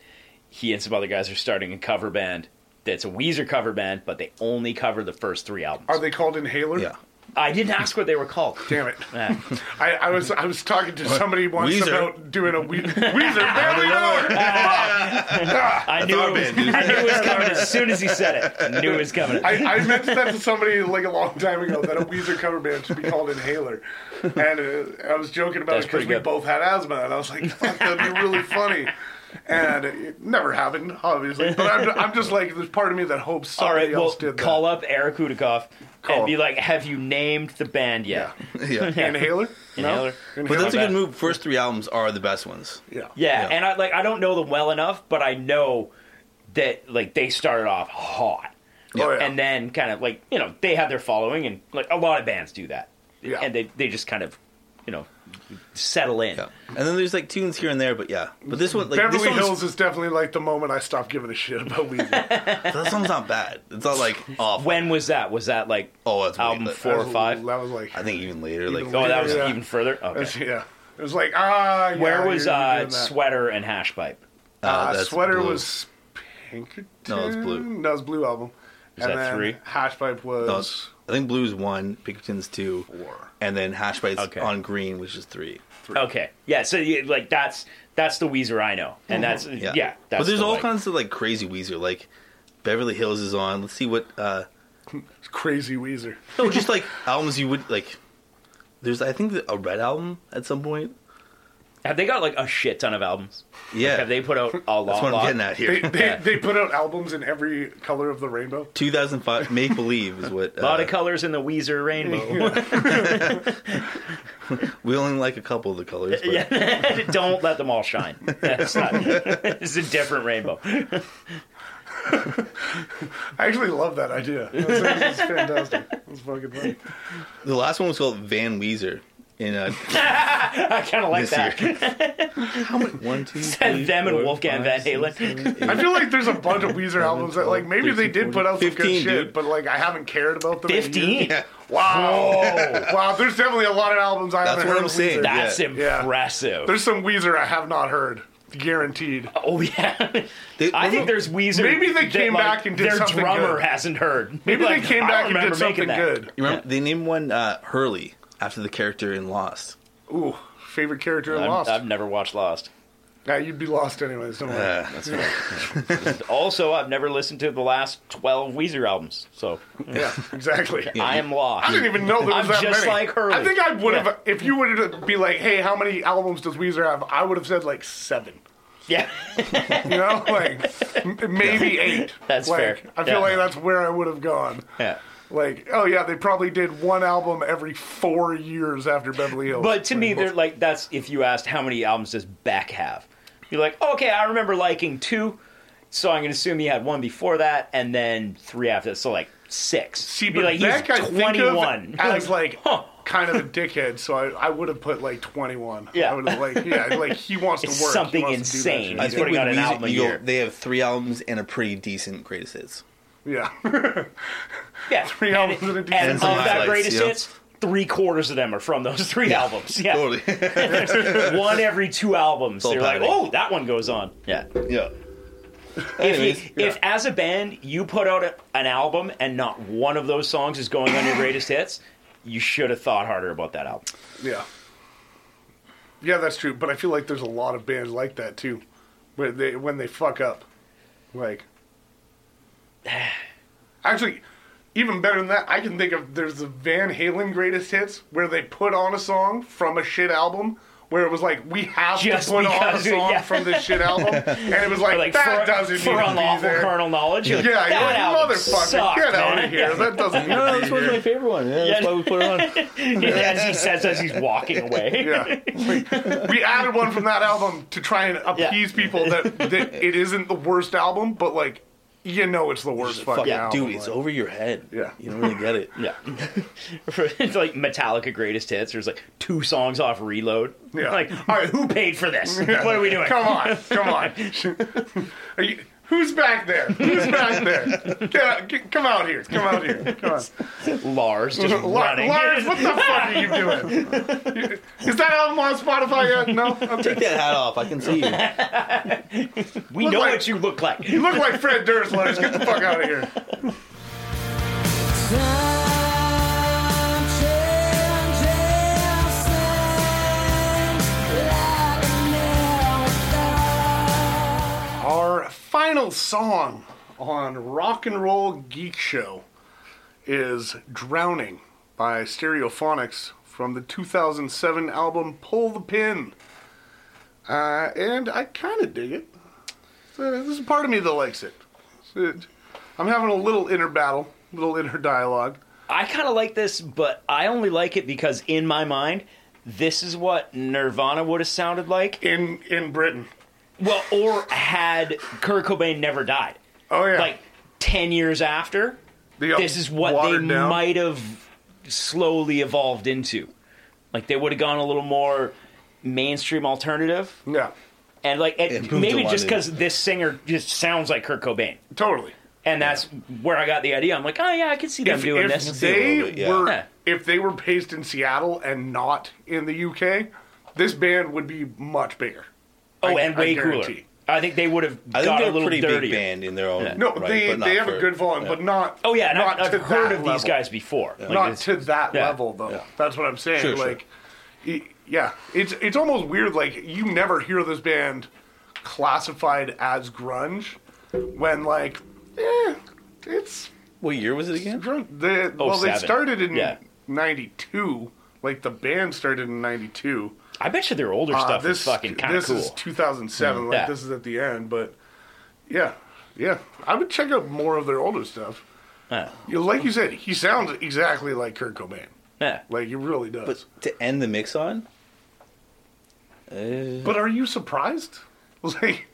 [SPEAKER 3] he and some other guys are starting a cover band that's a Weezer cover band, but they only cover the first three albums.
[SPEAKER 5] Are they called Inhaler?
[SPEAKER 6] yeah. [LAUGHS]
[SPEAKER 3] I didn't ask what they were called.
[SPEAKER 5] Damn it. [LAUGHS]
[SPEAKER 3] Nah.
[SPEAKER 5] I, I was I was talking to somebody once
[SPEAKER 6] Weezer.
[SPEAKER 5] about doing a
[SPEAKER 6] [LAUGHS]
[SPEAKER 5] we- Weezer. There we are.
[SPEAKER 3] I knew,
[SPEAKER 6] our
[SPEAKER 3] it was,
[SPEAKER 6] band,
[SPEAKER 3] [LAUGHS]
[SPEAKER 6] dude.
[SPEAKER 3] I knew it was coming as soon as he said it. I knew it was coming.
[SPEAKER 5] I, I mentioned that to somebody like a long time ago that a Weezer cover band should be called Inhaler, and uh, I was joking about
[SPEAKER 3] That's
[SPEAKER 5] it
[SPEAKER 3] pretty
[SPEAKER 5] because we
[SPEAKER 3] good.
[SPEAKER 5] both had asthma, and I was like, Fuck, that'd be really funny. And it never happened, obviously. But I'm, I'm just like, there's part of me that hopes
[SPEAKER 3] All
[SPEAKER 5] somebody
[SPEAKER 3] right, well,
[SPEAKER 5] else did that.
[SPEAKER 3] call up Eric Kudikoff and
[SPEAKER 5] Call.
[SPEAKER 3] be like, "Have you named the band yet?"
[SPEAKER 5] [LAUGHS]
[SPEAKER 6] yeah.
[SPEAKER 5] Inhaler? No?
[SPEAKER 3] Inhaler?
[SPEAKER 6] But that's a
[SPEAKER 3] bad.
[SPEAKER 6] good move. First three albums are the best ones.
[SPEAKER 5] Yeah.
[SPEAKER 3] Yeah,
[SPEAKER 6] Yeah.
[SPEAKER 3] and I like I don't know them well enough, but I know that like they started off hot,
[SPEAKER 5] Oh, yeah.
[SPEAKER 3] and then kind of like you know they have their following, and like a lot of bands do that,
[SPEAKER 5] Yeah.
[SPEAKER 3] and they they just kind of you know settle in.
[SPEAKER 6] Yeah. And then there's like tunes here and there, but yeah. But this one, like
[SPEAKER 5] Beverly
[SPEAKER 6] this [LAUGHS]
[SPEAKER 5] Hills is definitely like the moment I stopped giving a shit about Weezer.
[SPEAKER 6] that song's not bad. It's not like awful.
[SPEAKER 3] When was that? Was that like
[SPEAKER 6] Oh, that's way-
[SPEAKER 3] album [LAUGHS]
[SPEAKER 6] that-
[SPEAKER 3] four or five?
[SPEAKER 5] That was like,
[SPEAKER 6] I think even later, like
[SPEAKER 5] Even
[SPEAKER 3] Oh, that was
[SPEAKER 5] Yeah.
[SPEAKER 3] even further. Okay.
[SPEAKER 5] yeah. It was like, ah, yeah,
[SPEAKER 3] Where was
[SPEAKER 5] you're- you're
[SPEAKER 3] uh,
[SPEAKER 5] doing that.
[SPEAKER 3] sweater and hash pipe?
[SPEAKER 6] uh,
[SPEAKER 5] Uh,
[SPEAKER 6] that's
[SPEAKER 5] sweater
[SPEAKER 6] Blue.
[SPEAKER 5] was Pinkerton.
[SPEAKER 6] No, it's Blue.
[SPEAKER 5] No, it's blue album. Is
[SPEAKER 3] that three?
[SPEAKER 5] Hash pipe was.
[SPEAKER 6] No, it's- I think blue's one, Pinkerton's two,
[SPEAKER 5] Four.
[SPEAKER 6] and then hash bites
[SPEAKER 3] Okay.
[SPEAKER 6] on green, which is three.
[SPEAKER 3] Okay, yeah. So you, like that's that's the Weezer I know, and that's yeah.
[SPEAKER 6] Mm-hmm. Yeah,
[SPEAKER 3] that's
[SPEAKER 6] but there's
[SPEAKER 3] the,
[SPEAKER 6] all
[SPEAKER 3] like-
[SPEAKER 6] kinds of like crazy Weezer, like Beverly Hills is on. Let's see what uh
[SPEAKER 5] It's crazy Weezer.
[SPEAKER 6] no, just like albums you would like. There's I think a Red album at some point.
[SPEAKER 3] Have they got like a shit ton of albums?
[SPEAKER 6] Yeah,
[SPEAKER 3] Have they put out a lot?
[SPEAKER 6] that's what
[SPEAKER 3] lot?
[SPEAKER 6] I'm getting at
[SPEAKER 5] They,
[SPEAKER 6] here.
[SPEAKER 5] they, they put out albums in every color of the rainbow.
[SPEAKER 6] 2005 Make Believe
[SPEAKER 3] [LAUGHS]
[SPEAKER 6] is what.
[SPEAKER 3] A lot
[SPEAKER 6] uh,
[SPEAKER 3] of colors in the Weezer
[SPEAKER 6] [LAUGHS]
[SPEAKER 3] rainbow.
[SPEAKER 6] We only like a couple of the colors.
[SPEAKER 3] [LAUGHS]
[SPEAKER 6] But
[SPEAKER 3] Yeah. Don't let them all shine. That's
[SPEAKER 5] [LAUGHS]
[SPEAKER 3] not. it's a different rainbow.
[SPEAKER 5] I actually love that idea. That's, that's fantastic. That's fucking funny.
[SPEAKER 6] The last one was called Van Weezer.
[SPEAKER 3] [LAUGHS]
[SPEAKER 6] In uh,
[SPEAKER 3] I kind of like
[SPEAKER 6] this
[SPEAKER 3] that.
[SPEAKER 5] [LAUGHS]
[SPEAKER 6] year. [LAUGHS] How many?
[SPEAKER 3] [LAUGHS]
[SPEAKER 6] One, two, three,
[SPEAKER 3] Them and
[SPEAKER 6] four,
[SPEAKER 3] Wolfgang Van
[SPEAKER 6] five, six,
[SPEAKER 3] Halen.
[SPEAKER 5] I
[SPEAKER 3] [LAUGHS]
[SPEAKER 5] feel like there's a bunch of Weezer albums that, like, maybe they did put out some good
[SPEAKER 6] 15,
[SPEAKER 5] shit,
[SPEAKER 6] dude.
[SPEAKER 5] but, like, I haven't cared about them. in years.
[SPEAKER 3] Fifteen.
[SPEAKER 5] Wow. wow, there's definitely a lot of albums I
[SPEAKER 6] That's
[SPEAKER 5] haven't
[SPEAKER 6] what
[SPEAKER 5] heard
[SPEAKER 6] I'm
[SPEAKER 5] of
[SPEAKER 6] saying.
[SPEAKER 5] Weezer.
[SPEAKER 6] That-
[SPEAKER 3] That's
[SPEAKER 6] Yeah.
[SPEAKER 5] Yeah.
[SPEAKER 3] impressive.
[SPEAKER 5] There's some Weezer I have not heard. Guaranteed.
[SPEAKER 3] oh
[SPEAKER 5] [LAUGHS]
[SPEAKER 3] yeah.
[SPEAKER 6] They-
[SPEAKER 3] I
[SPEAKER 6] well,
[SPEAKER 3] think
[SPEAKER 6] no,
[SPEAKER 3] there's Weezer.
[SPEAKER 5] Maybe they
[SPEAKER 3] that,
[SPEAKER 5] came
[SPEAKER 3] like,
[SPEAKER 5] back and did
[SPEAKER 3] their
[SPEAKER 5] something
[SPEAKER 3] drummer
[SPEAKER 5] good.
[SPEAKER 3] hasn't heard.
[SPEAKER 5] Maybe
[SPEAKER 3] Like,
[SPEAKER 5] they came
[SPEAKER 3] I
[SPEAKER 5] back
[SPEAKER 3] don't
[SPEAKER 5] and did
[SPEAKER 3] remember making
[SPEAKER 5] something
[SPEAKER 3] that.
[SPEAKER 5] good.
[SPEAKER 6] You remember they named one uh, Hurley after the character in Lost.
[SPEAKER 5] Ooh, favorite character in
[SPEAKER 3] I've,
[SPEAKER 5] Lost.
[SPEAKER 3] I've never watched Lost.
[SPEAKER 5] Yeah, you'd be lost anyways. Don't worry.
[SPEAKER 3] Uh, Also, I've never listened to the last 12 Weezer albums, so [LAUGHS]
[SPEAKER 5] yeah, exactly.
[SPEAKER 3] I am lost.
[SPEAKER 5] I didn't even know there was
[SPEAKER 3] I'm
[SPEAKER 5] that
[SPEAKER 3] just
[SPEAKER 5] many.
[SPEAKER 3] like Hurley.
[SPEAKER 5] I think I would have if you would have be like, "Hey, how many albums does Weezer have?" I would have said like seven. [LAUGHS]
[SPEAKER 3] Yeah. [LAUGHS]
[SPEAKER 5] You know, like m- maybe eight.
[SPEAKER 3] That's
[SPEAKER 5] Like,
[SPEAKER 3] fair.
[SPEAKER 5] I feel
[SPEAKER 3] Yeah.
[SPEAKER 5] like that's where I would have gone.
[SPEAKER 3] yeah.
[SPEAKER 5] Like, oh yeah, they probably did one album every four years after Beverly Hills.
[SPEAKER 3] But to me, they're like that's if you asked how many albums does Beck have, you're like, okay, I remember liking two, so I'm gonna assume he had one before that, and then three after that, so like six.
[SPEAKER 5] See,
[SPEAKER 3] Be
[SPEAKER 5] but
[SPEAKER 3] like
[SPEAKER 5] Beck,
[SPEAKER 3] he's
[SPEAKER 5] I think of
[SPEAKER 3] 21.
[SPEAKER 5] as like
[SPEAKER 3] huh.
[SPEAKER 5] kind of a dickhead, so I, I would have put like 21.
[SPEAKER 3] Yeah.
[SPEAKER 5] I would have like yeah, like he wants
[SPEAKER 3] It's
[SPEAKER 5] to work. He
[SPEAKER 3] something
[SPEAKER 5] wants to do that
[SPEAKER 3] insane.
[SPEAKER 5] shit.
[SPEAKER 3] I He's putting out an
[SPEAKER 6] with Weezer,
[SPEAKER 3] album a
[SPEAKER 6] you go-
[SPEAKER 3] year.
[SPEAKER 6] They have three albums and a pretty decent greatest hits.
[SPEAKER 5] yeah,
[SPEAKER 3] [LAUGHS] yeah.
[SPEAKER 5] [LAUGHS] three
[SPEAKER 3] and,
[SPEAKER 5] albums in a
[SPEAKER 3] and
[SPEAKER 5] decent
[SPEAKER 6] And
[SPEAKER 3] of
[SPEAKER 6] some
[SPEAKER 3] that
[SPEAKER 6] highlights,
[SPEAKER 3] greatest
[SPEAKER 6] yeah.
[SPEAKER 3] hits, three quarters of them are from those three albums. Yeah, [LAUGHS]
[SPEAKER 6] [LAUGHS]
[SPEAKER 3] one every two albums.
[SPEAKER 6] all
[SPEAKER 3] They're like,
[SPEAKER 6] padding.
[SPEAKER 3] oh, that one goes on. Yeah.
[SPEAKER 6] yeah.
[SPEAKER 3] If,
[SPEAKER 6] Anyways,
[SPEAKER 3] you, if as a band you put out a, an album and not one of those songs is going on your greatest hits, you should have thought harder about that album.
[SPEAKER 5] yeah, yeah. That's true. But I feel like there's a lot of bands like that too, where they when they fuck up, like [SIGHS] actually. Even better than that, I can think of there's the Van Halen greatest hits where they put on a song from a shit album where it was like we have
[SPEAKER 3] Just
[SPEAKER 5] to put on a
[SPEAKER 3] because we-
[SPEAKER 5] song
[SPEAKER 3] yeah.
[SPEAKER 5] from this
[SPEAKER 3] [LAUGHS]
[SPEAKER 5] shit album, and it was like,
[SPEAKER 3] Or like
[SPEAKER 5] that
[SPEAKER 3] for,
[SPEAKER 5] doesn't
[SPEAKER 3] for
[SPEAKER 5] need to be
[SPEAKER 3] unlawful
[SPEAKER 5] there.
[SPEAKER 3] carnal knowledge. You're like,
[SPEAKER 5] Yeah, you're
[SPEAKER 3] that
[SPEAKER 5] like,
[SPEAKER 3] album
[SPEAKER 5] motherfucker,
[SPEAKER 3] sucked,
[SPEAKER 5] get
[SPEAKER 3] man.
[SPEAKER 5] out
[SPEAKER 3] [LAUGHS]
[SPEAKER 5] of here. That doesn't need
[SPEAKER 6] No,
[SPEAKER 5] to be
[SPEAKER 6] this one's my
[SPEAKER 5] here.
[SPEAKER 6] favorite one. Yeah, that's
[SPEAKER 3] Yeah.
[SPEAKER 6] why we put it on.
[SPEAKER 3] as he says as he's
[SPEAKER 5] [LAUGHS]
[SPEAKER 3] walking away.
[SPEAKER 5] Yeah. Like, we added one from that album to try and appease people that,
[SPEAKER 6] [LAUGHS]
[SPEAKER 5] that it isn't the worst album, but like, you know, it's the worst fucking
[SPEAKER 6] Fuck,
[SPEAKER 5] album.
[SPEAKER 6] dude, it's
[SPEAKER 5] like.
[SPEAKER 6] over your head.
[SPEAKER 5] Yeah.
[SPEAKER 6] you don't really get it.
[SPEAKER 3] Yeah. [LAUGHS] it's like Metallica greatest hits. There's like two songs off Reload. [LAUGHS]
[SPEAKER 5] Yeah.
[SPEAKER 3] Like, all right, who paid for
[SPEAKER 5] [LAUGHS]
[SPEAKER 3] this? What are we doing?
[SPEAKER 5] Come
[SPEAKER 6] [LAUGHS]
[SPEAKER 5] on, come on. Are you, who's back there? Who's back there? Get out, get, come out here. Come out here. Come
[SPEAKER 6] [LAUGHS]
[SPEAKER 5] on.
[SPEAKER 3] Lars just
[SPEAKER 5] L-
[SPEAKER 3] running.
[SPEAKER 5] [LAUGHS] Lars, what the fuck are you doing?
[SPEAKER 6] [LAUGHS]
[SPEAKER 5] Is that album on Spotify yet? No? Okay.
[SPEAKER 6] Take that hat off. I can see you.
[SPEAKER 3] [LAUGHS] we know
[SPEAKER 5] like-
[SPEAKER 3] what you look like.
[SPEAKER 5] You look like Fred Durst, Lars. Get the fuck out of here. Our final song on Rock and Roll Geek Show is Drowning by Stereophonics from the 2007 album Pull the Pin. Uh, and I kind of dig it. So Uh, There's a part of me that likes it. So it- I'm having a little inner battle, little inner dialogue.
[SPEAKER 3] I kind of like this, but I only like it because in my mind, this is what Nirvana would have sounded like.
[SPEAKER 5] In in Britain.
[SPEAKER 3] Well, or had Kurt Cobain never died.
[SPEAKER 5] Oh, yeah.
[SPEAKER 3] Like 10 years after,
[SPEAKER 5] The, uh,
[SPEAKER 3] this is what
[SPEAKER 5] watered
[SPEAKER 3] they
[SPEAKER 5] down.
[SPEAKER 3] might have slowly evolved into. Like they would have gone a little more mainstream alternative.
[SPEAKER 5] Yeah,
[SPEAKER 3] And like
[SPEAKER 6] And
[SPEAKER 3] it,
[SPEAKER 6] moved
[SPEAKER 3] maybe
[SPEAKER 6] along
[SPEAKER 3] just
[SPEAKER 6] to-
[SPEAKER 3] because this singer just sounds like Kurt Cobain.
[SPEAKER 5] totally.
[SPEAKER 3] And that's where I got the idea. I'm like, oh yeah, I could see them doing
[SPEAKER 5] if
[SPEAKER 3] this.
[SPEAKER 5] they
[SPEAKER 6] little bit, yeah.
[SPEAKER 5] were
[SPEAKER 3] Yeah.
[SPEAKER 5] if they were based in Seattle and not in the UK, this band would be much bigger.
[SPEAKER 3] oh,
[SPEAKER 5] I-
[SPEAKER 3] and
[SPEAKER 5] I
[SPEAKER 3] way cooler.
[SPEAKER 5] guarantee.
[SPEAKER 3] I think they would have
[SPEAKER 6] I think
[SPEAKER 3] got
[SPEAKER 6] they're
[SPEAKER 3] a
[SPEAKER 6] a
[SPEAKER 3] little
[SPEAKER 6] pretty big
[SPEAKER 3] dirtier.
[SPEAKER 6] band in their own.
[SPEAKER 5] No,
[SPEAKER 6] right,
[SPEAKER 5] they
[SPEAKER 6] but not
[SPEAKER 5] they have
[SPEAKER 6] for-
[SPEAKER 5] a good volume, but not.
[SPEAKER 3] Oh yeah, and
[SPEAKER 5] not
[SPEAKER 3] I've,
[SPEAKER 5] to
[SPEAKER 3] I've heard
[SPEAKER 5] that
[SPEAKER 3] of these
[SPEAKER 5] level.
[SPEAKER 3] guys before. Like,
[SPEAKER 5] not
[SPEAKER 3] it's-
[SPEAKER 5] to that
[SPEAKER 3] yeah.
[SPEAKER 5] level though.
[SPEAKER 6] Yeah.
[SPEAKER 5] That's what I'm saying.
[SPEAKER 6] Sure, sure.
[SPEAKER 5] like, e- yeah, it's it's almost weird. Like you never hear this band classified as grunge when like, eh, it's
[SPEAKER 6] What year was it again?
[SPEAKER 5] grunge. They, well, they
[SPEAKER 3] 07.
[SPEAKER 5] started in
[SPEAKER 3] Oh, Yeah.
[SPEAKER 5] '92. Like the band started in '92.
[SPEAKER 3] I bet you their older
[SPEAKER 5] Uh,
[SPEAKER 3] stuff is fucking kind of
[SPEAKER 5] this
[SPEAKER 3] cool. Mm-hmm.
[SPEAKER 5] is 2007. Like
[SPEAKER 3] Yeah.
[SPEAKER 5] this is at the end, but yeah, yeah. I would check out more of their older stuff.
[SPEAKER 3] Yeah.
[SPEAKER 5] You- Like you said, he sounds exactly like Kurt Cobain.
[SPEAKER 3] Yeah.
[SPEAKER 5] Like he really does.
[SPEAKER 6] But to end the mix on,
[SPEAKER 5] But are you surprised? [LAUGHS] Like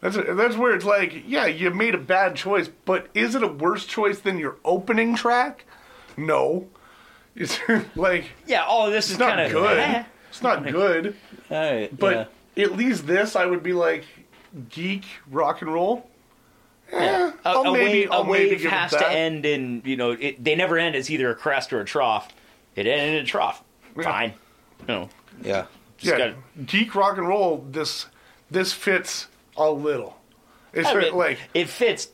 [SPEAKER 5] that's that's where it's like, yeah, you made a bad choice, but is it a worse choice than your opening track? No. It's [LAUGHS] like
[SPEAKER 3] Yeah, all of this is eh.
[SPEAKER 5] it's not
[SPEAKER 3] kind of
[SPEAKER 5] good. It's not good.
[SPEAKER 6] all right,
[SPEAKER 5] But at least this, I would be like geek rock and roll. Eh,
[SPEAKER 3] A,
[SPEAKER 5] I'll
[SPEAKER 3] a
[SPEAKER 5] maybe-
[SPEAKER 3] wave,
[SPEAKER 5] I'll
[SPEAKER 3] a
[SPEAKER 5] maybe
[SPEAKER 3] wave
[SPEAKER 5] give it
[SPEAKER 3] has
[SPEAKER 5] that.
[SPEAKER 3] to end in you know it, they never end. It's either a crest or a trough. It ended in a trough. Fine. You know,
[SPEAKER 6] yeah,
[SPEAKER 3] just
[SPEAKER 5] yeah,
[SPEAKER 3] gotta-
[SPEAKER 5] geek rock and roll. This this fits a little. It's
[SPEAKER 3] I mean,
[SPEAKER 5] like
[SPEAKER 3] it fits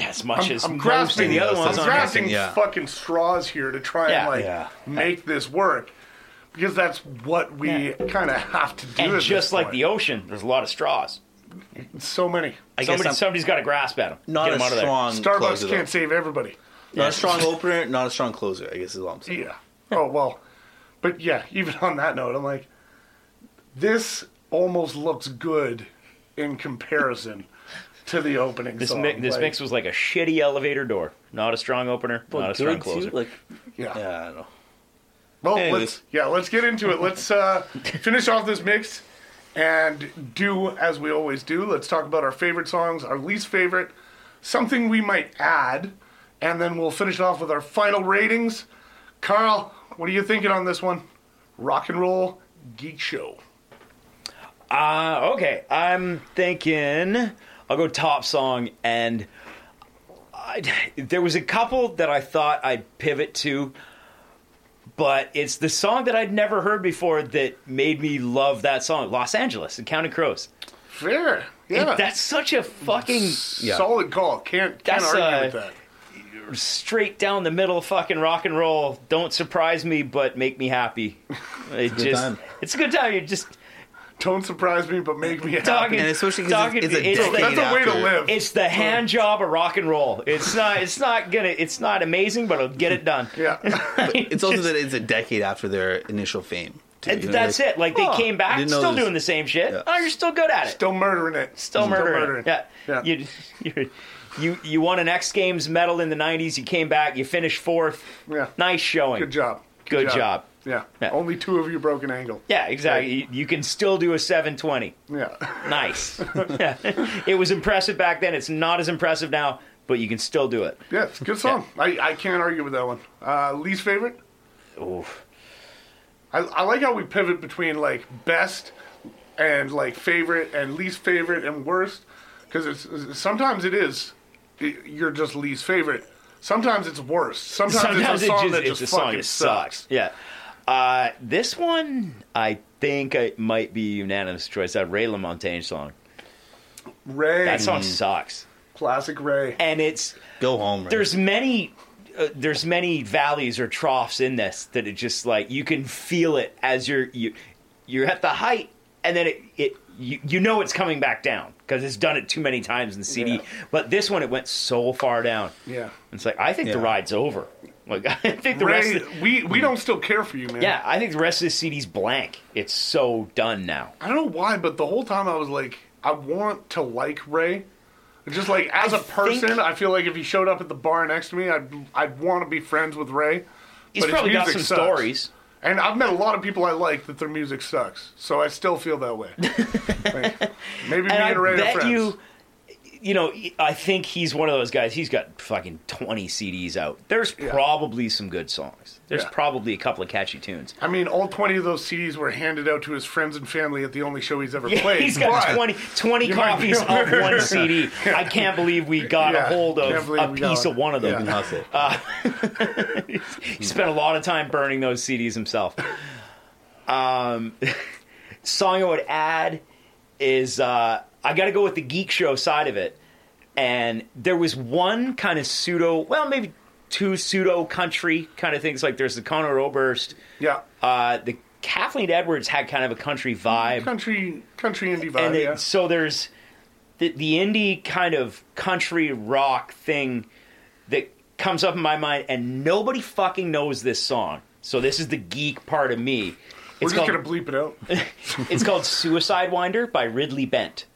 [SPEAKER 3] as much as
[SPEAKER 5] I'm
[SPEAKER 3] most
[SPEAKER 5] grasping
[SPEAKER 3] of the
[SPEAKER 5] the
[SPEAKER 3] other ones.
[SPEAKER 5] I'm
[SPEAKER 3] on
[SPEAKER 5] grasping
[SPEAKER 6] yeah.
[SPEAKER 5] fucking straws here to try
[SPEAKER 3] Yeah.
[SPEAKER 5] and like
[SPEAKER 6] Yeah.
[SPEAKER 5] make this work. because that's what we kind of have to do.
[SPEAKER 3] And
[SPEAKER 5] at
[SPEAKER 3] just
[SPEAKER 5] this
[SPEAKER 3] like
[SPEAKER 5] point.
[SPEAKER 3] the ocean, there's a lot of straws.
[SPEAKER 5] so many
[SPEAKER 6] I guess
[SPEAKER 3] Somebody,
[SPEAKER 6] I'm
[SPEAKER 3] somebody's got to grasp at them.
[SPEAKER 6] not a strong
[SPEAKER 5] Starbucks
[SPEAKER 6] closer,
[SPEAKER 5] can't
[SPEAKER 6] though.
[SPEAKER 5] save everybody.
[SPEAKER 6] Not
[SPEAKER 3] [LAUGHS]
[SPEAKER 6] a strong opener, not a strong closer. I guess is all I'm saying.
[SPEAKER 5] Yeah. Oh well, but yeah. [LAUGHS] Even on that note, I'm like, this almost looks good in comparison to the opening
[SPEAKER 3] This,
[SPEAKER 5] song.
[SPEAKER 3] mi- this
[SPEAKER 5] Like,
[SPEAKER 3] mix was like a shitty elevator door. Not a strong opener, not a strong
[SPEAKER 6] Good too,
[SPEAKER 3] closer.
[SPEAKER 6] Like,
[SPEAKER 5] Yeah.
[SPEAKER 6] yeah, I don't know.
[SPEAKER 5] Well,
[SPEAKER 6] Anyways.
[SPEAKER 5] let's yeah, let's get into it. Let's [LAUGHS] uh, finish off this mix and do as we always do. Let's talk about our favorite songs, our least favorite, something we might add, and then we'll finish off with our final ratings. Carl, what are you thinking on this one? Rock and roll geek show.
[SPEAKER 3] Uh, okay, I'm thinking I'll go top song, and I, there was a couple that I thought I'd pivot to, but it's the song that I'd never heard before that made me love that song, Los Angeles and Counting Crows.
[SPEAKER 5] Fair. Yeah.
[SPEAKER 3] It- that's such a fucking
[SPEAKER 6] Yeah.
[SPEAKER 5] Solid call. Can't can't
[SPEAKER 3] That's,
[SPEAKER 5] argue
[SPEAKER 3] uh,
[SPEAKER 5] with that.
[SPEAKER 3] straight down the middle fucking rock and roll. Don't surprise me, but make me
[SPEAKER 6] [LAUGHS]
[SPEAKER 3] happy. It
[SPEAKER 6] good
[SPEAKER 3] just
[SPEAKER 6] time.
[SPEAKER 3] it's a good time. You're just
[SPEAKER 5] Don't surprise me,
[SPEAKER 3] [LAUGHS]
[SPEAKER 5] but make me happy.
[SPEAKER 3] talking,
[SPEAKER 6] And especially because
[SPEAKER 3] talking.
[SPEAKER 6] it's, it's a
[SPEAKER 3] it's
[SPEAKER 6] decade
[SPEAKER 3] like-
[SPEAKER 5] That's a way to
[SPEAKER 6] after-
[SPEAKER 5] live.
[SPEAKER 3] It's the hand job of rock and roll. It's not. It's not gonna. It's not amazing, but it'll get it done.
[SPEAKER 5] Yeah.
[SPEAKER 3] [LAUGHS]
[SPEAKER 6] It's also that it's a decade after their initial fame. too,
[SPEAKER 3] And
[SPEAKER 6] you know,
[SPEAKER 3] that's
[SPEAKER 6] like-
[SPEAKER 3] it. Like they
[SPEAKER 6] Huh.
[SPEAKER 3] came
[SPEAKER 6] I
[SPEAKER 3] back,
[SPEAKER 6] didn't know
[SPEAKER 3] still
[SPEAKER 6] this.
[SPEAKER 3] doing the same shit.
[SPEAKER 6] Yeah.
[SPEAKER 3] Oh, you're still good at it. Still,
[SPEAKER 5] Still murdering it.
[SPEAKER 3] murdering.
[SPEAKER 5] murdering.
[SPEAKER 3] Yeah.
[SPEAKER 5] Yeah.
[SPEAKER 3] You, you, you, you won an X Games medal in the '90s. You came back. You finished fourth.
[SPEAKER 5] Yeah.
[SPEAKER 3] Nice showing.
[SPEAKER 5] Good job.
[SPEAKER 3] Good job.
[SPEAKER 5] Yeah.
[SPEAKER 3] Yeah.
[SPEAKER 5] Only two of you broke an angle.
[SPEAKER 3] Yeah, exactly. You, you can still do a 720.
[SPEAKER 5] Yeah. [LAUGHS]
[SPEAKER 3] Nice. [LAUGHS] Yeah. It was impressive back then. It's not as impressive now, but you can still do it.
[SPEAKER 5] Yeah, it's a good song. I, I can't argue with that one. Uh, least favorite?
[SPEAKER 3] Oof.
[SPEAKER 5] I, I like how we pivot between like best and like favorite and least favorite and worst because it's, it's- sometimes it is i- you're just least favorite. Sometimes it's worst. Sometimes,
[SPEAKER 3] Sometimes
[SPEAKER 5] it's a
[SPEAKER 3] it
[SPEAKER 5] song
[SPEAKER 3] just,
[SPEAKER 5] that
[SPEAKER 3] it's
[SPEAKER 5] just
[SPEAKER 3] a
[SPEAKER 5] fucking
[SPEAKER 3] song that sucks. Yeah. Uh, this one, I think it might be unanimous choice. That Ray LaMontagne song.
[SPEAKER 5] Ray,
[SPEAKER 3] That song sucks.
[SPEAKER 5] classic Ray.
[SPEAKER 3] And it's
[SPEAKER 6] Go home. Right?
[SPEAKER 3] there's many uh, there's many valleys or troughs in this that it just like you can feel it as you're you you're at the height and then it it you, you know it's coming back down because it's done it too many times in the CD.
[SPEAKER 5] Yeah.
[SPEAKER 3] But this one it went so far down.
[SPEAKER 5] Yeah,
[SPEAKER 3] It's like I think the
[SPEAKER 6] Yeah.
[SPEAKER 3] ride's over. Like [LAUGHS] I think the rest
[SPEAKER 5] Ray,
[SPEAKER 3] of the,
[SPEAKER 5] we we don't still care for you, man.
[SPEAKER 3] yeah I think the rest of the CD's blank. It's so done now.
[SPEAKER 5] I don't know why, but the whole time I was like, I want to like Ray. Just like as a
[SPEAKER 3] I think-
[SPEAKER 5] person, I feel like if he showed up at the bar next to me, I'd I'd want to be friends with Ray.
[SPEAKER 3] He's
[SPEAKER 5] But his
[SPEAKER 3] probably got
[SPEAKER 5] music
[SPEAKER 3] some
[SPEAKER 5] sucks.
[SPEAKER 3] stories.
[SPEAKER 5] And I've met a lot of people I like that their music sucks, so I still feel that
[SPEAKER 3] [LAUGHS]
[SPEAKER 5] way. Like, maybe me
[SPEAKER 3] and
[SPEAKER 5] and
[SPEAKER 3] I
[SPEAKER 5] Ray are
[SPEAKER 3] bet
[SPEAKER 5] friends.
[SPEAKER 3] you, you know, I think he's one of those guys. He's got fucking twenty CDs out. There's probably some good songs. There's
[SPEAKER 5] Yeah.
[SPEAKER 3] probably a couple of catchy tunes.
[SPEAKER 5] I mean, all twenty of those CDs were handed out to his friends and family at the only show he's ever
[SPEAKER 3] Yeah,
[SPEAKER 5] played.
[SPEAKER 3] [LAUGHS] he's got
[SPEAKER 5] but-
[SPEAKER 3] 20, 20
[SPEAKER 5] You might
[SPEAKER 3] copies
[SPEAKER 5] be
[SPEAKER 3] of
[SPEAKER 5] over-
[SPEAKER 3] one
[SPEAKER 5] [LAUGHS]
[SPEAKER 3] CD. I can't believe we got
[SPEAKER 5] Yeah,
[SPEAKER 3] a hold
[SPEAKER 5] can't
[SPEAKER 3] of
[SPEAKER 5] believe
[SPEAKER 3] a
[SPEAKER 5] we got
[SPEAKER 3] piece
[SPEAKER 5] it.
[SPEAKER 3] of one of them.
[SPEAKER 5] Yeah.
[SPEAKER 6] hustle.
[SPEAKER 3] He spent a lot of time burning those CDs himself. Um, [LAUGHS] song I would add is uh, I got to go with the geek show side of it, and there was one kind of pseudo, well, maybe two pseudo country kind of things. Like there's the Conor Oberst,
[SPEAKER 5] Yeah,
[SPEAKER 3] uh, the Kathleen Edwards had kind of a country vibe
[SPEAKER 5] country country indie vibe.
[SPEAKER 3] and it-
[SPEAKER 5] yeah.
[SPEAKER 3] so there's the, the indie kind of country rock thing that comes up in my mind, and nobody fucking knows this song. So this is the geek part of me.
[SPEAKER 5] We're
[SPEAKER 3] It's
[SPEAKER 5] just
[SPEAKER 3] called,
[SPEAKER 5] gonna bleep it out. [LAUGHS]
[SPEAKER 3] it's called Suicide Winder by Ridley Bent.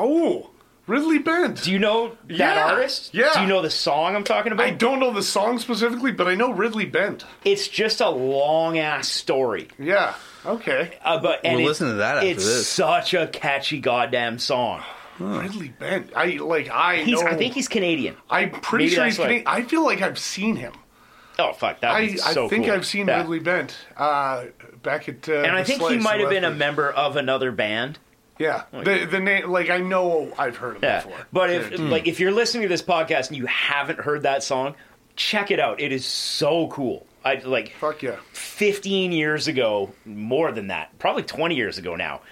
[SPEAKER 5] Oh, Ridley Bent.
[SPEAKER 3] Do you know that
[SPEAKER 5] Yeah,
[SPEAKER 3] artist?
[SPEAKER 5] yeah.
[SPEAKER 3] Do you know the song I'm talking about?
[SPEAKER 5] I don't know the song specifically, but I know Ridley Bent.
[SPEAKER 3] It's just a long ass story.
[SPEAKER 5] Yeah. Okay.
[SPEAKER 3] Uh, but and
[SPEAKER 6] We'll
[SPEAKER 3] it-
[SPEAKER 6] listen to that after
[SPEAKER 3] it's
[SPEAKER 6] this.
[SPEAKER 3] such a catchy goddamn song.
[SPEAKER 5] Ridley Bent. I like. I
[SPEAKER 3] He's,
[SPEAKER 5] know.
[SPEAKER 3] I think he's Canadian.
[SPEAKER 5] I'm pretty
[SPEAKER 3] maybe
[SPEAKER 5] sure he's.
[SPEAKER 3] that's
[SPEAKER 5] Canadian. I feel like I've seen him.
[SPEAKER 3] Oh fuck, that
[SPEAKER 5] I,
[SPEAKER 3] was
[SPEAKER 5] I
[SPEAKER 3] so
[SPEAKER 5] think
[SPEAKER 3] cool.
[SPEAKER 5] I've seen
[SPEAKER 3] Yeah.
[SPEAKER 5] Ridley Bent uh, back at. Uh,
[SPEAKER 3] And I
[SPEAKER 5] the
[SPEAKER 3] think he
[SPEAKER 5] Slice
[SPEAKER 3] might
[SPEAKER 5] in
[SPEAKER 3] have been a
[SPEAKER 5] Lethbridge.
[SPEAKER 3] member of another band.
[SPEAKER 5] Yeah. The the name like I know I've heard him
[SPEAKER 3] Yeah.
[SPEAKER 5] before.
[SPEAKER 3] But if like if you're listening to this podcast and you haven't heard that song, check it out. It is so cool. I like
[SPEAKER 5] Fuck yeah.
[SPEAKER 3] 15 years ago, more than that, probably 20 years ago now.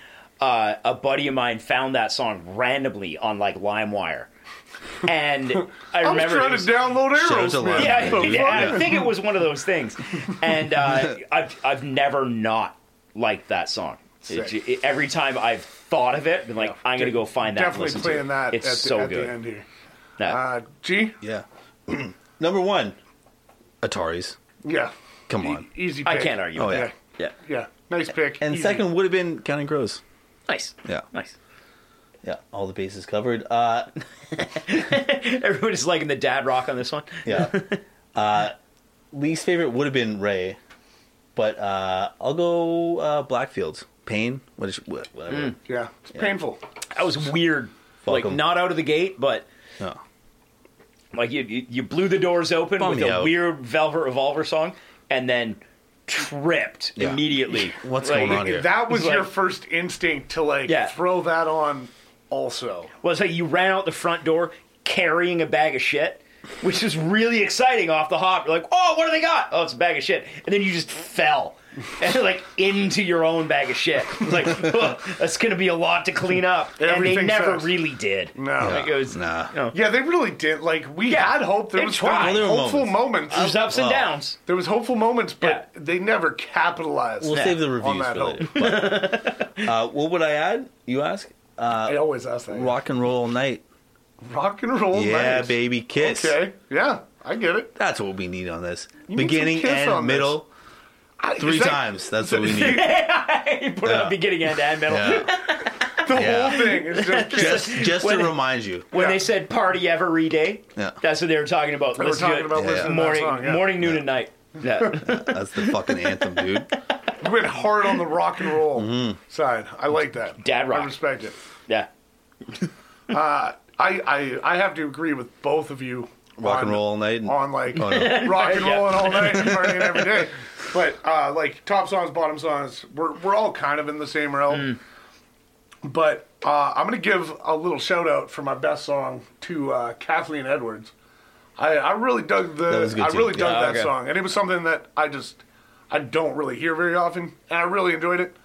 [SPEAKER 3] Uh, a buddy of mine found that song randomly on like LimeWire,
[SPEAKER 5] [LAUGHS]
[SPEAKER 3] and I
[SPEAKER 5] I was
[SPEAKER 3] remember it
[SPEAKER 5] trying
[SPEAKER 3] was-
[SPEAKER 5] to download
[SPEAKER 6] Shout out
[SPEAKER 5] arrows.
[SPEAKER 6] to Lionel.
[SPEAKER 3] yeah,
[SPEAKER 5] The
[SPEAKER 3] yeah,
[SPEAKER 5] fuck? [LAUGHS]
[SPEAKER 3] I think it was one of those things, and uh, I've I've never not liked that song. It,
[SPEAKER 5] Sick.
[SPEAKER 3] it- every time I've thought of it, been like, I'm gonna go find that. and
[SPEAKER 5] Definitely
[SPEAKER 3] listen to
[SPEAKER 5] playing
[SPEAKER 3] it.
[SPEAKER 5] that
[SPEAKER 3] It's
[SPEAKER 5] at,
[SPEAKER 3] so
[SPEAKER 5] the, at
[SPEAKER 3] good.
[SPEAKER 5] the end here.
[SPEAKER 3] That-
[SPEAKER 5] Uh, G?
[SPEAKER 6] Yeah. [CLEARS THROAT] Number one, Atari's.
[SPEAKER 5] Yeah.
[SPEAKER 6] Come on.
[SPEAKER 5] E- easy
[SPEAKER 3] I
[SPEAKER 5] pick.
[SPEAKER 3] can't argue.
[SPEAKER 6] Oh
[SPEAKER 3] with
[SPEAKER 6] yeah.
[SPEAKER 5] Yeah.
[SPEAKER 6] Yeah.
[SPEAKER 5] Yeah. Nice pick.
[SPEAKER 6] And
[SPEAKER 5] Easy.
[SPEAKER 6] second would have been Counting Crows.
[SPEAKER 3] that. Nice.
[SPEAKER 6] Yeah.
[SPEAKER 3] Nice. [LAUGHS]
[SPEAKER 6] Yeah. All the bases covered. Uh,
[SPEAKER 3] Everyone is liking the dad rock on this one.
[SPEAKER 6] yeah.
[SPEAKER 5] [LAUGHS]
[SPEAKER 6] uh, least favorite would have been Ray, but uh, I'll go uh, Blackfields. Pain. What is what- whatever.
[SPEAKER 5] Yeah. It's painful.
[SPEAKER 3] That was weird.
[SPEAKER 6] Fuck
[SPEAKER 3] like
[SPEAKER 6] 'em.
[SPEAKER 3] not out of the gate, but
[SPEAKER 6] No.
[SPEAKER 3] like you you, you blew the doors open
[SPEAKER 6] Bum
[SPEAKER 3] with
[SPEAKER 6] me
[SPEAKER 3] a
[SPEAKER 6] out.
[SPEAKER 3] weird Velvet Revolver song, and then tripped
[SPEAKER 6] Yeah.
[SPEAKER 3] immediately.
[SPEAKER 6] [LAUGHS] What's
[SPEAKER 3] Like,
[SPEAKER 6] going on here?
[SPEAKER 5] That was
[SPEAKER 3] It's like-
[SPEAKER 5] your first instinct to like
[SPEAKER 3] Yeah.
[SPEAKER 5] throw that on also.
[SPEAKER 3] Well, it's like you ran out the front door carrying a bag of shit, which is really exciting off the hop. You're like, oh, what do they got? Oh, it's a bag of shit. And then you just fell. [LAUGHS] And like into your own bag of shit. It's like, [LAUGHS] "Ugh, that's gonna be a lot to clean up. And they
[SPEAKER 5] Everything
[SPEAKER 3] never
[SPEAKER 5] sucks.
[SPEAKER 3] really did.
[SPEAKER 5] No.
[SPEAKER 3] Like, it was,
[SPEAKER 6] Nah.
[SPEAKER 3] you know,
[SPEAKER 5] Yeah, they really did. Like we
[SPEAKER 3] Yeah.
[SPEAKER 5] had hope. There
[SPEAKER 3] They
[SPEAKER 5] was
[SPEAKER 3] tried.
[SPEAKER 5] there
[SPEAKER 6] Well,
[SPEAKER 5] were
[SPEAKER 6] there were
[SPEAKER 5] hopeful moments.
[SPEAKER 3] there's ups and
[SPEAKER 6] Well,
[SPEAKER 3] downs. [LAUGHS]
[SPEAKER 5] There was hopeful moments, but they never capitalized.
[SPEAKER 6] We'll
[SPEAKER 5] on
[SPEAKER 6] save the reviews
[SPEAKER 5] that
[SPEAKER 6] for
[SPEAKER 5] hope.
[SPEAKER 6] later.
[SPEAKER 5] [LAUGHS]
[SPEAKER 6] But, uh, what would I add? You ask.
[SPEAKER 5] I always ask that. Rock,
[SPEAKER 6] Rock and roll all night.
[SPEAKER 5] and roll.
[SPEAKER 6] yeah,
[SPEAKER 5] nice.
[SPEAKER 6] baby, kiss.
[SPEAKER 5] Okay. Yeah, I get it.
[SPEAKER 6] That's what we need on this.
[SPEAKER 5] need some
[SPEAKER 6] Beginning
[SPEAKER 5] Kiss on
[SPEAKER 6] and
[SPEAKER 5] this.
[SPEAKER 6] middle,
[SPEAKER 5] I- is
[SPEAKER 6] three
[SPEAKER 5] that-
[SPEAKER 6] times. That's
[SPEAKER 5] [LAUGHS]
[SPEAKER 6] what we need.
[SPEAKER 3] You put it
[SPEAKER 6] Yeah.
[SPEAKER 3] on beginning end and middle.
[SPEAKER 6] Yeah.
[SPEAKER 5] The
[SPEAKER 6] Yeah.
[SPEAKER 5] whole thing is
[SPEAKER 3] [LAUGHS]
[SPEAKER 5] just kiss.
[SPEAKER 6] Just, just to
[SPEAKER 3] When-
[SPEAKER 6] remind you.
[SPEAKER 3] When
[SPEAKER 5] Yeah.
[SPEAKER 3] they said party every day,
[SPEAKER 6] Yeah.
[SPEAKER 3] that's what they were talking about.
[SPEAKER 5] They were
[SPEAKER 3] Listen to
[SPEAKER 5] talking
[SPEAKER 3] it
[SPEAKER 5] about listening to that
[SPEAKER 3] morning,
[SPEAKER 5] song, yeah.
[SPEAKER 3] morning, noon, and night. Yeah.
[SPEAKER 6] That's the fucking anthem, dude.
[SPEAKER 5] You went hard on the rock and roll
[SPEAKER 6] Mm-hmm.
[SPEAKER 5] side. I like that.
[SPEAKER 3] Dad rock.
[SPEAKER 5] I respect it.
[SPEAKER 3] [LAUGHS] yeah.
[SPEAKER 5] I, I I have to agree with both of you.
[SPEAKER 6] Rock and
[SPEAKER 5] on-
[SPEAKER 6] roll all night. And,
[SPEAKER 5] on like
[SPEAKER 6] Oh,
[SPEAKER 5] [LAUGHS]
[SPEAKER 6] no.
[SPEAKER 5] rock and roll and all night and partying every day. But uh, like top songs, bottom songs, we're we're all kind of in the same realm. But uh, I'm gonna give a little shout out for my best song to uh, Kathleen Edwards. I, I really dug the
[SPEAKER 6] That was good
[SPEAKER 5] I
[SPEAKER 6] too.
[SPEAKER 5] really dug
[SPEAKER 3] Yeah,
[SPEAKER 5] that
[SPEAKER 3] okay.
[SPEAKER 5] song, and it was something that I just I don't really hear very often, and I really enjoyed it.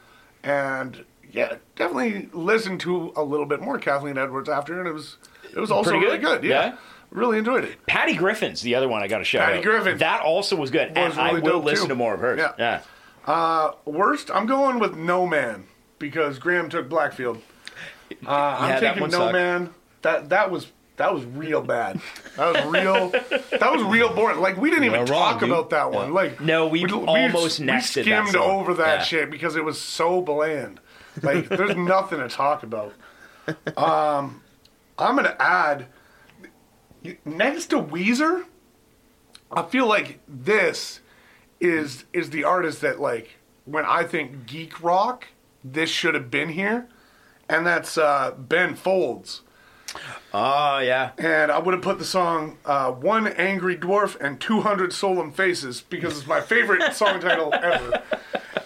[SPEAKER 5] And yeah, definitely listened to a little bit more Kathleen Edwards after, and it was it was also
[SPEAKER 3] Pretty
[SPEAKER 5] really
[SPEAKER 3] good.
[SPEAKER 5] good. Yeah.
[SPEAKER 3] Yeah.
[SPEAKER 5] really enjoyed it.
[SPEAKER 3] Patty Griffin's the other one I got to shout
[SPEAKER 5] Patty
[SPEAKER 3] out.
[SPEAKER 5] Griffin.
[SPEAKER 3] That also was good.
[SPEAKER 5] Was
[SPEAKER 3] and I
[SPEAKER 5] really
[SPEAKER 3] will
[SPEAKER 5] dope,
[SPEAKER 3] listen
[SPEAKER 5] too.
[SPEAKER 3] to more of hers.
[SPEAKER 5] Yeah.
[SPEAKER 3] Yeah.
[SPEAKER 5] Worst, I'm going with No Man because Graham took Blackfield. Uh, I'm
[SPEAKER 3] Yeah, that
[SPEAKER 5] taking
[SPEAKER 3] one
[SPEAKER 5] No
[SPEAKER 3] sucked.
[SPEAKER 5] Man. That that was that was real bad. That was real. that was real boring. Like we didn't even
[SPEAKER 6] not wrong,
[SPEAKER 5] talk
[SPEAKER 6] dude.
[SPEAKER 5] about that one. Like
[SPEAKER 3] No, we almost
[SPEAKER 5] we
[SPEAKER 3] nested that
[SPEAKER 5] skimmed
[SPEAKER 3] song.
[SPEAKER 5] over that
[SPEAKER 3] Yeah.
[SPEAKER 5] shit because it was so bland. Like
[SPEAKER 3] [LAUGHS]
[SPEAKER 5] there's nothing to talk about. Um, I'm gonna add next to Weezer. I feel like this is is the artist that like when I think geek rock, this should have been here, and that's uh, Ben Folds.
[SPEAKER 3] Oh, yeah.
[SPEAKER 5] And I would have put the song uh, "One Angry Dwarf and 200 Solemn Faces" because it's
[SPEAKER 3] [LAUGHS]
[SPEAKER 5] my favorite song title ever.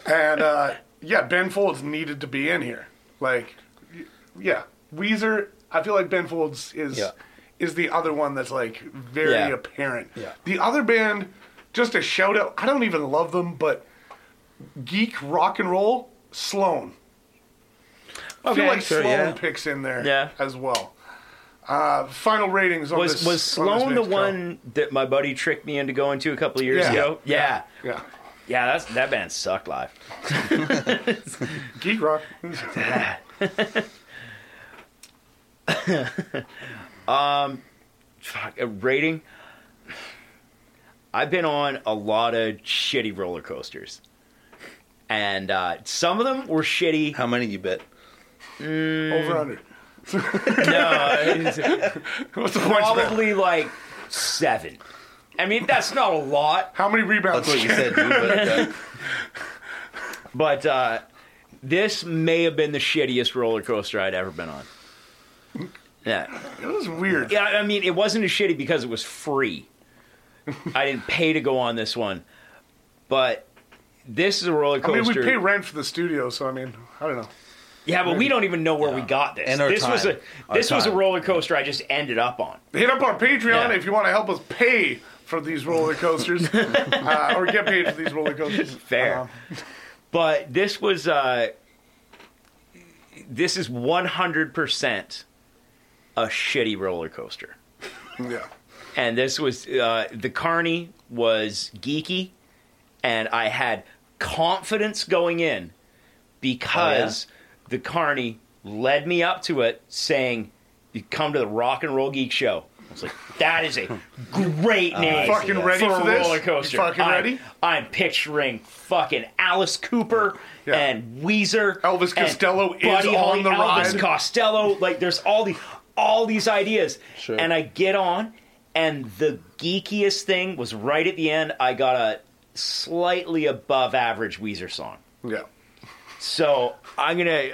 [SPEAKER 5] And uh, yeah, Ben Folds needed to be in here. Like, y- yeah, Weezer. I feel like Ben Folds is
[SPEAKER 6] Yeah.
[SPEAKER 5] is the other one that's like very
[SPEAKER 3] Yeah.
[SPEAKER 5] apparent.
[SPEAKER 6] Yeah.
[SPEAKER 5] The other band, just a shout out. I don't even love them, but geek rock and roll Sloan. I feel
[SPEAKER 3] Okay,
[SPEAKER 5] like
[SPEAKER 6] sure,
[SPEAKER 5] Sloan
[SPEAKER 6] yeah.
[SPEAKER 5] picks in there
[SPEAKER 3] Yeah.
[SPEAKER 5] as well. Uh, final ratings on
[SPEAKER 3] Was
[SPEAKER 5] this
[SPEAKER 3] was
[SPEAKER 5] on this
[SPEAKER 3] Sloan the
[SPEAKER 5] mixtape.
[SPEAKER 3] one that my buddy tricked me into going to a couple of years
[SPEAKER 5] Yeah.
[SPEAKER 3] ago? Yeah. Yeah,
[SPEAKER 5] Yeah,
[SPEAKER 3] that's, that band sucked live.
[SPEAKER 5] geek rock.
[SPEAKER 3] Hmm. Fuck, a rating? I've been on a lot of shitty roller coasters. And uh, some of them were shitty.
[SPEAKER 6] [LAUGHS] How many you bet?
[SPEAKER 5] Over under. [LAUGHS]
[SPEAKER 3] No,
[SPEAKER 5] What's the point? Probably.
[SPEAKER 3] probably like seven. I mean, that's not a lot.
[SPEAKER 5] How many rebounds?
[SPEAKER 6] That's what you said, dude.
[SPEAKER 5] [LAUGHS]
[SPEAKER 3] But
[SPEAKER 6] But, uh,
[SPEAKER 3] uh, this may have been the shittiest roller coaster I'd ever been on. Yeah.
[SPEAKER 5] It was weird.
[SPEAKER 3] Yeah, I mean, it wasn't as shitty because it was free. I didn't pay to go on this one. But this is a roller
[SPEAKER 5] I mean, we
[SPEAKER 3] coaster.
[SPEAKER 5] pay rent for the studio, so I mean, I don't know.
[SPEAKER 3] yeah, but we don't even know where we got this.
[SPEAKER 6] And our
[SPEAKER 3] this was a
[SPEAKER 6] time. Our
[SPEAKER 3] this was a
[SPEAKER 6] time.
[SPEAKER 3] roller coaster I just ended up on.
[SPEAKER 5] Hit up our Patreon
[SPEAKER 3] Yeah.
[SPEAKER 5] if you want to help us pay for these roller
[SPEAKER 3] [LAUGHS]
[SPEAKER 5] coasters, uh, or get paid for these roller coasters.
[SPEAKER 3] Fair.
[SPEAKER 5] Um,
[SPEAKER 3] But this was uh this is 100% a shitty roller coaster.
[SPEAKER 5] Um, yeah.
[SPEAKER 3] and this was uh, the carney was geeky and i had confidence going in because the carney led me up to it saying, "You come to the Rock and Roll Geek Show." I was like, "That is a great name."
[SPEAKER 5] Fucking ready
[SPEAKER 3] for,
[SPEAKER 5] for
[SPEAKER 3] a
[SPEAKER 5] this?
[SPEAKER 3] roller coaster.
[SPEAKER 5] You fucking
[SPEAKER 3] I'm,
[SPEAKER 5] ready?
[SPEAKER 3] I'm picturing fucking Alice Cooper
[SPEAKER 5] Yeah.
[SPEAKER 3] and Weezer.
[SPEAKER 5] Elvis
[SPEAKER 3] and
[SPEAKER 5] Costello is
[SPEAKER 3] Buddy
[SPEAKER 5] on
[SPEAKER 3] Holly,
[SPEAKER 5] the
[SPEAKER 3] Elvis
[SPEAKER 5] ride.
[SPEAKER 3] Costello. Like there's all the all these ideas.
[SPEAKER 6] Sure.
[SPEAKER 3] And I get on, and the geekiest thing was right at the end. I got a slightly above average Weezer song.
[SPEAKER 5] Yeah.
[SPEAKER 3] So I'm gonna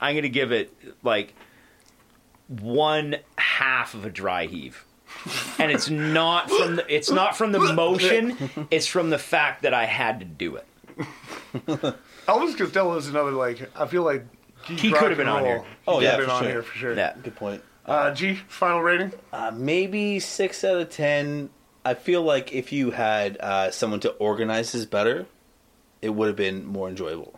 [SPEAKER 3] I'm gonna give it like one half of a dry heave. And it's not from the, it's not from the motion, it's from the fact that I had to do it.
[SPEAKER 5] Elvis Costello is another like I feel like geek
[SPEAKER 3] He
[SPEAKER 5] rock
[SPEAKER 3] could've been
[SPEAKER 5] and
[SPEAKER 3] on
[SPEAKER 5] roll.
[SPEAKER 3] here.
[SPEAKER 6] Oh,
[SPEAKER 5] He
[SPEAKER 6] yeah,
[SPEAKER 5] could've been
[SPEAKER 6] for
[SPEAKER 5] on
[SPEAKER 6] sure.
[SPEAKER 5] here for sure.
[SPEAKER 3] Yeah.
[SPEAKER 6] Good point.
[SPEAKER 5] Uh, G final rating.
[SPEAKER 6] Uh, maybe six out of ten. I feel like if you had uh, someone to organize this better, it would have been more enjoyable.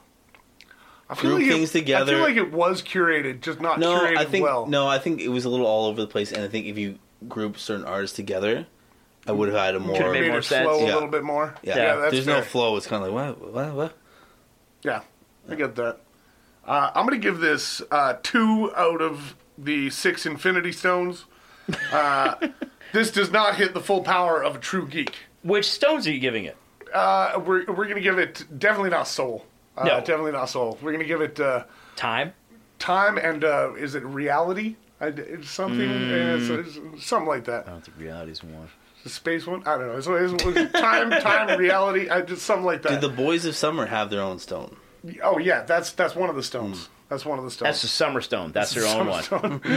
[SPEAKER 5] I feel
[SPEAKER 6] Group
[SPEAKER 5] like
[SPEAKER 6] things
[SPEAKER 5] it, I
[SPEAKER 6] together.
[SPEAKER 5] feel like it was curated, just not
[SPEAKER 6] No,
[SPEAKER 5] curated
[SPEAKER 6] I think
[SPEAKER 5] well.
[SPEAKER 6] no, I think it was a little all over the place, and I think if you group certain artists together, I would have had a more.
[SPEAKER 3] Could've
[SPEAKER 5] Made
[SPEAKER 3] made more
[SPEAKER 5] it
[SPEAKER 3] sense.
[SPEAKER 5] flow a
[SPEAKER 6] Yeah.
[SPEAKER 5] little bit more.
[SPEAKER 6] yeah,
[SPEAKER 5] that's
[SPEAKER 6] there's no
[SPEAKER 5] fair.
[SPEAKER 6] flow. It's kind of like what, what, what?
[SPEAKER 5] Yeah, I get that. Uh, I'm gonna give this uh, two out of the six Infinity Stones. Uh, [LAUGHS] this does not hit the full power of a true geek.
[SPEAKER 3] Which stones are you giving it?
[SPEAKER 5] Uh, we're we're gonna give it definitely not soul. Uh,
[SPEAKER 3] No.
[SPEAKER 5] definitely not soul. We're gonna give it uh,
[SPEAKER 3] Time?
[SPEAKER 5] time and uh, is it reality? I, it's something,
[SPEAKER 6] Mm.
[SPEAKER 5] yeah, it's- it's something like that.
[SPEAKER 6] Oh.
[SPEAKER 3] I don't think reality's one.
[SPEAKER 5] The space one. I don't know. So it's, it's time, time, reality. I just something like that.
[SPEAKER 6] Did the Boys of Summer have their own stone?
[SPEAKER 5] oh yeah, that's that's one of the stones.
[SPEAKER 6] Hmm.
[SPEAKER 5] That's one of the stones.
[SPEAKER 3] That's the summer stone. That's their own one.
[SPEAKER 5] Summerstone.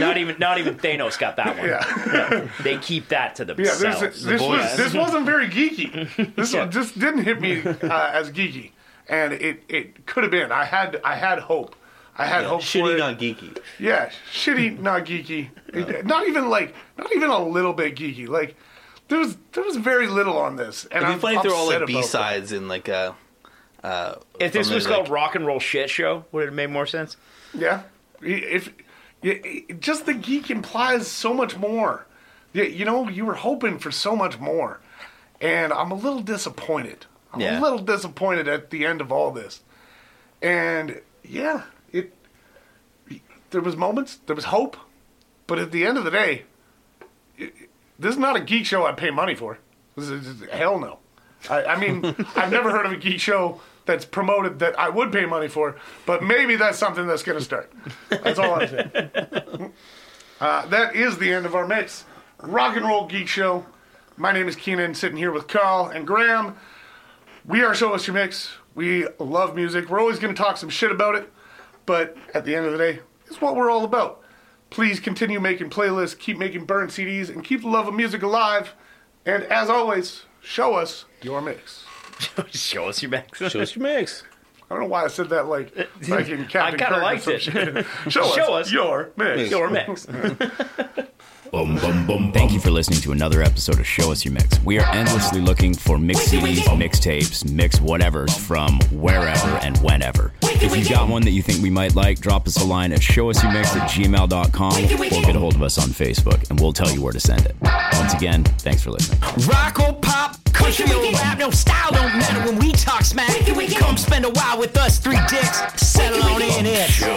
[SPEAKER 3] [LAUGHS] Not even not even Thanos got that one. [LAUGHS]
[SPEAKER 5] yeah.
[SPEAKER 3] No, they keep that to
[SPEAKER 5] Yeah,
[SPEAKER 3] themselves.
[SPEAKER 5] this, this, was, this wasn't very
[SPEAKER 6] [LAUGHS]
[SPEAKER 5] geeky. This
[SPEAKER 3] Yeah.
[SPEAKER 5] just didn't hit me uh, as geeky, and it, it could have been. I had I had hope. I had hope for
[SPEAKER 6] Shitty,
[SPEAKER 5] it.
[SPEAKER 6] not geeky.
[SPEAKER 5] yeah, shitty, not
[SPEAKER 6] [LAUGHS]
[SPEAKER 5] geeky. It- not even like not even a little bit geeky. Like there was there was very little on this, and
[SPEAKER 6] It'd
[SPEAKER 5] I'm
[SPEAKER 6] be funny if they were all
[SPEAKER 5] upset
[SPEAKER 6] like
[SPEAKER 5] about
[SPEAKER 6] B
[SPEAKER 5] that.
[SPEAKER 6] sides and like uh, uh,
[SPEAKER 3] if this
[SPEAKER 6] from
[SPEAKER 3] was
[SPEAKER 6] their,
[SPEAKER 3] called
[SPEAKER 6] like-
[SPEAKER 3] Rock and Roll Shit Show, would it have made more sense? [LAUGHS]
[SPEAKER 5] Yeah. If yeah, it- just the geek implies so much more. Yeah, you know, you were hoping for so much more, and I'm a little disappointed. I'm
[SPEAKER 6] Yeah.
[SPEAKER 5] a little disappointed at the end of all this, and yeah, it. There was moments, there was hope, but at the end of the day, it- this is not a geek show I'd pay money for. This is, hell no. I, I mean, I've never heard of a geek show that's promoted that I would pay money for, but maybe that's something that's going to start. That's all I'm saying. Uh, that is the end of our mix. Rock and Roll Geek Show. My name is Keenan, sitting here with Carl and Graham. We are Show Us Your Mix. We love music. We're always going to talk some shit about it, but at the end of the day, it's what we're all about. Please continue making playlists, keep making burn CDs, and keep the love of music alive. And as always, show us your mix.
[SPEAKER 3] Show us your backs. [LAUGHS]
[SPEAKER 6] Show us your mix.
[SPEAKER 5] I don't know why I said that like like in
[SPEAKER 3] I
[SPEAKER 5] Captain
[SPEAKER 3] kind of
[SPEAKER 5] Kirk
[SPEAKER 3] liked
[SPEAKER 5] or
[SPEAKER 3] it.
[SPEAKER 5] some shit.
[SPEAKER 3] [LAUGHS]
[SPEAKER 5] Show,
[SPEAKER 3] Show
[SPEAKER 5] us
[SPEAKER 3] us
[SPEAKER 5] your mix.
[SPEAKER 3] Your mix.
[SPEAKER 2] Bum bum bum
[SPEAKER 10] Thank you for listening to another episode of Show Us Your Mix. We are endlessly looking for mix CDs, mixtapes, mix whatever from wherever and whenever. If you've got one that you think we might like, drop us a line at showusyourmix at gmail.com or get a hold of us on Facebook and we'll tell you where to send it. Once again, thanks for listening.
[SPEAKER 4] Rock or pop, country or rap, no style don't matter when we talk smack. Come spend a while with us three dicks, settle on in it.